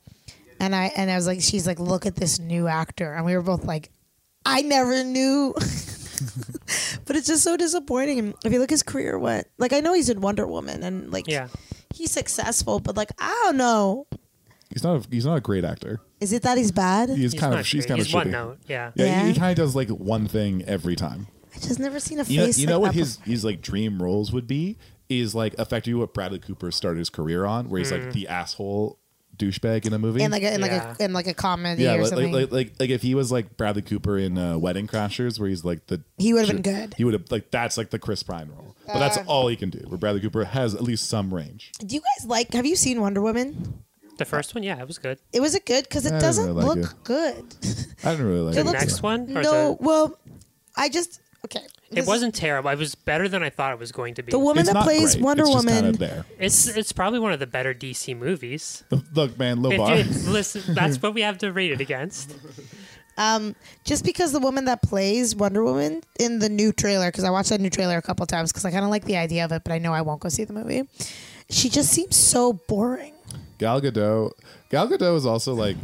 Speaker 1: and I and I was like, she's like, look at this new actor, and we were both like, I never knew. But it's just so disappointing. And If you look, his career went like I know he's in Wonder Woman and like
Speaker 3: Yeah.
Speaker 1: he's successful, but like I don't know,
Speaker 2: He's not a, he's not a great actor.
Speaker 1: is it that he's bad?
Speaker 2: He's,
Speaker 3: He's
Speaker 2: kind
Speaker 3: not
Speaker 2: of she's
Speaker 3: great.
Speaker 2: kind
Speaker 3: He's
Speaker 2: of
Speaker 3: one
Speaker 2: shitty.
Speaker 3: note, yeah.
Speaker 2: Yeah, he,
Speaker 1: Yeah.
Speaker 2: kind of does like one thing every time.
Speaker 1: I just never seen a face.
Speaker 2: You know, you know
Speaker 1: like
Speaker 2: what
Speaker 1: that
Speaker 2: his his like dream roles would be is like effectively what Bradley Cooper started his career on, where he's
Speaker 3: Mm.
Speaker 2: like the asshole douchebag in a movie.
Speaker 1: before. in like a, in
Speaker 3: Yeah.
Speaker 1: like a in like a comedy
Speaker 2: yeah,
Speaker 1: or
Speaker 2: like,
Speaker 1: something.
Speaker 2: like, like like like if he was like Bradley Cooper in uh, Wedding Crashers, where he's like the
Speaker 1: he would have been good.
Speaker 2: he would have like that's like the Chris Pine role, but that's all he can do. Where Bradley Cooper has at least some range.
Speaker 1: Do you guys like? Have you seen Wonder Woman?
Speaker 3: The first one, yeah, it was good.
Speaker 1: It was it good because it
Speaker 2: I didn't
Speaker 1: doesn't
Speaker 2: really like
Speaker 1: look
Speaker 2: it.
Speaker 1: good.
Speaker 2: I didn't really like
Speaker 1: It
Speaker 2: it.
Speaker 3: The
Speaker 1: looks-
Speaker 3: next one? Or
Speaker 1: no,
Speaker 3: the-
Speaker 1: well, I just okay. this
Speaker 3: it
Speaker 1: is-
Speaker 3: wasn't terrible. It was better than I thought it was going to be.
Speaker 1: the woman
Speaker 2: It's
Speaker 1: that
Speaker 2: not
Speaker 1: plays
Speaker 2: great.
Speaker 1: Wonder
Speaker 2: it's just
Speaker 1: Woman.
Speaker 2: Kind of there.
Speaker 3: It's it's probably one of the better DC movies.
Speaker 2: Look, man, low
Speaker 3: If
Speaker 2: bar.
Speaker 3: you- listen, that's what we have to rate it against.
Speaker 1: just because the woman that plays Wonder Woman in the new trailer, because I watched that new trailer a couple times, because I kind of like the idea of it, but I know I won't go see the movie. She just seems so boring.
Speaker 2: Gal Gadot. Gal Gadot is also like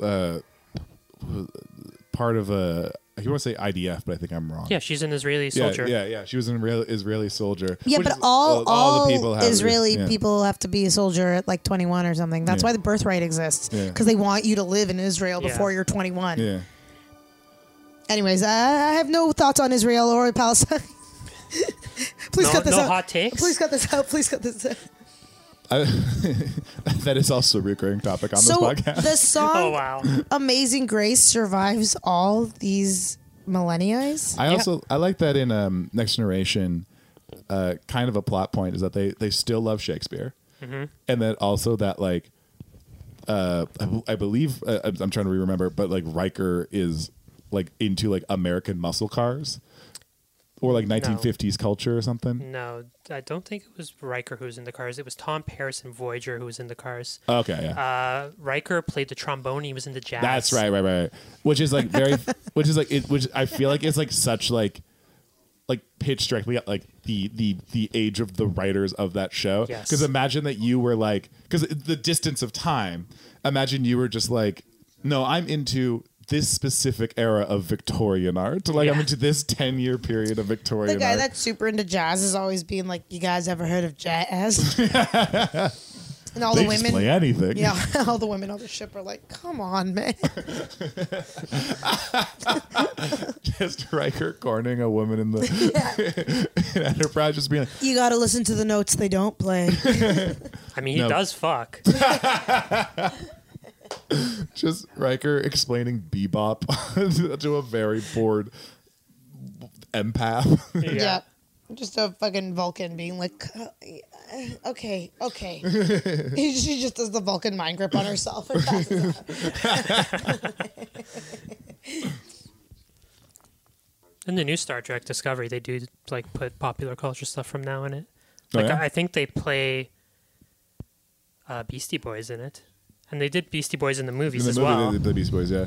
Speaker 2: uh, part of a. I want to say IDF, but I think I'm wrong.
Speaker 3: Yeah, she's an Israeli
Speaker 2: yeah,
Speaker 3: soldier.
Speaker 2: yeah, yeah. She was an Israel, Israeli soldier.
Speaker 1: Yeah,
Speaker 2: Which
Speaker 1: but
Speaker 2: is-
Speaker 1: all, all
Speaker 2: the people have
Speaker 1: Israeli
Speaker 2: yeah.
Speaker 1: people have to be a soldier at like 21 or something. That's
Speaker 2: Yeah.
Speaker 1: why the birthright exists
Speaker 2: Yeah.
Speaker 1: because they want you to live in Israel
Speaker 3: Yeah.
Speaker 1: before you're 21.
Speaker 2: Yeah.
Speaker 1: Anyways, I, I have no thoughts on Israel or Palestine. Please
Speaker 3: No-
Speaker 1: cut this
Speaker 3: no
Speaker 1: out.
Speaker 3: hot takes?
Speaker 1: Please cut this out. Please cut this out.
Speaker 2: that is also a recurring topic on
Speaker 1: so
Speaker 2: this podcast.
Speaker 1: the song
Speaker 3: Oh wow.
Speaker 1: "Amazing Grace" survives all these millenniais.
Speaker 2: I also I like that in um, Next Generation. Uh, kind of a plot point is that they they still love Shakespeare, and then also that like, uh, I, bel- I believe uh, I'm I'm trying to remember, but like Riker is like into like American muscle cars, or like 1950s culture or something.
Speaker 3: No, I don't think it was Riker who was in the cars. It was Tom Paris and Voyager who was in the cars.
Speaker 2: Okay, yeah.
Speaker 3: Uh, Riker played the trombone. He was in the jazz.
Speaker 2: That's right, right, right. right. Which is like very, which is like it, which I feel like it's like such like, like pitched directly at like the the the age of the writers of that show.
Speaker 3: Yes.
Speaker 2: Because imagine that you were like, because the distance of time. Imagine you were just like, no, I'm into this specific era of Victorian art. Like I'm
Speaker 3: Yeah.
Speaker 2: into this ten year period of Victorian.
Speaker 1: The guy
Speaker 2: art.
Speaker 1: that's super into jazz is always being like, "You guys ever heard of jazz?" and all
Speaker 2: they
Speaker 1: the
Speaker 2: just
Speaker 1: women,
Speaker 2: play anything.
Speaker 1: yeah, all the women on the ship are like, "Come on, man."
Speaker 2: just Riker cornering a woman in the in Enterprise, just being like,
Speaker 1: You got to listen to the notes they don't play.
Speaker 3: I mean, he
Speaker 2: No.
Speaker 3: does fuck.
Speaker 2: just Riker explaining bebop to a very bored empath.
Speaker 3: Yeah.
Speaker 1: yeah. Just a fucking Vulcan being like, "Uh, okay, okay. she just does the Vulcan mind grip on herself. And passes out.
Speaker 3: In the new Star Trek Discovery, they do like put popular culture stuff from now in it.
Speaker 2: Oh,
Speaker 3: Like
Speaker 2: yeah?
Speaker 3: I, I think they play uh, Beastie Boys in it, and they did Beastie Boys in the movies as well.
Speaker 2: the, Beast Boys, yeah.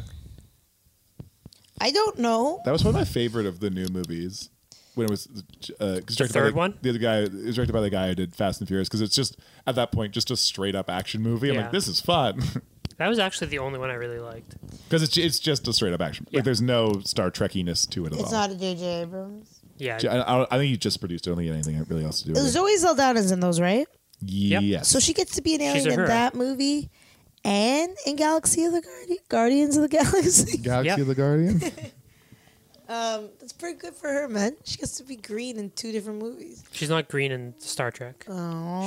Speaker 1: I don't know.
Speaker 2: That was one of my favorite of the new movies. When it was uh, directed by
Speaker 3: third
Speaker 2: the,
Speaker 3: one?
Speaker 2: the other guy it was directed by the guy who did Fast and Furious because it's just at that point just a straight up action movie. I'm
Speaker 3: Yeah.
Speaker 2: like, this is fun
Speaker 3: That was actually the only one I really liked.
Speaker 2: because it's it's just a straight up action.
Speaker 3: Yeah.
Speaker 2: Like there's no Star Trekiness to it at
Speaker 1: It's
Speaker 2: all.
Speaker 1: not a J.J. Abrams.
Speaker 3: Yeah,
Speaker 2: I, I- I think he just produced. it. I don't think he had anything really else to do. With it.
Speaker 1: Zoe Saldana's in those, right?
Speaker 2: Yes.
Speaker 1: So she gets to be an
Speaker 3: She's
Speaker 1: alien
Speaker 3: a
Speaker 1: in
Speaker 3: her.
Speaker 1: that movie and in Galaxy of the Guardi- Guardians of the Galaxy.
Speaker 2: Galaxy
Speaker 3: Yep.
Speaker 2: of the Guardian.
Speaker 1: Um, that's pretty good for her, man. She gets to be green in two different movies.
Speaker 3: she's not green in Star Trek.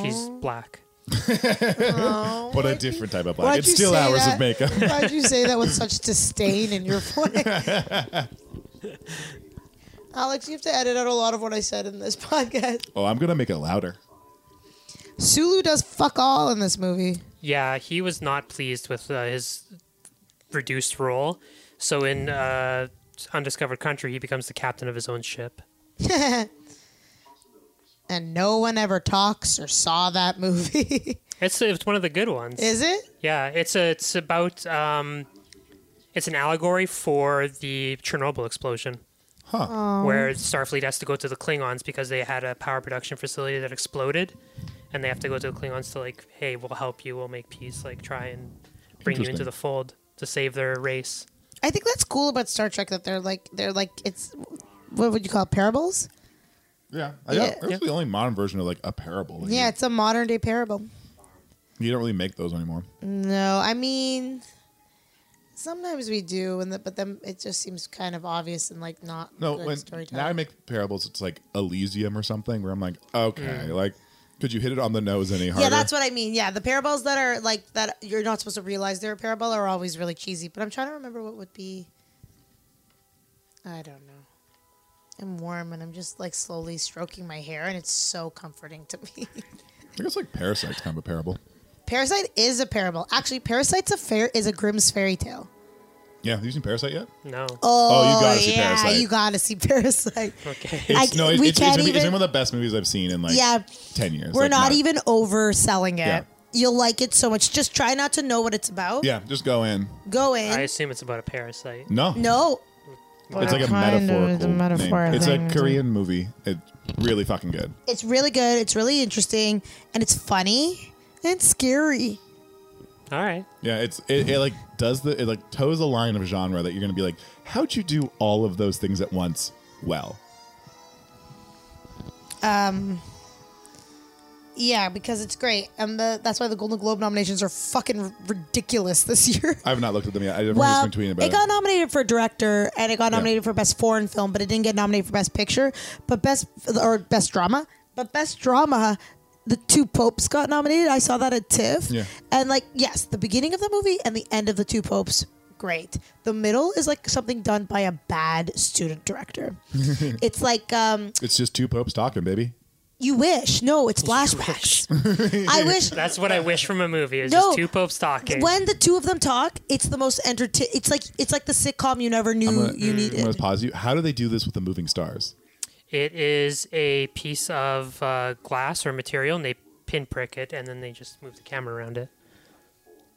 Speaker 3: She's black.
Speaker 2: but a different type of black.
Speaker 1: Why'd
Speaker 2: It's
Speaker 1: you
Speaker 2: still
Speaker 1: say
Speaker 2: hours
Speaker 1: that?
Speaker 2: of makeup.
Speaker 1: Why'd you say that with such disdain in your voice? Alex, you have to edit out a lot of what I said in this podcast.
Speaker 2: oh, I'm gonna make it louder.
Speaker 1: Sulu does fuck all in this movie.
Speaker 3: Yeah, he was not pleased with uh, his reduced role. So in uh, Undiscovered Country, he becomes the captain of his own ship.
Speaker 1: and no one ever talks or saw that movie.
Speaker 3: It's it's one of the good ones.
Speaker 1: Is it?
Speaker 3: yeah, it's a, it's about um, it's an allegory for the Chernobyl explosion. Huh. Where Starfleet has to go to the Klingons because they had a power production facility that exploded, and they have to go to the Klingons to like, hey, we'll help you, we'll make peace, like try and bring you into
Speaker 2: Interesting.
Speaker 3: the fold to save their race.
Speaker 1: I think that's cool about Star Trek that they're like they're like it's what would you call it, parables?
Speaker 2: Yeah,
Speaker 1: Yeah.
Speaker 2: yeah. It's the only modern version of like a parable. Like,
Speaker 1: Yeah, it's a modern day parable.
Speaker 2: you, you don't really make those anymore.
Speaker 1: No, I mean sometimes we do, and the, but then it just seems kind of obvious and like not
Speaker 2: No,
Speaker 1: good
Speaker 2: when
Speaker 1: storytelling.
Speaker 2: now I make parables, it's like Elysium or something, where I'm like, okay, like, could you hit it on the nose any harder?
Speaker 1: Hmm. yeah, that's what I mean. Yeah, the parables that are like that you're not supposed to realize they're a parable are always really cheesy. But I'm trying to remember what would be. I don't know. I'm warm and I'm just like slowly stroking my hair, and it's so comforting to me.
Speaker 2: I think it's like Parasite's kind of a parable.
Speaker 1: Parasite is a parable. Actually, Parasite's a fair is a Grimm's fairy tale.
Speaker 2: Yeah, have you seen Parasite yet?
Speaker 3: No.
Speaker 2: Oh, you gotta see
Speaker 1: yeah,
Speaker 2: Parasite.
Speaker 1: you gotta see Parasite.
Speaker 3: Okay.
Speaker 2: It's,
Speaker 1: I-
Speaker 2: no, it's,
Speaker 1: we
Speaker 2: it's,
Speaker 1: can't
Speaker 2: it's, maybe- it's
Speaker 1: even-
Speaker 2: one of the best movies I've seen in like
Speaker 1: Yeah.
Speaker 2: ten years.
Speaker 1: We're
Speaker 2: Like,
Speaker 1: not even overselling it.
Speaker 2: Yeah.
Speaker 1: You'll like it so much. Just try not to know what it's about.
Speaker 2: Yeah, just go in.
Speaker 1: Go in.
Speaker 3: I assume it's about a parasite.
Speaker 2: No,
Speaker 1: no.
Speaker 2: it's like a
Speaker 1: Kind of,
Speaker 2: metaphorical
Speaker 1: it's a metaphor
Speaker 2: name. It's
Speaker 1: thing.
Speaker 2: a Korean movie. It really fucking good.
Speaker 1: It's really good. It's really interesting. And it's funny and scary.
Speaker 3: All right.
Speaker 2: Yeah, it's it, it like does the it like toes a line of genre that you're gonna be like, how'd you do all of those things at once? Well,
Speaker 1: Yeah, because it's great, and the, that's why the Golden Globe nominations are fucking r- ridiculous this year.
Speaker 2: I've not looked at them yet. I've
Speaker 1: Well,
Speaker 2: just been tweeting about
Speaker 1: it
Speaker 2: it.
Speaker 1: got nominated for director and it got nominated for best foreign film, but it didn't get nominated for best picture, but best or best drama, but best drama. The two popes got nominated. I saw that at TIFF.
Speaker 2: Yeah.
Speaker 1: And like, yes, the beginning of the movie and the end of the two popes, great. The middle is like something done by a bad student director. it's like um,
Speaker 2: It's just two popes talking, baby.
Speaker 1: you wish. No, it's flashbacks. I wish
Speaker 3: That's what I wish from a movie is
Speaker 1: No.
Speaker 3: just two popes talking.
Speaker 1: when the two of them talk, it's the most entertain. It's like it's like the sitcom you never knew Mm, you
Speaker 2: I'm gonna
Speaker 1: needed.
Speaker 2: pause you. How do they do this with the moving stars?
Speaker 3: It is a piece of uh, glass or material, and they pinprick it, and then they just move the camera around it.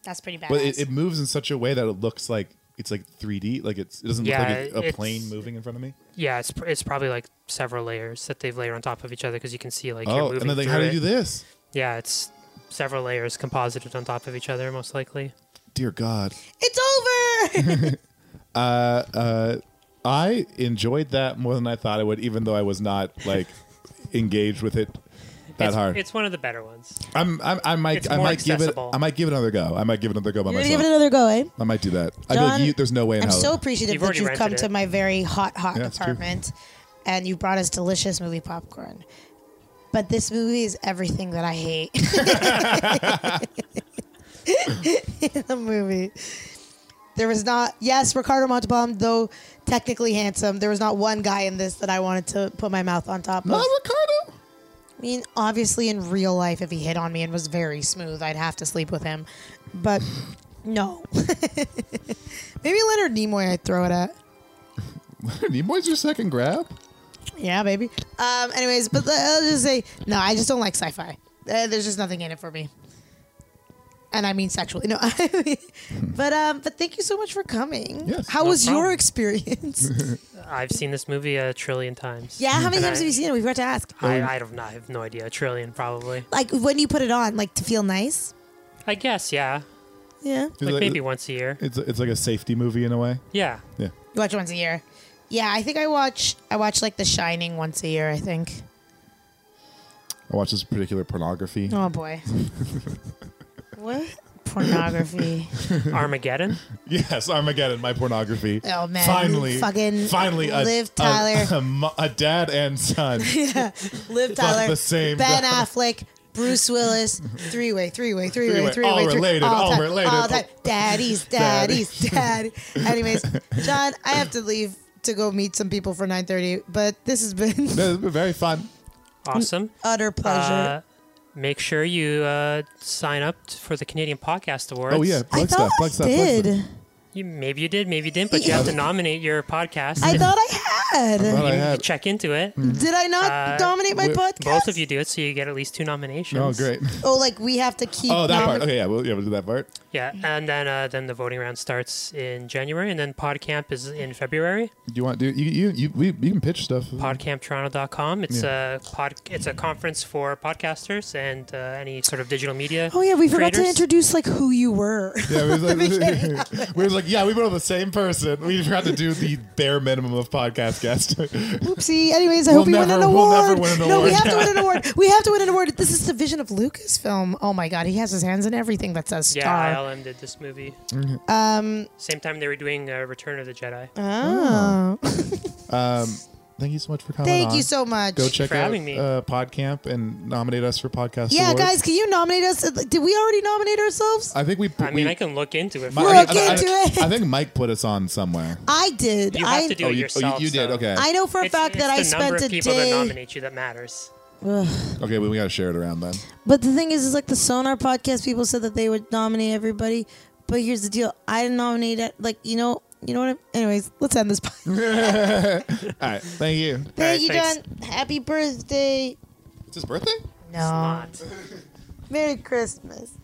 Speaker 1: That's pretty bad.
Speaker 2: But it, it moves in such a way that it looks like it's like 3D. Like it's it doesn't
Speaker 3: Yeah,
Speaker 2: look like a, a
Speaker 3: it's-
Speaker 2: plane moving in front of me.
Speaker 3: Yeah, it's pr- it's probably like several layers that they've layered on top of each other because you can see like you're
Speaker 2: Oh,
Speaker 3: moving
Speaker 2: and then like,
Speaker 3: through
Speaker 2: how do
Speaker 3: it.
Speaker 2: you do this?
Speaker 3: Yeah, it's several layers composited on top of each other, most likely.
Speaker 2: Dear God,
Speaker 1: it's over.
Speaker 2: I enjoyed that more than I thought I would, even though I was not like engaged with it that
Speaker 3: it's,
Speaker 2: hard.
Speaker 3: It's one of the better ones.
Speaker 2: I'm, I'm I
Speaker 3: It's
Speaker 2: might I
Speaker 3: more
Speaker 2: might
Speaker 3: accessible.
Speaker 2: give it I might give it another go. I might give it another go by
Speaker 1: You're gonna give
Speaker 2: myself.
Speaker 1: it another go, eh?
Speaker 2: I might do that. I
Speaker 1: John,
Speaker 2: know you, there's no way in
Speaker 1: I'm
Speaker 2: hell.
Speaker 1: so appreciative
Speaker 3: You've
Speaker 1: that
Speaker 3: already
Speaker 1: you've come
Speaker 3: rented
Speaker 1: to
Speaker 3: it.
Speaker 1: my very hot, hot
Speaker 2: Yeah, it's true.
Speaker 1: apartment, and you brought us delicious movie popcorn. But this movie is everything that I hate. the movie. There was not yes, Ricardo Montalban, though technically handsome, there was not one guy in this that I wanted to put my mouth on top
Speaker 2: Not
Speaker 1: of.
Speaker 2: Ricardo.
Speaker 1: I mean, obviously, in real life, if he hit on me and was very smooth, I'd have to sleep with him. But no. Maybe Leonard Nimoy, I'd throw it at.
Speaker 2: Nimoy's your second grab.
Speaker 1: Yeah, baby. Um, anyways, but the- I'll just say, no, I just don't like sci fi. Uh, there's just nothing in it for me. And I mean sexually. No, I mean, but um, but thank you so much for coming.
Speaker 2: Yes,
Speaker 1: How
Speaker 3: no
Speaker 1: was your
Speaker 3: problem.
Speaker 1: experience?
Speaker 3: I've seen this movie a trillion times.
Speaker 1: yeah, how many
Speaker 3: And
Speaker 1: times
Speaker 3: I-
Speaker 1: have you seen it? We forgot to ask.
Speaker 3: I, I don't know. I have no idea. A trillion, probably.
Speaker 1: Like when you put it on, like to feel nice.
Speaker 3: I guess, yeah.
Speaker 1: Yeah,
Speaker 2: It's
Speaker 3: Like
Speaker 2: like-
Speaker 3: maybe once a year.
Speaker 2: It's it's like a safety movie in a way.
Speaker 3: Yeah.
Speaker 2: Yeah.
Speaker 1: you watch once a year. Yeah, I think I watch I watch like The Shining once a year. I think.
Speaker 2: I watched this particular pornography.
Speaker 1: Oh boy. what pornography?
Speaker 3: Armageddon.
Speaker 2: Yes, Armageddon, my pornography.
Speaker 1: Oh, man.
Speaker 2: Finally,
Speaker 1: Fucking
Speaker 2: finally, a,
Speaker 1: Liv
Speaker 2: a-
Speaker 1: Tyler.
Speaker 2: a, mo- a dad and son.
Speaker 1: Liv Tyler,
Speaker 2: the same
Speaker 1: Ben
Speaker 2: guy.
Speaker 1: Affleck, Bruce Willis, three way, three way, three way,
Speaker 2: Three-way,
Speaker 1: three way,
Speaker 2: all related, all related.
Speaker 1: all time. Daddies, daddies, daddy. Anyways, John, I have to leave to go meet some people for nine thirty, but this has been
Speaker 2: That's been very fun.
Speaker 3: Awesome.
Speaker 1: utter pleasure.
Speaker 3: Uh, make sure you uh, sign up t- for the Canadian Podcast Awards.
Speaker 2: Oh yeah,
Speaker 1: I
Speaker 2: plug
Speaker 1: thought
Speaker 2: stuff,
Speaker 1: I
Speaker 2: plug stuff, plug stuff.
Speaker 1: did.
Speaker 3: You, maybe you did, maybe you didn't, but you have to nominate your podcast.
Speaker 1: I
Speaker 3: and
Speaker 1: thought I had.
Speaker 2: Thought I
Speaker 3: you
Speaker 2: had-
Speaker 3: check into it.
Speaker 1: Did I not
Speaker 3: Uh,
Speaker 1: dominate my
Speaker 2: we-
Speaker 1: podcast?
Speaker 3: Both of you do it, so you get at least two nominations.
Speaker 2: Oh great.
Speaker 1: Oh, like we have to keep.
Speaker 2: Oh that
Speaker 1: nomi-
Speaker 2: part. Okay, yeah, we'll, yeah, we'll do that part.
Speaker 3: Yeah,
Speaker 1: Mm-hmm.
Speaker 3: and then uh, then the voting round starts in January, and then PodCamp is in February.
Speaker 2: Do you want do you you you, we, you can pitch stuff?
Speaker 3: PodCampToronto.com. It's a pod. It's a conference for podcasters and uh, any sort of digital media.
Speaker 1: Oh yeah, we forgot to
Speaker 3: creators.
Speaker 1: introduce like who you were.
Speaker 2: Yeah, we was like, we was like, yeah, we were the same person. We forgot to do the bare minimum of podcast guest.
Speaker 1: Oopsie. Anyways, I
Speaker 2: We'll
Speaker 1: hope you win an
Speaker 2: never-
Speaker 1: award.
Speaker 2: we'll never win an
Speaker 1: No, we
Speaker 2: award.
Speaker 1: have to win an award. We have to win an award. This is the vision of Lucasfilm. Oh my god, he has his hands in everything that says
Speaker 3: Yeah,
Speaker 1: star.
Speaker 3: ILM did this movie. Um,
Speaker 2: Mm-hmm.
Speaker 3: Same time they were doing uh, Return of the Jedi.
Speaker 1: Oh.
Speaker 2: Thank you so much for coming.
Speaker 1: Thank
Speaker 2: on.
Speaker 1: you so much.
Speaker 2: Go check
Speaker 3: for
Speaker 2: out
Speaker 3: having me.
Speaker 2: Uh, PodCamp and nominate us for podcast.
Speaker 1: yeah,
Speaker 2: awards.
Speaker 1: guys, can you nominate us? Did we already nominate ourselves?
Speaker 2: I think we.
Speaker 3: I mean,
Speaker 2: we-
Speaker 3: I can look into it.
Speaker 2: Mi-
Speaker 3: for
Speaker 1: We're
Speaker 3: you.
Speaker 2: I think-
Speaker 1: okay
Speaker 2: I-
Speaker 1: to
Speaker 2: I-
Speaker 1: it.
Speaker 2: I think Mike put us on somewhere.
Speaker 1: I did.
Speaker 3: You
Speaker 1: I
Speaker 3: have to do it
Speaker 2: Oh, you-
Speaker 3: yourself.
Speaker 2: you did,
Speaker 3: though.
Speaker 2: okay.
Speaker 1: I know for a
Speaker 3: It's-
Speaker 1: fact
Speaker 3: it's
Speaker 1: that I
Speaker 3: the number
Speaker 1: spent
Speaker 3: of
Speaker 1: a
Speaker 3: people that
Speaker 1: day.
Speaker 3: nominate you that matters.
Speaker 2: Okay, well, we gotta share it around then.
Speaker 1: But the thing is, is like the Sonar podcast people said that they would nominate everybody, but here's the deal: I didn't nominate it. Like you know, you know what? I'm, anyways, let's end this. pod-
Speaker 2: All right, thank you.
Speaker 1: Thank you,
Speaker 3: thanks.
Speaker 1: John. Happy birthday. Ah.
Speaker 2: It's his birthday.
Speaker 1: No.
Speaker 3: Not.
Speaker 1: Merry Christmas.